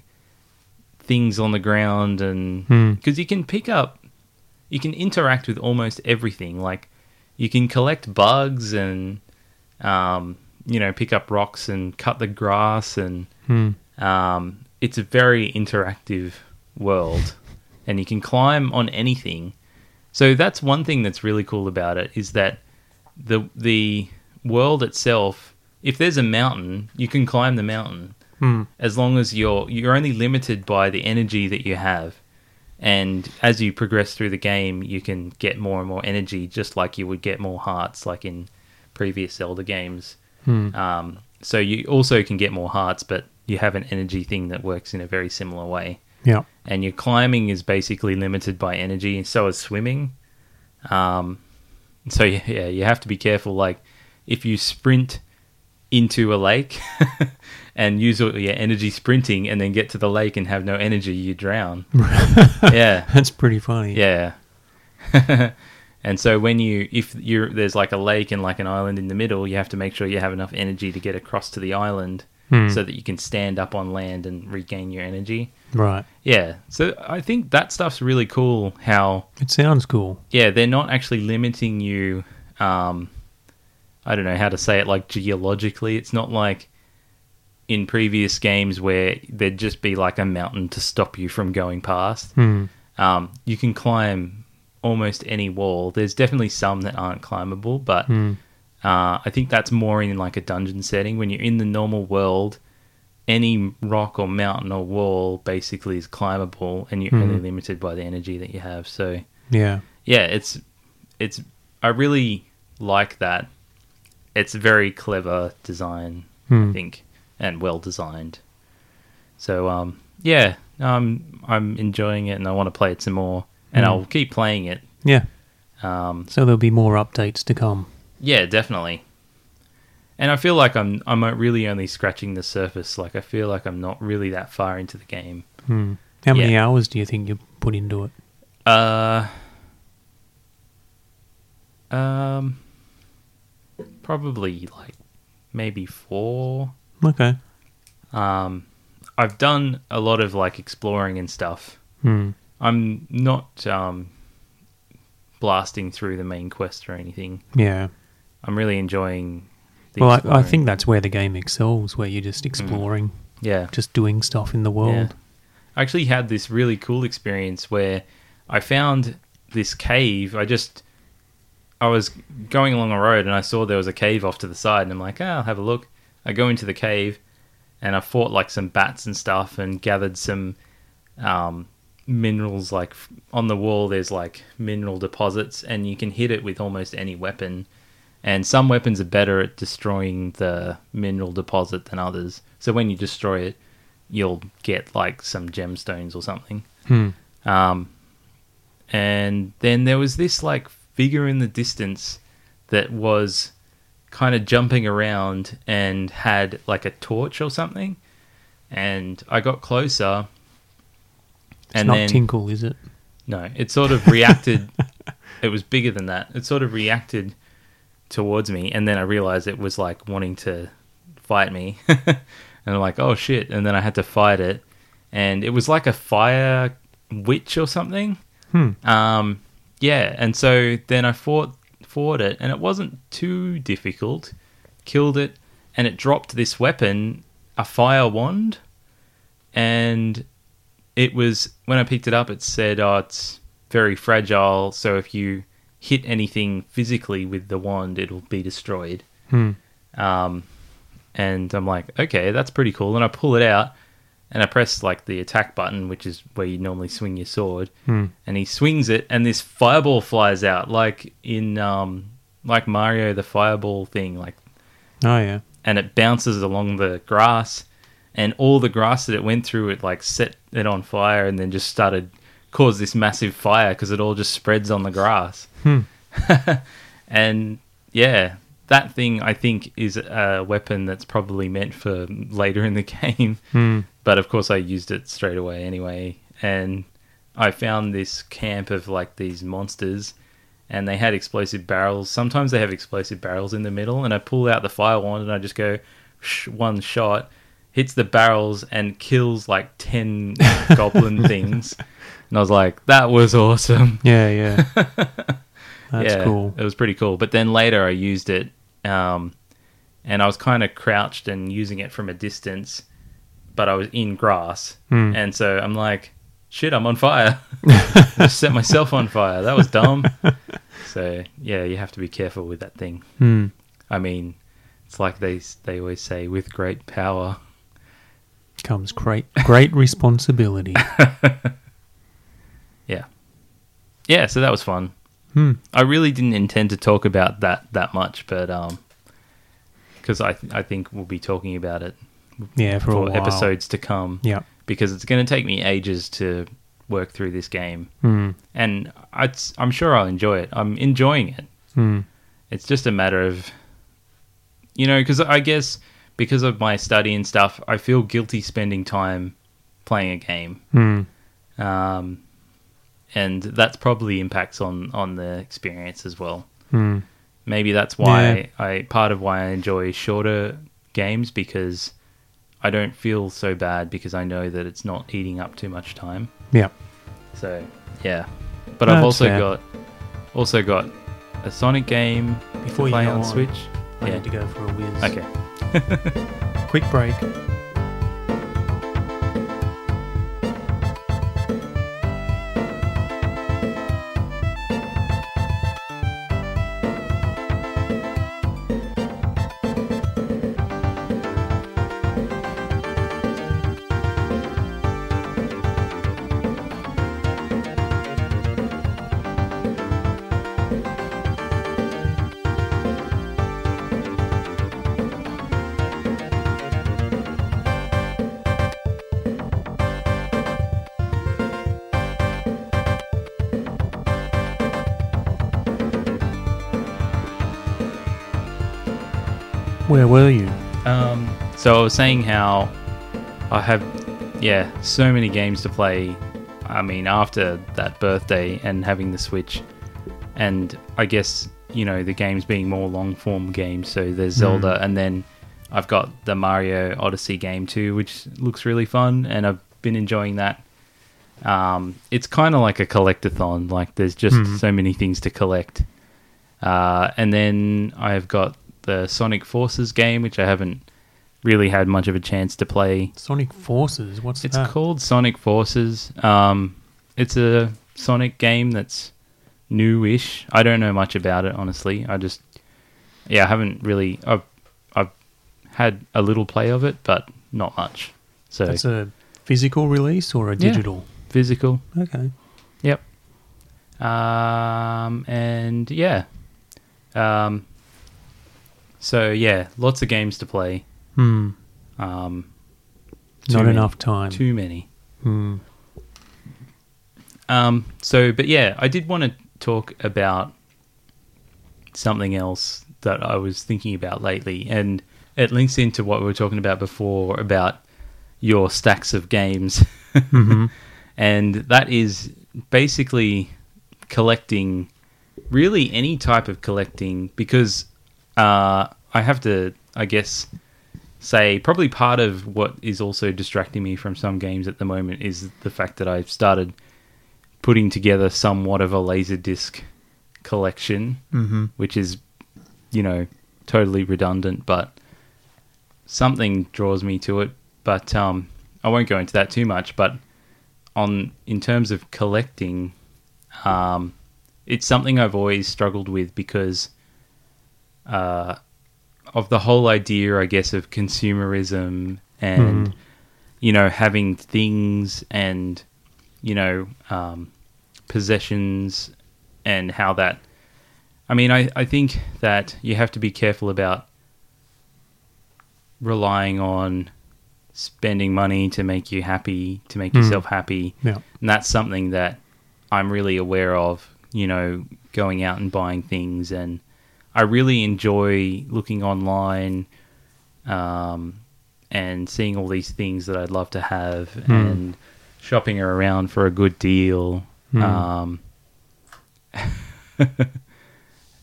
S2: things on the ground, and because you can pick up, you can interact with almost everything. Like you can collect bugs and um, you know pick up rocks and cut the grass, and um, it's a very interactive world, and you can climb on anything. So that's one thing that's really cool about it is that the the world itself, if there's a mountain, you can climb the mountain
S4: Hmm.
S2: as long as you're you're only limited by the energy that you have. And as you progress through the game, you can get more and more energy, just like you would get more hearts, like in previous Zelda games. Um, so you also can get more hearts, but you have an energy thing that works in a very similar way
S4: Yeah. *laughs*
S2: and your climbing is basically limited by energy, and so is swimming. Um, so yeah, yeah, you have to be careful. Like if you sprint into a lake *laughs* and use all your energy sprinting, and then get to the lake and have no energy, you drown. yeah,
S4: That's pretty funny.
S2: yeah. *laughs* and so when you if you're there's like a lake and like an island in the middle, you have to make sure you have enough energy to get across to the island so that you can stand up on land and regain your energy.
S4: Right.
S2: Yeah. So I think that stuff's really cool how
S4: It sounds cool.
S2: yeah, they're not actually limiting you um I don't know how to say it like geologically. It's not like in previous games where there'd just be like a mountain to stop you from going past.
S4: Hmm.
S2: Um, you can climb almost any wall. There's definitely some that aren't climbable, but
S4: Hmm.
S2: uh, I think that's more in like a dungeon setting. When you're in the normal world, any rock or mountain or wall basically is climbable, and you're only limited by the energy that you have. So
S4: Yeah.
S2: yeah, it's it's I really like that. It's very clever design,
S4: Hmm.
S2: I think, and well designed. So um, yeah, um, I'm enjoying it, and I want to play it some more, and I'll keep playing it.
S4: Yeah.
S2: Um,
S4: So there'll be more updates to come.
S2: yeah, definitely. And I feel like I'm I'm really only scratching the surface. Like I feel like I'm not really that far into the game.
S4: Hmm. How many
S2: Yeah.
S4: hours do you think you put into it?
S2: Uh, um, probably like maybe four.
S4: Okay.
S2: Um, I've done a lot of like exploring and stuff.
S4: Hmm.
S2: I'm not um blasting through the main quest or anything.
S4: Yeah.
S2: I'm really enjoying. The
S4: Well, I, I
S2: exploring.
S4: think that's where the game excels, where you're
S2: Hmm.
S4: just exploring,
S2: yeah.
S4: just doing stuff in the world.
S2: I actually had this really cool experience where I found this cave. I just I was going along a road and I saw there was a cave off to the side and I'm like, ah, I'll have a look. I go into the cave and I fought like some bats and stuff and gathered some um, minerals. Like f- on the wall, there's like mineral deposits and you can hit it with almost any weapon. And some weapons are better at destroying the mineral deposit than others. So when you destroy it, you'll get like some gemstones or something.
S4: Hmm.
S2: Um, and then there was this like figure in the distance that was kind of jumping around and had like a torch or something. And I got closer.
S4: It's not Tinkle, is it?
S2: No, it sort of reacted. it was bigger than that. It sort of reacted towards me, and then I realized it was like wanting to fight me, *laughs* and I'm like, "Oh shit!" And then I had to fight it, and it was like a fire witch or something. Um, Yeah, and so then I fought fought it, and it wasn't too difficult. Killed it, and it dropped this weapon, a fire wand, and it was when I picked it up. It said, "Oh, it's very fragile, so if you hit anything physically with the wand, it'll be destroyed."
S4: Hmm.
S2: Um, and I'm like, okay, that's pretty cool. And I pull it out and I press like the attack button, which is where you normally swing your sword.
S4: Hmm.
S2: And he swings it, and this fireball flies out, like in um, like Mario the fireball thing, like,
S4: Oh yeah.
S2: and it bounces along the grass, and all the grass that it went through, it like set it on fire, and then just started cause this massive fire because it all just spreads on the grass. *laughs* and yeah, that thing I think is a weapon that's probably meant for later in the *laughs* game. But of course, I used it straight away anyway. And I found this camp of like these monsters, and they had explosive barrels. Sometimes they have explosive barrels in the middle, and I pull out the fire wand and I just go sh- one shot. Hits the barrels and kills like 10 goblin things. And I was like, that was awesome.
S4: Yeah,
S2: *laughs*
S4: yeah. That's
S2: Yeah,
S4: cool.
S2: It was pretty cool. But then later I used it, um, and I was kind of crouched and using it from a distance, but I was in grass,
S4: Hmm.
S2: and so I'm like, shit, I'm on
S4: *laughs*
S2: fire. Just set myself on fire. That was dumb. so yeah, you have to be careful with that thing.
S4: Hmm.
S2: I mean, it's like they s- they always say, with great power.
S4: Comes great
S2: *laughs*
S4: great responsibility.
S2: Yeah, yeah. So that was fun.
S4: Hmm.
S2: I really didn't intend to talk about that that much, but um, because I th- I think we'll be talking about it
S4: Yeah, for, a
S2: for
S4: while.
S2: episodes to come
S4: Yeah.
S2: because it's going to take me ages to work through this game,
S4: Hmm.
S2: and i I'm sure I'll enjoy it. I'm enjoying it.
S4: Hmm.
S2: It's just a matter of, you know, because I guess because of my study and stuff, I feel guilty spending time playing a game,
S4: Hmm.
S2: um, and that's probably impacts on on the experience as well.
S4: Hmm.
S2: maybe that's why I part of why I enjoy shorter games because I don't feel so bad because I know that it's not eating up too much time.
S4: Yeah.
S2: So yeah, but
S4: No,
S2: I've
S4: that's
S2: also
S4: fair.
S2: got also got a Sonic game
S4: Before
S2: to
S4: you
S2: play
S4: go
S2: on,
S4: on,
S2: Switch.
S4: I
S2: yeah.
S4: need to go for a whiz.
S2: Okay.
S4: Quick break. Where were you?
S2: Um, so I was saying how I have, yeah, so many games to play. I mean, after that birthday and having the Switch, and I guess you know the games being more long form games. So there's Zelda, and then I've got the Mario Odyssey game too, which looks really fun, and I've been enjoying that. Um, it's kind of like a collectathon. Like there's just so many things to collect. Uh, and then I've got the Sonic Forces game, which I haven't really had much of a chance to play.
S4: Sonic Forces. What's
S2: It's
S4: that?
S2: called Sonic Forces. Um, it's a Sonic game that's newish. I don't know much about it, honestly. I just, yeah, I haven't really. I've, I've had a little play of it, but not much. So
S4: That's a physical release or a
S2: Yeah.
S4: digital?
S2: physical.
S4: Okay.
S2: Yep. Um, and yeah. Um, so yeah, lots of games to play.
S4: Hmm.
S2: Um, too
S4: Not
S2: many-
S4: enough time.
S2: Too many.
S4: Hmm.
S2: Um, so, but yeah, I did want to talk about something else that I was thinking about lately, and it links into what we were talking about before about your stacks of games, *laughs* and that is basically collecting really any type of collecting because uh, I have to, I guess, say probably part of what is also distracting me from some games at the moment is the fact that I've started putting together somewhat of a laserdisc collection,
S4: Mm-hmm.
S2: which is, you know, totally redundant, but something draws me to it. But um, I won't go into that too much. But on in terms of collecting, um, it's something I've always struggled with because uh, of the whole idea, I guess, of consumerism and you know having things and you know um, possessions and how that. I mean, I, I think that you have to be careful about relying on spending money to make you happy, to make
S4: Mm.
S2: yourself happy.
S4: Yeah.
S2: And that's something that I'm really aware of, you know, going out and buying things. And I really enjoy looking online um, and seeing all these things that I'd love to have
S4: Hmm.
S2: and shopping around for a good deal.
S4: Hmm.
S2: Um, *laughs*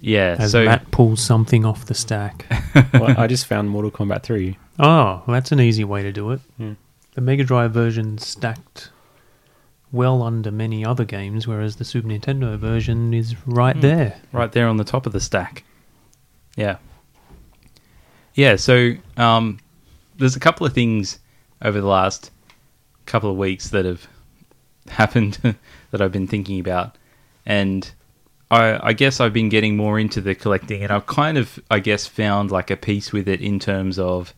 S2: yeah.
S4: As
S2: so,
S4: Matt pulls something off the stack.
S5: well, I just found Mortal Kombat 3.
S4: oh, that's an easy way to do it.
S2: Hmm.
S5: Yeah.
S4: The Mega Drive version stacked well under many other games, whereas the Super Nintendo version is
S2: Hmm.
S4: right there.
S2: right there on the top of the stack. Yeah. Yeah, so um, there's a couple of things over the last couple of weeks that have *laughs* happened *laughs* that I've been thinking about. And I, I guess I've been getting more into the collecting, and I've kind of, I guess, found like a piece with it in terms of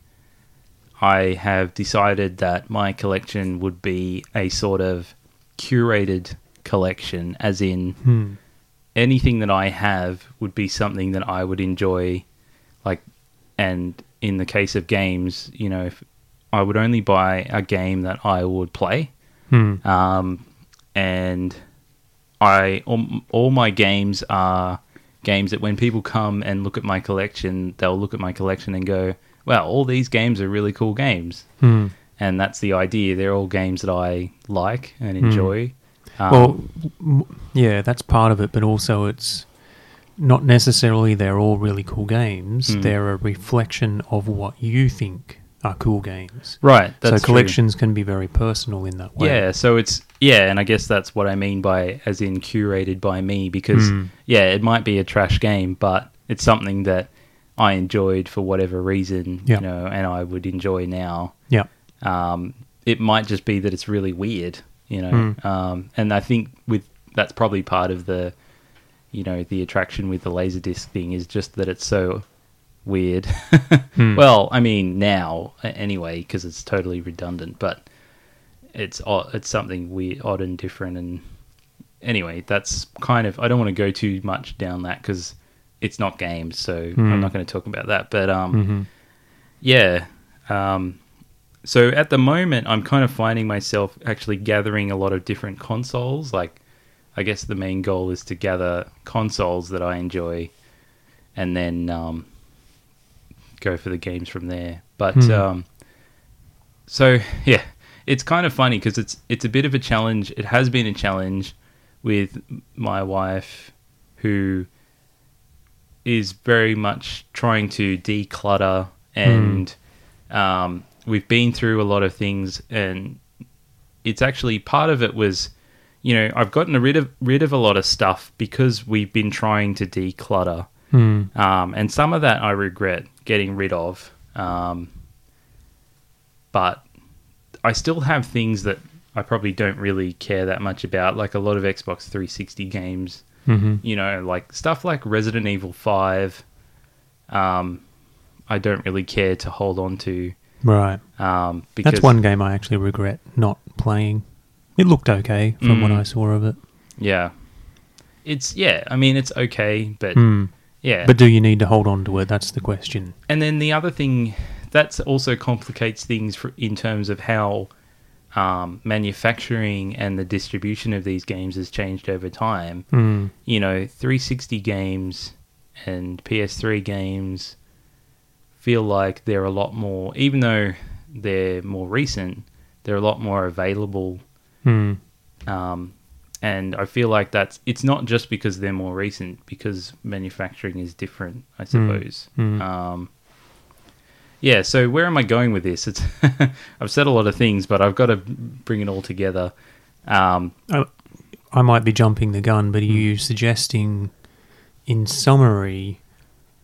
S2: I have decided that my collection would be a sort of curated collection, as in
S4: Hmm.
S2: anything that I have would be something that I would enjoy. Like, and in the case of games, you know, if I would only buy a game that I would play,
S4: Hmm.
S2: um, and I all, all my games are games that when people come and look at my collection, they'll look at my collection and go, "Wow, all these games are really cool games."
S4: Hmm.
S2: And that's the idea. They're all games that I like and
S4: Hmm.
S2: enjoy. Um,
S4: Well, m- yeah, that's part of it, but also it's not necessarily they're all really cool games.
S2: Mm.
S4: They're a reflection of what you think are cool games.
S2: right. That's
S4: so
S2: true.
S4: collections can be very personal in that way.
S2: Yeah, so it's yeah, and I guess that's what I mean by as in curated by me because
S4: Mm.
S2: yeah, it might be a trash game, but it's something that I enjoyed for whatever reason,
S4: Yeah.
S2: you know, and I would enjoy now.
S4: Yeah.
S2: Um, it might just be that it's really weird, you know.
S4: Mm.
S2: Um, and I think with that's probably part of the you know, the attraction with the laserdisc thing is just that it's so weird. *laughs* Well, I mean now a- anyway because it's totally redundant, but it's odd, it's something weird, odd and different. And anyway, that's kind of I don't want to go too much down that because it's not games, so I'm not going to talk about that. But um,
S4: Mm-hmm.
S2: yeah, um, so at the moment I'm kind of finding myself actually gathering a lot of different consoles. Like, I guess the main goal is to gather consoles that I enjoy, and then um, go for the games from there. But
S4: Hmm.
S2: um, so yeah, it's kind of funny because it's it's a bit of a challenge. It has been a challenge with my wife, who is very much trying to declutter, and um, we've been through a lot of things, and it's actually part of it was. You know, I've gotten rid of rid of a lot of stuff because we've been trying to declutter.
S4: Hmm.
S2: Um, and some of that I regret getting rid of. Um, but I still have things that I probably don't really care that much about, like a lot of Xbox 360 games,
S4: Mhm.
S2: you know, like stuff like Resident Evil 5. Um, I don't really care to hold on to.
S4: Right.
S2: Um, because
S4: that's one game I actually regret not playing. It looked okay from what
S2: Mm.
S4: I saw of it.
S2: Yeah. It's, yeah, I mean, it's okay, but
S4: Mm.
S2: yeah.
S4: But do you need to hold on to it? That's the question.
S2: and then the other thing that also complicates things for, in terms of how um, manufacturing and the distribution of these games has changed over time.
S4: Mm.
S2: You know, 360 games and PS3 games feel like they're a lot more, even though they're more recent, they're a lot more available
S4: Mm.
S2: um, and I feel like that's it's not just because they're more recent, because manufacturing is different, I suppose.
S4: mm.
S2: Um, yeah. So where am I going with this? It's *laughs* I've said a lot of things, but I've got to bring it all together. Um,
S4: I might be jumping the gun, but are you
S2: Mm.
S4: suggesting, in summary,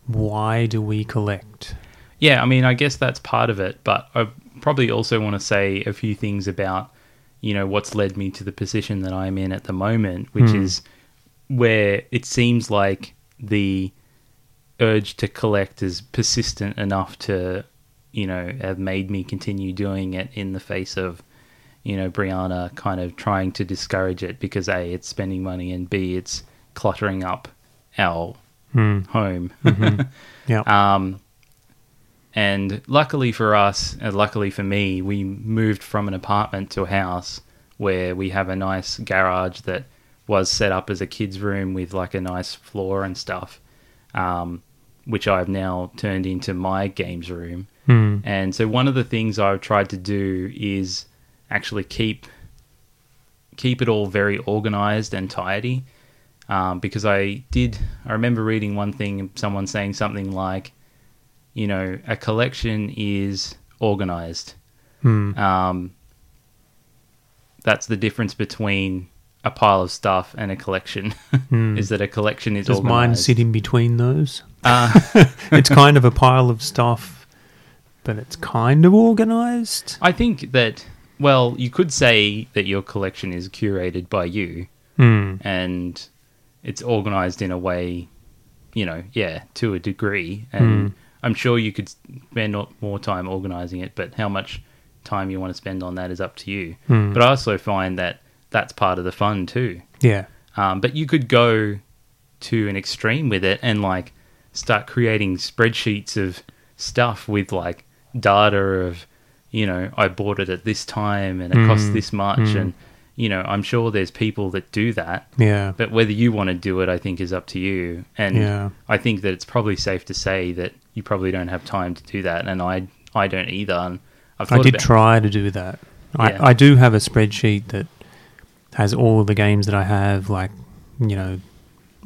S4: why do we collect?
S2: Yeah, I mean, I guess that's part of it, but I probably also want to say a few things about, you know, what's led me to the position that I'm in at the moment, which
S5: Hmm.
S2: is where it seems like the urge to collect is persistent enough to, you know, have made me continue doing it in the face of, you know, Brianna kind of trying to discourage it because A, it's spending money, and B, it's cluttering up our
S4: Mm.
S2: home. *laughs*
S4: Yeah.
S2: Um, and luckily for us, and luckily for me, we moved from an apartment to a house where we have a nice garage that was set up as a kid's room with like a nice floor and stuff, um, which I've now turned into my games room.
S4: Hmm.
S2: And so one of the things I've tried to do is actually keep keep it all very organized and tidy. Um, because I did, I remember reading one thing, someone saying something like, you know, a collection is organized.
S4: Hmm.
S2: Um, that's the difference between a pile of stuff and a collection. *laughs*
S4: Hmm.
S2: Is that a collection is
S4: Does mine
S2: organized?
S4: sit in between those?
S2: Uh,
S4: *laughs* it's kind of a pile of stuff, but it's kind of organized.
S2: I think that well, you could say that your collection is curated by you
S4: Hmm.
S2: and it's organized in a way, you know, yeah, to a degree. And I'm sure you could spend o- more time organizing it, but how much time you want to spend on that is up to you.
S4: Hmm.
S2: But I also find that that's part of the fun too.
S4: Yeah.
S2: Um, but you could go to an extreme with it and like start creating spreadsheets of stuff with like data of, you know, I bought it at this time and it cost this much. And, you know, I'm sure there's people that do that.
S4: Yeah.
S2: But whether you want to do it, I think, is up to you. And
S4: Yeah.
S2: I think that it's probably safe to say that you probably don't have time to do that. And I, I don't either. And I've
S4: I
S2: thought
S4: did
S2: about-
S4: try to do that.
S2: Yeah.
S4: I, I do have a spreadsheet that has all of the games that I have, like, you know,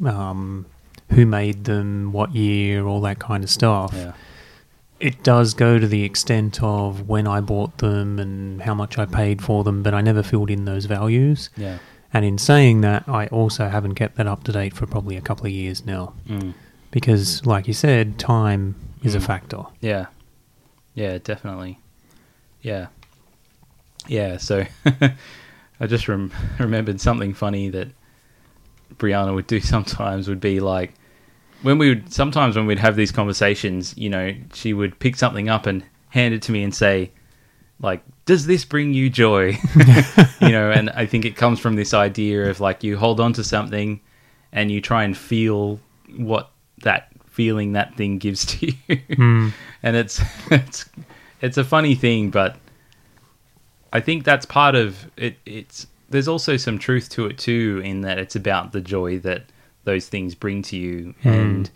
S4: um, who made them, what year, all that kind of stuff.
S2: Yeah.
S4: It does go to the extent of when I bought them and how much I paid for them, but I never filled in those values.
S2: Yeah.
S4: And in saying that, I also haven't kept that up to date for probably a couple of years now.
S2: Mm.
S4: Because, like you said, time is a
S2: Mm.
S4: factor.
S2: Yeah. Yeah, definitely. Yeah. Yeah, so *laughs* I just rem- remembered something funny that Brianna would do *laughs* sometimes would be like when we would sometimes when we'd have these conversations, you know, she would pick something up and hand it to me and say like does this bring you joy? *laughs* you know, and I think it comes from this idea of like you hold on to something and you try and feel what that feeling that thing gives to you *laughs* and it's it's it's a funny thing, but I think that's part of it. It's there's also some truth to it too, in that it's about the joy that those things bring to you. And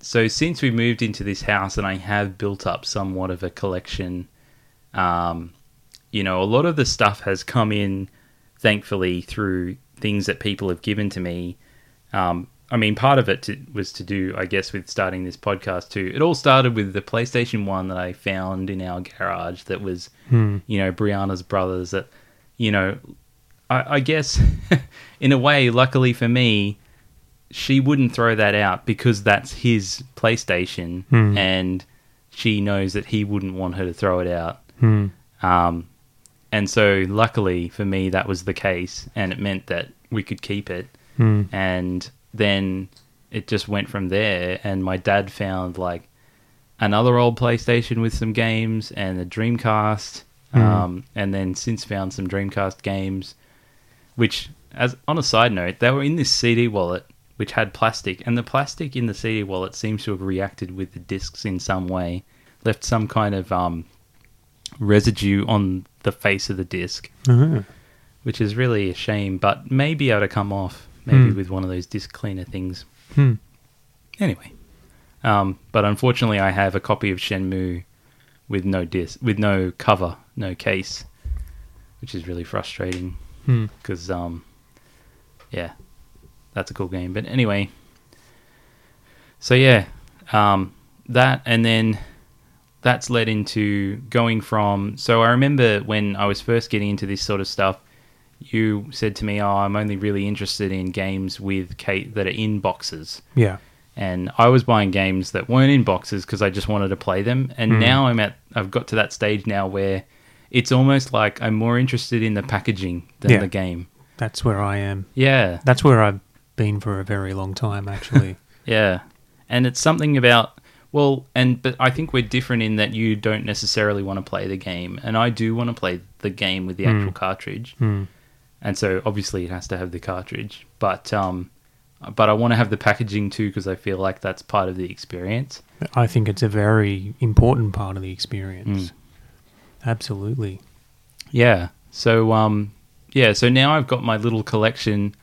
S2: so, since we moved into this house, and I have built up somewhat of a collection, um, you know, a lot of the stuff has come in, thankfully, through things that people have given to me. Um, I mean, part of it to, was to do, I guess, with starting this podcast too. It all started with the PlayStation One that I found in our garage. That was, you know, Brianna's brothers. That, you know, I, I guess, *laughs* in a way, luckily for me, she wouldn't throw that out because that's his PlayStation, and she knows that he wouldn't want her to throw it out. Um, and so, luckily for me, that was the case, and it meant that we could keep it. Hmm. And then it just went from there. And my dad found like another old PlayStation with some games and a Dreamcast, um, and then since found some Dreamcast games, which, as on a side note, they were in this CD wallet which had plastic, and the plastic in the CD wallet seems to have reacted with the discs in some way, left some kind of um, residue on the face of the disc,
S4: Oh.
S2: which is really a shame. But maybe able to come off, maybe
S4: Hmm.
S2: with one of those disc cleaner things.
S4: Hmm.
S2: Anyway, um, but unfortunately, I have a copy of Shenmue with no disc, with no cover, no case, which is really frustrating
S4: Hmm.
S2: because, um, yeah, that's a cool game. But anyway, so yeah, um, that and then that's led into going from. So I remember when I was first getting into this sort of stuff, you said to me, "Oh, I'm only really interested in games with Kate that are in boxes."
S4: Yeah.
S2: and I was buying games that weren't in boxes because I just wanted to play them. And now I'm at I've got to that stage now where it's almost like I'm more interested in the packaging than
S4: Yeah.
S2: the game.
S4: That's where I am.
S2: Yeah,
S4: That's where I've been for a very long time, actually.
S2: yeah. And it's something about well, and but I think we're different in that you don't necessarily want to play the game, and I do want to play the game with the actual cartridge.
S4: Hmm.
S2: And so obviously it has to have the cartridge, but um, but I want to have the packaging too because I feel like that's part of the experience.
S4: I think it's a very important part of the experience. Absolutely.
S2: Yeah. So um yeah, so now I've got my little collection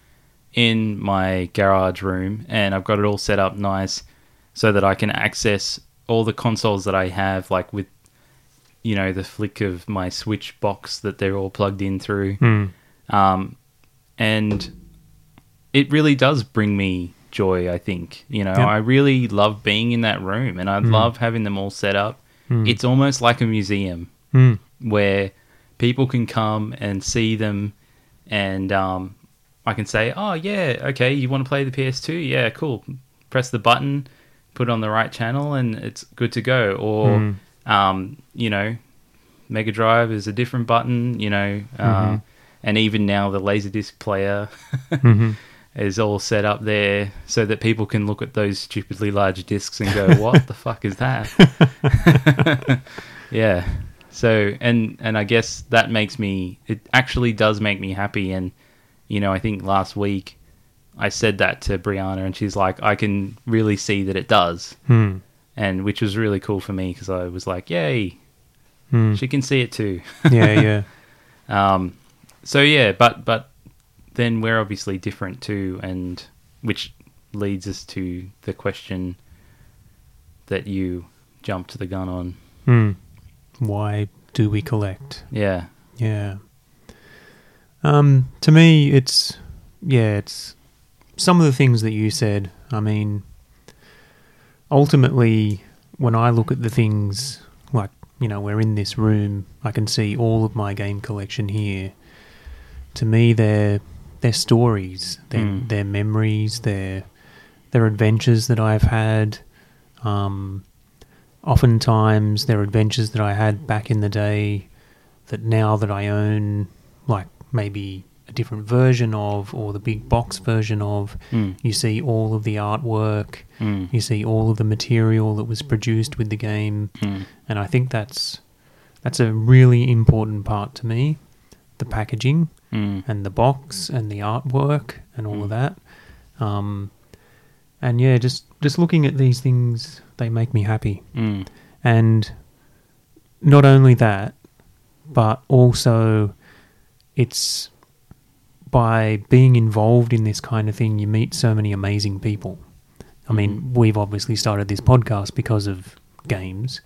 S2: in my garage room and I've got it all set up nice so that I can access all the consoles that I have like with you know the flick of my switch box that they're all plugged in through. Um and it really does bring me joy, I think. You know,
S4: Yep.
S2: I really love being in that room and I love having them all set up. It's almost like a museum
S4: Hmm.
S2: where people can come and see them and um, I can say, oh, yeah, okay, you want to play the PS2? Yeah, cool. Press the button, put it on the right channel, and it's good to go. Or, um, you know, Mega Drive is a different button, you know, uh, and even now the Laserdisc player *laughs* is all set up there so that people can look at those stupidly large discs and go, what the fuck is that? yeah so and and i guess that makes me it actually does make me happy and you know i think last week i said that to brianna and she's like i can really see that it does
S4: Hmm.
S2: and which was really cool for me because i was like yay
S4: Hmm.
S2: she can see it too *laughs*
S4: yeah, yeah.
S2: um so yeah but but then we're obviously different too and which leads us to the question that you jumped the gun on
S4: Hmm. Why do we collect?
S2: yeah
S4: Yeah. Um, to me, it's yeah, it's some of the things that you said. I mean, ultimately, when I look at the things like you know we're in this room, I can see all of my game collection here. To me, they're they're stories, they're,
S2: Mm.
S4: they're memories, they're they're adventures that I've had. Um, oftentimes, they're adventures that I had back in the day that now that I own, like maybe a different version of or the big box version of,
S2: Mm.
S4: you see all of the artwork,
S5: Hmm.
S2: Mm.
S4: you see all of the material that was produced with the game,
S2: Mm.
S4: and I think that's that's a really important part to me, the packaging
S2: Mm.
S4: and the box and the artwork and all of that. Um, and yeah, just just looking at these things, they make me happy.
S2: Mm.
S4: And not only that, but also it's by being involved in this kind of thing, you meet so many amazing people. I mean, we've obviously started this podcast because of games,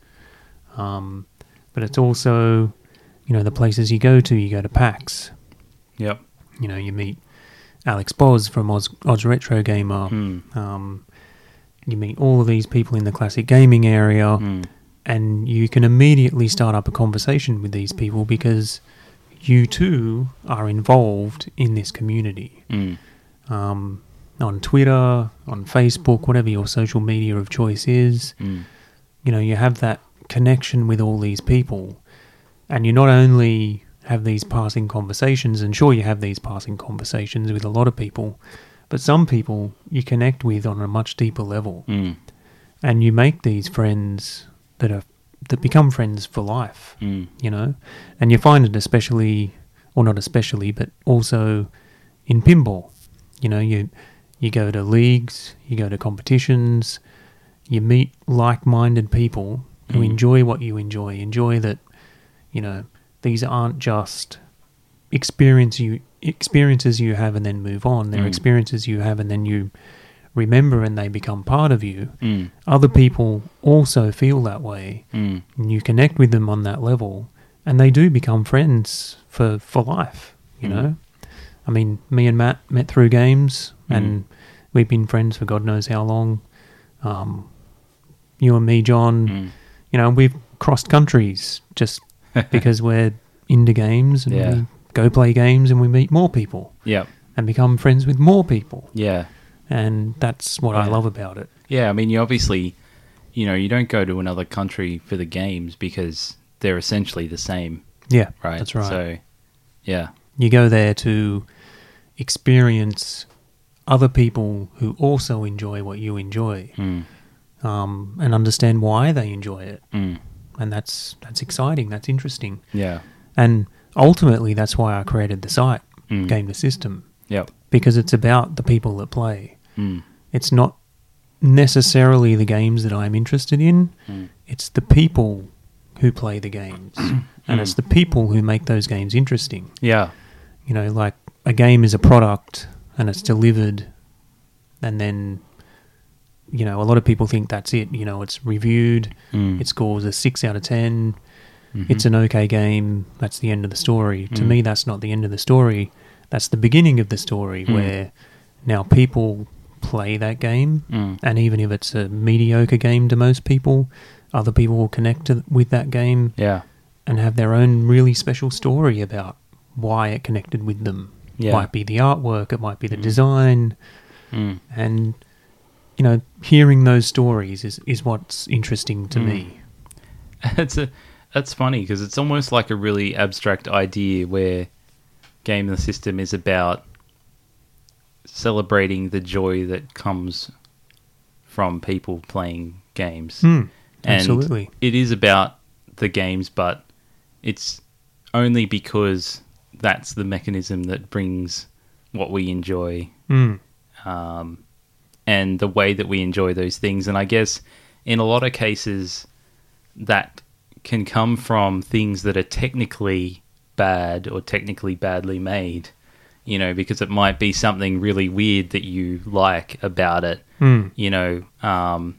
S4: um, but it's also, you know, the places you go to. You go to PAX,
S2: Yep.
S4: you know, you meet Alex Boz from Oz, Oz Retro Gamer.
S2: Mm.
S4: Um, you meet all of these people in the classic gaming area,
S2: Mm.
S4: and you can immediately start up a conversation with these people because you too are involved in this community.
S2: Mm.
S4: Um, on Twitter, on Facebook, whatever your social media of choice is,
S2: Mm.
S4: you know, you have that connection with all these people, and you not only have these passing conversations, and sure, you have these passing conversations with a lot of people, but some people you connect with on a much deeper level,
S2: Mm.
S4: and you make these friends that are that become friends for life,
S2: Mm.
S4: you know, and you find it especially, or not especially, but also in pinball, you know, you you go to leagues, you go to competitions, you meet like-minded people who
S2: Mm.
S4: enjoy what you enjoy, enjoy that, you know, these aren't just experience you experiences you have and then move on. They're
S2: Mm.
S4: experiences you have and then you remember and they become part of you.
S2: Mm.
S4: Other people also feel that way
S2: Mm.
S4: and you connect with them on that level and they do become friends for, for life, you
S2: Mhm.
S4: know? I mean, me and Matt met through games
S2: Mm.
S4: and we've been friends for God knows how long. Um, you and me, John,
S2: Mm. *laughs*
S4: you know, we've crossed countries just because we're into games and
S2: Yeah.
S4: we go play games and we meet more people
S2: Yeah.
S4: and become friends with more people.
S2: Yeah.
S4: And that's what I
S2: Yeah.
S4: love about it.
S2: Yeah, I mean, you obviously, you know, you don't go to another country for the games because they're essentially the same,
S4: Yeah,
S2: right?
S4: That's right.
S2: So, yeah,
S4: You go there to experience other people who also enjoy what you enjoy
S2: Mm.
S4: um, and understand why they enjoy it.
S2: Mm.
S4: And that's that's exciting. That's interesting.
S2: yeah,
S4: And ultimately, that's why I created the site,
S2: Mm.
S4: Game the System,
S2: yep,
S4: because it's about the people that play.
S2: mm.
S4: It's not necessarily the games that I'm interested in,
S2: Mm.
S4: it's the people who play the games. and it's the people who make those games interesting.
S2: yeah,
S4: You know, like a game is a product and
S2: Mm-hmm.
S4: it's delivered, and then. You know, a lot of people think that's it. You know, it's reviewed,
S2: Mm. Mm-hmm.
S4: it scores a six out of 10 It's an okay game. That's the end of the story.
S2: Mm.
S4: To me, that's not the end of the story. That's the beginning of the story
S2: Mm.
S4: where now people play that game,
S2: Mm.
S4: and even if it's a mediocre game to most people, other people will connect to, with that game
S2: yeah, *laughs*
S4: and have their own really special story about why it connected with them.
S2: Yeah.
S4: Might be the artwork, it might be the design,
S2: mm.
S4: and you know, hearing those stories is is what's interesting
S2: Mm.
S4: to me.
S2: That's a that's funny because it's almost like a really abstract idea where game of the system is about celebrating the joy that comes from people playing games.
S4: Hmm.
S2: And
S4: Absolutely.
S2: it is about the games, but it's only because that's the mechanism that brings what we enjoy
S4: Hmm.
S2: um, and the way that we enjoy those things. And I guess in a lot of cases, that can come from things that are technically bad or technically badly made, you know, because it might be something really weird that you like about it,
S4: Hmm.
S2: you know. Um,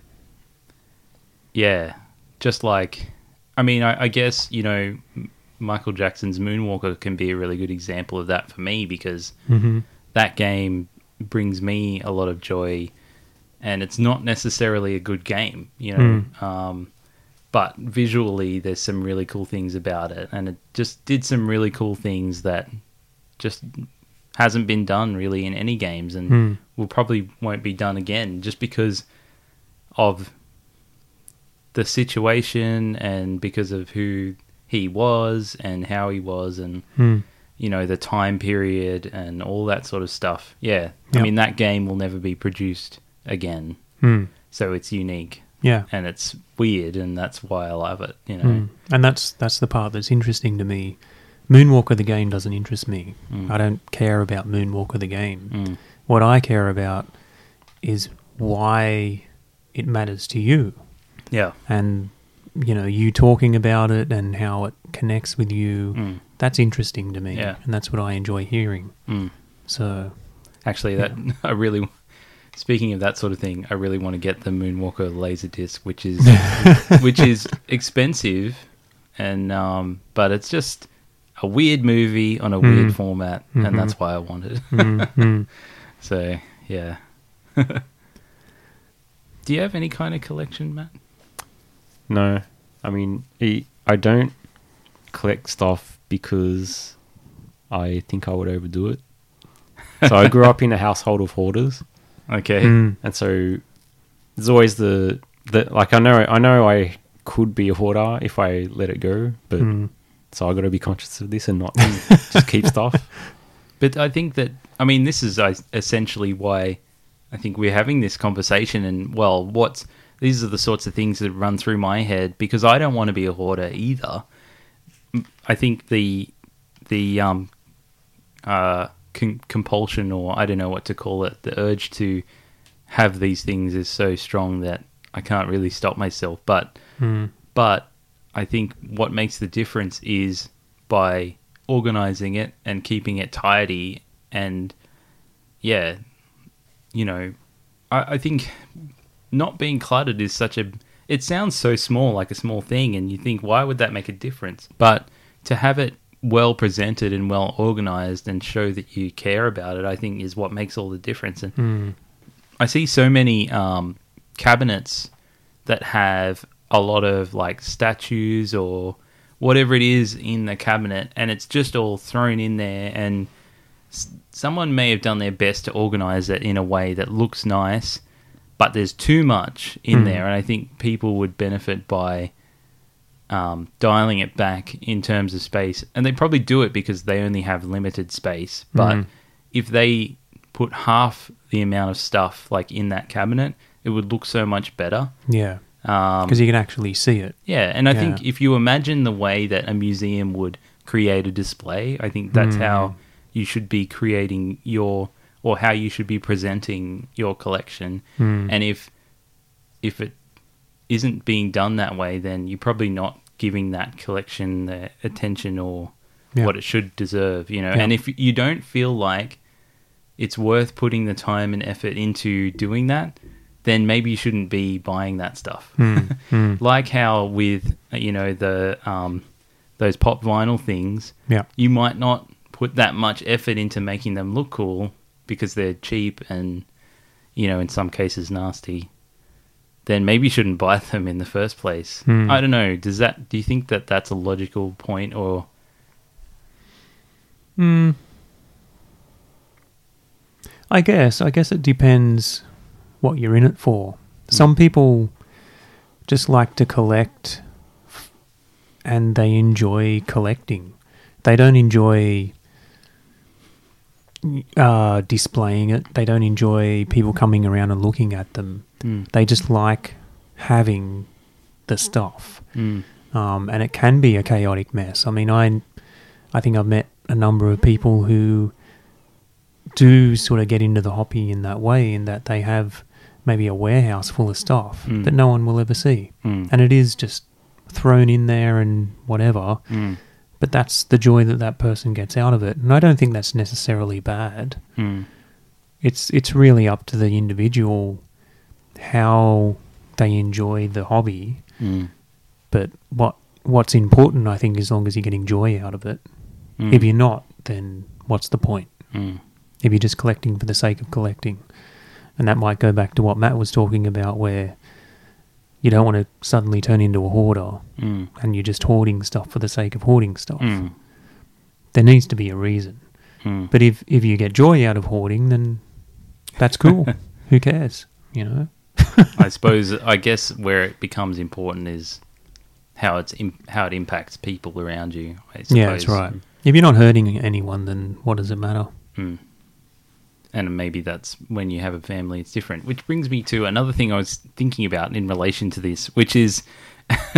S2: yeah, just like, I mean, I, I guess, you know, M- Michael Jackson's Moonwalker can be a really good example of that for me because
S4: hmm
S2: that game brings me a lot of joy and it's not necessarily a good game you know
S4: Hmm.
S2: um, but visually there's some really cool things about it and it just did some really cool things that just hasn't been done really in any games and
S4: Hmm.
S2: will probably won't be done again just because of the situation and because of who he was and how he was and
S4: Hmm.
S2: you know the time period and all that sort of stuff. Yeah, I
S4: Yeah.
S2: mean that game will never be produced again,
S4: Hmm.
S2: so it's unique
S4: Yeah.
S2: and it's weird, and that's why I love it. You know,
S4: Mm. And that's that's the part that's interesting to me. Moonwalker the game doesn't interest me. I don't care about Moonwalker the game.
S2: Mm.
S4: What I care about is why it matters to you
S2: yeah,
S4: and you know you talking about it and how it connects with you.
S2: Mm.
S4: That's interesting to me
S2: Yeah.
S4: and that's what I enjoy hearing.
S2: Mm.
S4: So
S2: actually, that *laughs* I really. Speaking of that sort of thing, I really want to get the Moonwalker Laserdisc, which is which is expensive, and um, but it's just a weird movie on a weird format, and that's why I want it.
S4: mm,
S2: So yeah. *laughs* Do you have any kind of collection, Matt?
S5: No, I mean, I I don't collect stuff because I think I would overdo it. So I grew up in a household of hoarders,
S2: Okay.
S4: mm,
S5: and so there's always the the like I know I know I could be a hoarder if I let it go, but
S4: mm.
S5: so I got to be conscious of this and *laughs* not just keep stuff.
S2: But I think that I mean this is uh, essentially why I think we're having this conversation and well, what's these are the sorts of things that run through my head because I don't want to be a hoarder either. M- I think the the um uh con- compulsion or I don't know what to call it, the urge to have these things is so strong that I can't really stop myself, but
S4: Mm.
S2: But I think what makes the difference is by organizing it and keeping it tidy. And yeah, you know, I, I think not being cluttered is such a. It sounds so small, like a small thing, and you think, why would that make a difference? But to have it well presented and well organized and show that you care about it, I think is what makes all the difference. And
S4: mm,
S2: I see so many um, cabinets that have a lot of like statues or whatever it is in the cabinet, and it's just all thrown in there. And s- someone may have done their best to organize it in a way that looks nice, but there's too much in there. And I think people would benefit by um, dialing it back in terms of space. And they probably do it because they only have limited space. But if they put half the amount of stuff like in that cabinet, it would look so much better.
S4: Yeah.
S2: Um,
S4: Because you can actually see it.
S2: yeah, and I
S4: Yeah.
S2: think if you imagine the way that a museum would create a display, I think that's
S4: Mm.
S2: how you should be creating your or how you should be presenting your collection.
S4: Mm.
S2: And if if it isn't being done that way, then you're probably not giving that collection the attention or
S4: Yeah.
S2: what it should deserve, you know.
S4: Yeah.
S2: And if you don't feel like it's worth putting the time and effort into doing that, then maybe you shouldn't be buying that stuff.
S4: Hmm. Mm,
S2: *laughs* like how with you know the um, those pop vinyl things,
S4: Yeah.
S2: you might not put that much effort into making them look cool because they're cheap and you know in some cases nasty. Then maybe you shouldn't buy *laughs* them in the first place.
S4: Hmm.
S2: I don't know. Does that? Do you think that that's a logical point or?
S4: I guess. I guess it depends what you're in it for. Some people just like to collect f- and they enjoy collecting. They don't enjoy uh, displaying it, they don't enjoy people coming around and looking at them. They just like having the stuff. Um, and it can be a chaotic mess. I mean, I, I think I've met a number of people who do sort of get into the hobby in that way, in that they have maybe a warehouse full of stuff
S2: Mm.
S4: that no one will ever see.
S2: Mm.
S4: And it is just thrown in there and whatever.
S2: Mm.
S4: But that's the joy that that person gets out of it. And I don't think that's necessarily bad.
S2: Mm.
S4: It's, it's really up to the individual how they enjoy the hobby.
S2: Mm.
S4: But what what's important, I think, as long as you're getting joy out of it.
S2: Mm.
S4: If you're not, then what's the point?
S2: Mm.
S4: If you're just collecting for the sake of collecting, and that might go back to what Matt was talking about, where you don't want to suddenly turn into a hoarder
S2: Mm.
S4: and you're just hoarding stuff for the sake of hoarding stuff.
S2: Mm.
S4: There needs to be a reason.
S2: Mm.
S4: But if if you get joy out of hoarding, then that's cool. Who cares? You know.
S2: I suppose I guess where it becomes important is how it's im- how it impacts people around you. I suppose.
S4: Yeah, that's right. If you're not hurting anyone, then what does it matter?
S2: Mm. And maybe that's when you have a family, it's different. Which brings me to another thing I was thinking about in relation to this, which is *laughs*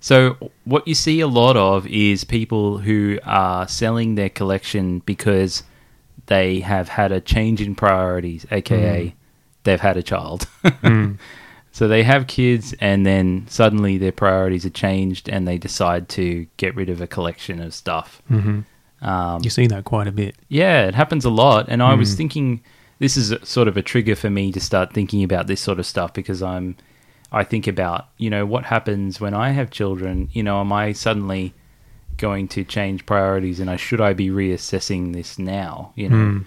S2: so what you see a lot of is people who are selling their collection because they have had a change in priorities, aka they've had a child. *laughs* So they have kids, and then suddenly their priorities are changed, and they decide to get rid of a collection of stuff. Um,
S4: You see that quite a bit.
S2: yeah, it happens a lot. And I was thinking this is a- sort of a trigger for me to start thinking about this sort of stuff because I'm I think about, you know, what happens when I have children, you know, am I suddenly going to change priorities and I should I be reassessing this now, you know,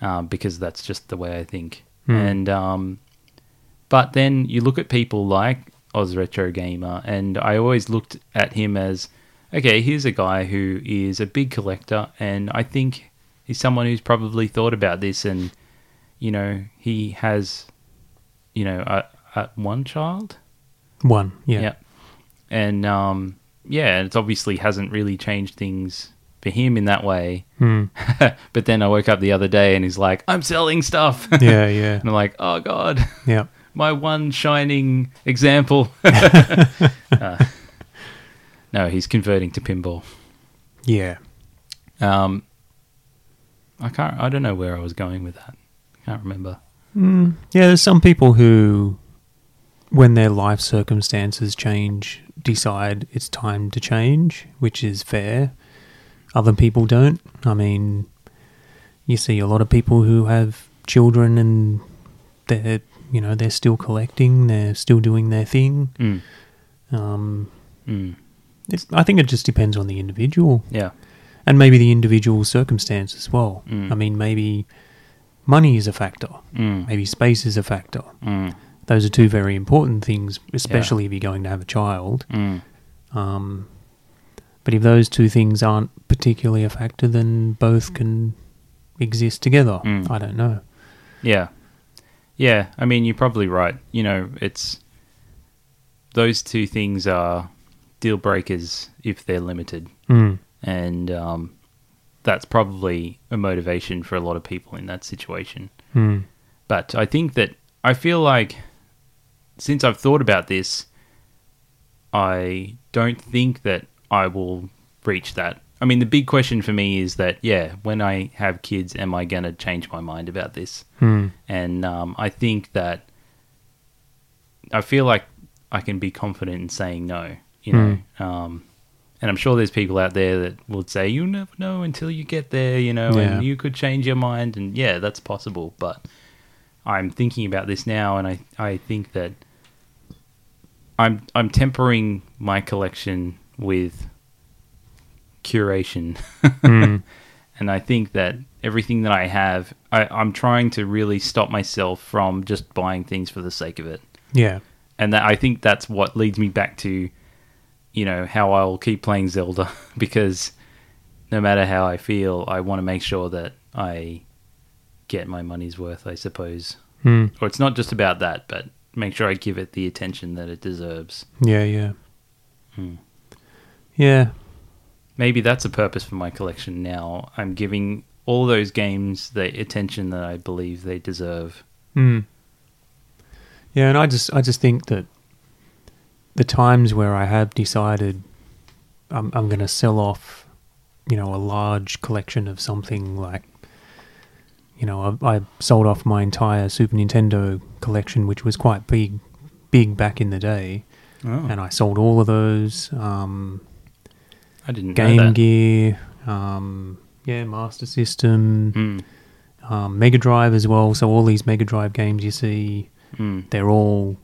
S2: Um, because that's just the way I think. And um, but then you look at people like Oz Retro Gamer, and I always looked at him as okay, here's a guy who is a big collector, and I think he's someone who's probably thought about this, and you know, he has, you know, a, a one child,
S4: One, yeah.
S2: and um, yeah, it's obviously hasn't really changed things for him in that way.
S4: Hmm.
S2: *laughs* but then I woke up the other day and he's like, I'm selling stuff.
S4: *laughs* Yeah, yeah,
S2: *laughs* and I'm like, oh god *laughs*
S4: yeah.
S2: my one shining
S4: *laughs*
S2: example. *laughs* Uh, no, he's converting to pinball.
S4: Yeah.
S2: Um, I can't. I don't know where I was going with that. I can't remember.
S4: Yeah, there's some people who, when their life circumstances change, decide it's time to change, which is fair. Other people don't. I mean, you see a lot of people who have children and they're, you know, they're still collecting, they're still doing their thing.
S2: Mm,
S4: Um,
S2: mm,
S4: it's, I think it just depends on the individual.
S2: yeah.
S4: and maybe the individual circumstance as well.
S2: Mm.
S4: I mean, maybe money is a factor,
S2: Mm,
S4: maybe space is a factor.
S2: mm,
S4: Those are two very important things, especially if you're going to have a child.
S2: mm,
S4: Um, But if those two things aren't particularly a factor, then both can exist together.
S2: Mm.
S4: I don't know.
S2: Yeah. Yeah, I mean, you're probably right. You know, it's those two things are deal breakers if they're limited.
S4: Mm.
S2: And um, that's probably a motivation for a lot of people in that situation.
S4: Mm.
S2: But I think that I feel like since I've thought about this, I don't think that I will reach that. I mean, the big question for me is that, yeah, when I have kids, am I going to change my mind about this?
S4: Mm.
S2: And um, I think that I feel like I can be confident in saying no, you know. Um, and I'm sure there's people out there that would say, you'll never know until you get there, you know,
S4: Yeah.
S2: and you could change your mind. And yeah, that's possible. But I'm thinking about this now, and I, I think that I'm, I'm tempering my collection with curation. *laughs*
S4: Mm.
S2: And I think that everything that I have, I, I'm trying to really stop myself from just buying things for the sake of it.
S4: Yeah.
S2: And that I think that's what leads me back to, you know, how I'll keep playing Zelda *laughs* because no matter how I feel, I want to make sure that I get my money's worth, I suppose.
S4: Mm.
S2: Or it's not just about that, but make sure I give it the attention that it deserves.
S4: Yeah. Yeah.
S2: Mm.
S4: Yeah.
S2: maybe that's a purpose for my collection now. I'm giving all those games the attention that I believe they deserve.
S4: Mm. Yeah, and I just I just think that the times where I have decided I'm I'm going to sell off, you know, a large collection of something like, you know, I, I sold off my entire Super Nintendo collection, which was quite big, big back in the day,
S2: Oh,
S4: and I sold all of those. Um,
S2: I didn't know
S4: Game
S2: that.
S4: Gear, um, yeah, Master System,
S2: Mm,
S4: um, Mega Drive as well. So all these Mega Drive games you see
S2: mm,
S4: they're all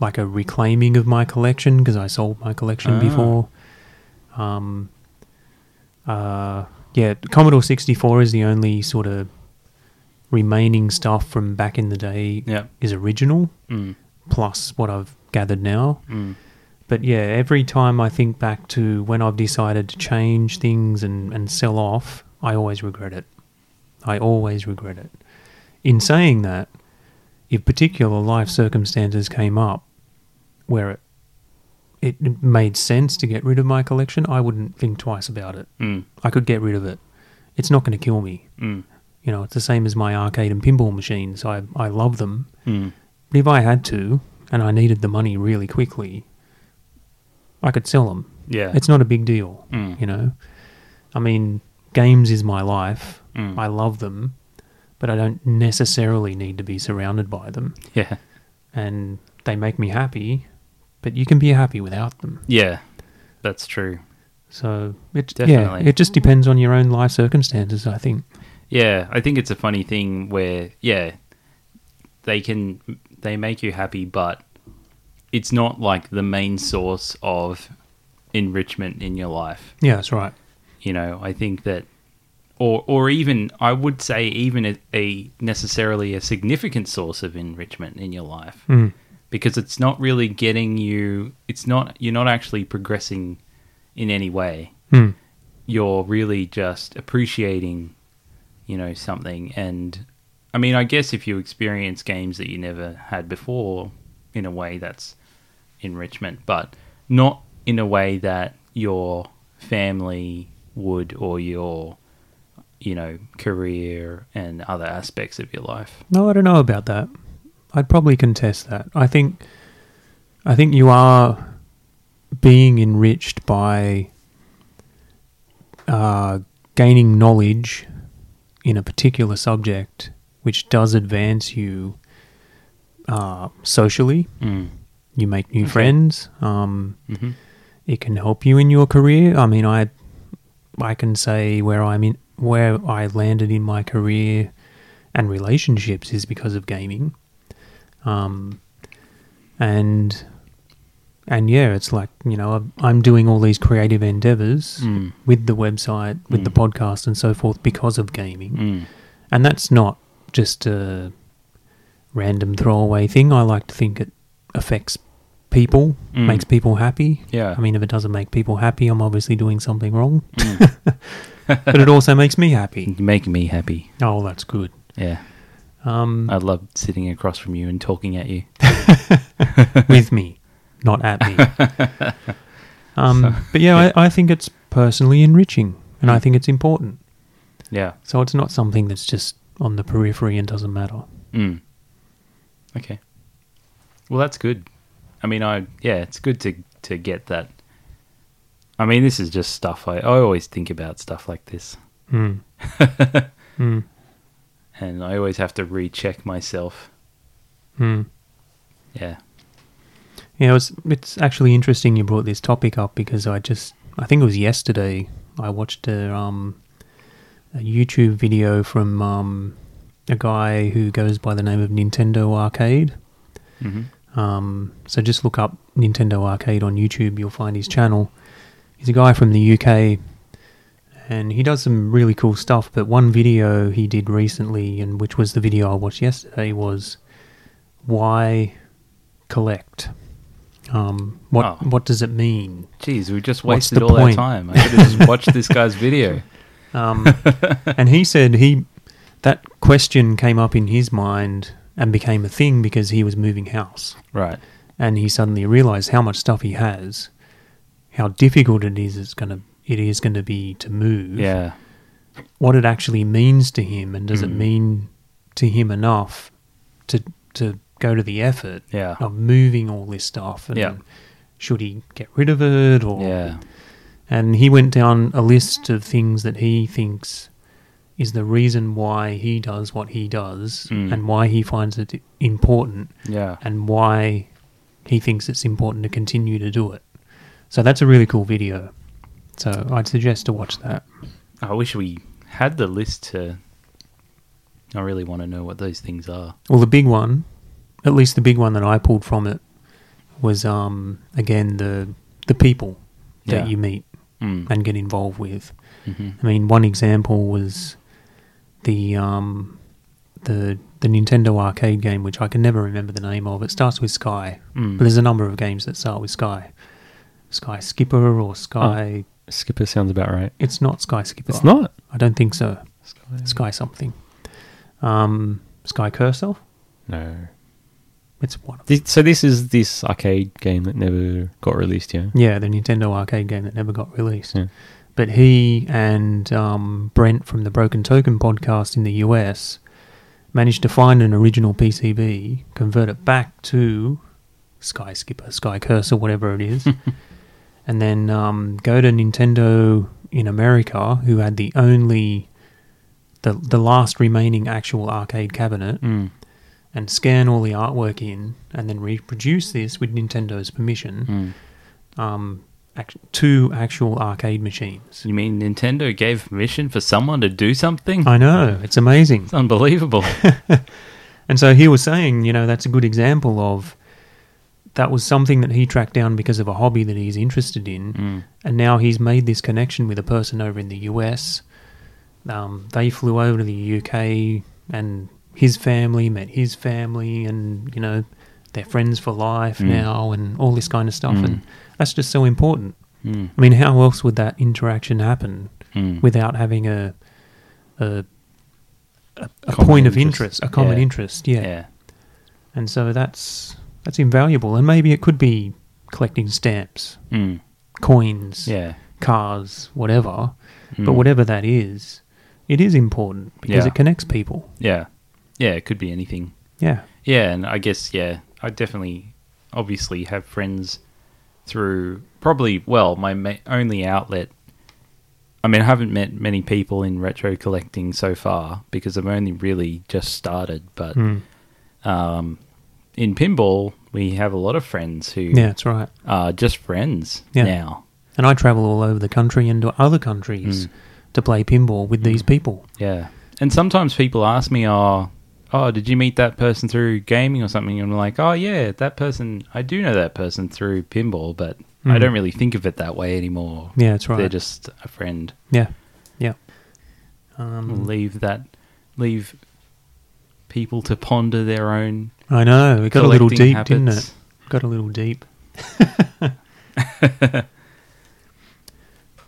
S4: like a reclaiming of my collection because I sold my collection
S2: Ah.
S4: before. Um, uh, yeah, Commodore 64 is the only sort of remaining stuff from back in the day
S2: Yep.
S4: is original,
S2: mm,
S4: plus what I've gathered now.
S2: mm,
S4: But yeah, every time I think back to when I've decided to change things and, and sell off, I always regret it. I always regret it. In saying that, if particular life circumstances came up where it it made sense to get rid of my collection, I wouldn't think twice about it.
S2: mm,
S4: I could get rid of it. It's not going to kill me.
S2: mm,
S4: You know, it's the same as my arcade and pinball machines. I I love them.
S2: mm.
S4: But if I had to, and I needed the money really quickly, I could sell them.
S2: Yeah.
S4: It's not a big deal,
S2: Mm.
S4: you know. I mean, games is my life.
S2: Mm.
S4: I love them, but I don't necessarily need to be surrounded by them.
S2: yeah.
S4: And they make me happy, but you can be happy without them.
S2: Yeah. That's true.
S4: So it
S2: Definitely.
S4: yeah, it just depends on your own life circumstances, I think.
S2: Yeah, I think it's a funny thing where yeah, they can they make you happy, but it's not like the main source of enrichment in your life.
S4: Yeah, that's right.
S2: you know i think that or or even i would say even a, a necessarily a significant source of enrichment in your life
S4: Mm.
S2: because it's not really getting you it's not you're not actually progressing in any way
S4: Mm.
S2: you're really just appreciating you know something and i mean i guess if you experience games that you never had before in a way that's enrichment but not in a way that your family would or your you know career and other aspects of your life
S4: No, I don't know about that. I'd probably contest that. I think I think you are being enriched by uh, gaining knowledge in a particular subject which does advance you uh, socially.
S2: mm.
S4: You make new friends. Um,
S2: hmm
S4: it can help you in your career. I mean, I I can say where I'm in where I landed in my career and relationships is because of gaming. Um, and and yeah, it's like you know I'm- I'm doing all these creative endeavors
S2: Mm.
S4: with the website, with the
S2: Mm.
S4: podcast, and so forth because of gaming.
S2: Mm.
S4: And that's not just a random throwaway thing. I like to think it affects people,
S5: Mm.
S4: makes people happy.
S2: Yeah.
S4: I mean, if it doesn't make people happy, I'm obviously doing something wrong. but it also makes me happy.
S2: *laughs* you make me happy.
S4: Oh, that's good.
S2: Yeah.
S4: Um,
S2: I love sitting across from you and talking at you.
S4: with me, not at me. Um, but yeah, I, I think it's personally enriching, and I think it's important.
S2: Yeah.
S4: So it's not something that's just on the periphery and doesn't matter.
S2: Mm. Okay. Well, that's good. I mean, I yeah, it's good to to get that. I mean, this is just stuff I I always think about stuff like this,
S4: Mm. mm.
S2: and I always have to recheck myself.
S4: Mm.
S2: Yeah.
S4: Yeah, it's it's actually interesting you brought this topic up because I just I think it was yesterday I watched a um a YouTube video from um a guy who goes by the name of Nintendo Arcade.
S2: Mm-hmm.
S4: Um, so just look up Nintendo Arcade on YouTube, you'll find his channel. He's a guy from the UK and he does some really cool stuff. But one video he did recently, and which was the video I watched yesterday, was why collect? Um, what
S2: Oh.
S4: what does it mean?
S2: Jeez, we just
S4: What's
S2: wasted
S4: the
S2: all our
S4: point?
S2: time. I
S4: *laughs*
S2: could have just watched this guy's video.
S4: Um, *laughs* and he said he that question came up in his mind and became a thing because he was moving house.
S2: Right.
S4: and he suddenly realized how much stuff he has, how difficult it is it's gonna it is gonna be to move.
S2: Yeah. Mm.
S4: What it actually means to him and does it mean to him enough to to go to the effort
S2: Yeah.
S4: of moving all this stuff and
S2: Yeah.
S4: should he get rid of it or
S2: Yeah.
S4: and he went down a list of things that he thinks is the reason why he does what he does
S2: Mm.
S4: and why he finds it important
S2: Yeah.
S4: and why he thinks it's important to continue to do it. So that's a really cool video. So I'd suggest to watch that.
S2: I wish we had the list to. I really want to know what those things are.
S4: Well, the big one, at least the big one that I pulled from it, was um, again the the people that
S2: Yeah.
S4: you meet
S2: Mm.
S4: and get involved with.
S2: hmm
S4: I mean, one example was the um, the the Nintendo arcade game, which I can never remember the name of. It starts with Sky,
S2: Mm.
S4: but there's a number of games that start with Sky. Sky Skipper or
S2: Oh.
S4: Sky
S5: Skipper sounds about right.
S4: It's not Sky Skipper.
S5: It's not.
S4: I don't think so.
S5: Sky-
S4: Sky something. Um, Sky Cursor.
S5: No.
S4: It's one. Of
S5: This, so this is this arcade game that never got released. Yeah.
S4: yeah, the Nintendo arcade game that never got released.
S5: Yeah.
S4: But he and um, Brent from the Broken Token podcast in the US managed to find an original PCB, convert it back to Sky Skipper, Sky Cursor, whatever
S2: *laughs*
S4: it is, and then um, go to Nintendo in America, who had the only, the, the last remaining actual arcade cabinet,
S2: Mm.
S4: and scan all the artwork in, and then reproduce this with Nintendo's permission
S2: Mm.
S4: um, act- two actual arcade machines.
S2: You mean Nintendo gave permission for someone to do something?
S4: I know, it's amazing.
S2: It's unbelievable.
S4: *laughs* And so he was saying, you know, that's a good example of that was something that he tracked down because of a hobby that he's interested in.
S2: Mm.
S4: And now he's made this connection with a person over in the US. Um, they flew over to the UK and his family met his family and, you know, they're friends for life
S2: Mm.
S4: now and all this kind of stuff.
S2: Mm.
S4: And that's just so important.
S2: Mm.
S4: I mean, how else would that interaction happen
S2: Mm.
S4: without having a a, a, a point of
S2: interest.
S4: interest, a common
S2: Yeah.
S4: interest. Yeah.
S2: yeah.
S4: and so that's that's invaluable. And maybe it could be collecting stamps,
S2: Mm.
S4: coins,
S2: Yeah.
S4: cars, whatever. But
S2: Mm.
S4: whatever that is, it is important because
S2: Yeah.
S4: it connects people.
S2: Yeah. Yeah, it could be anything.
S4: Yeah,
S2: Yeah, and I guess yeah, I definitely, obviously have friends through probably well my ma- only outlet. I mean, I haven't met many people in retro collecting so far because I've only really just started. But
S4: Mm.
S2: um, in pinball, we have a lot of friends who
S4: Mm. yeah, that's right.
S2: are just friends
S4: Yeah.
S2: now.
S4: And I travel all over the country and to other
S2: Mm.
S4: countries to play pinball with these people.
S2: Yeah, and sometimes people ask me, "Oh, oh, did you meet that person through gaming or something?" And I'm like, "Oh yeah, that person. I do know that person through pinball, but I
S4: Mm.
S2: don't really think of it that way anymore.
S4: Yeah, that's right.
S2: They're just a friend.
S4: yeah, yeah. Um,
S2: Leave that. Leave people to ponder their own.
S4: I know it got a little
S2: collecting
S4: deep, didn't it?
S2: habits. *laughs*
S4: Got a little deep. *laughs*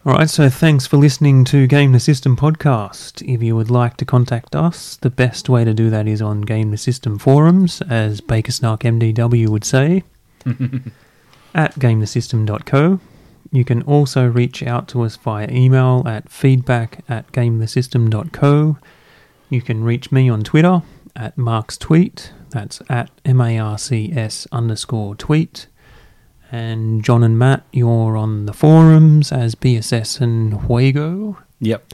S4: All right, so thanks for listening to Game the System podcast. If you would like to contact us, the best way to do that is on Game the System forums, as Bakersnark MDW
S2: *laughs*
S4: would say, at gamethesystem.co. You can also reach out to us via email at feedback at gamethesystem.co. You can reach me on Twitter at Mark's Tweet, that's at M A R C S underscore tweet. And John and Matt, you're on the forums as BSS and Huego.
S2: Yep.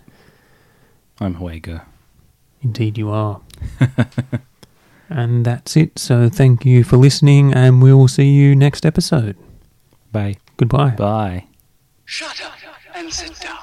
S2: I'm Huega.
S4: Indeed, you are. and that's it. So thank you for listening, and we will see you next episode.
S5: Bye.
S4: Goodbye.
S2: Bye.
S1: Shut up and sit down.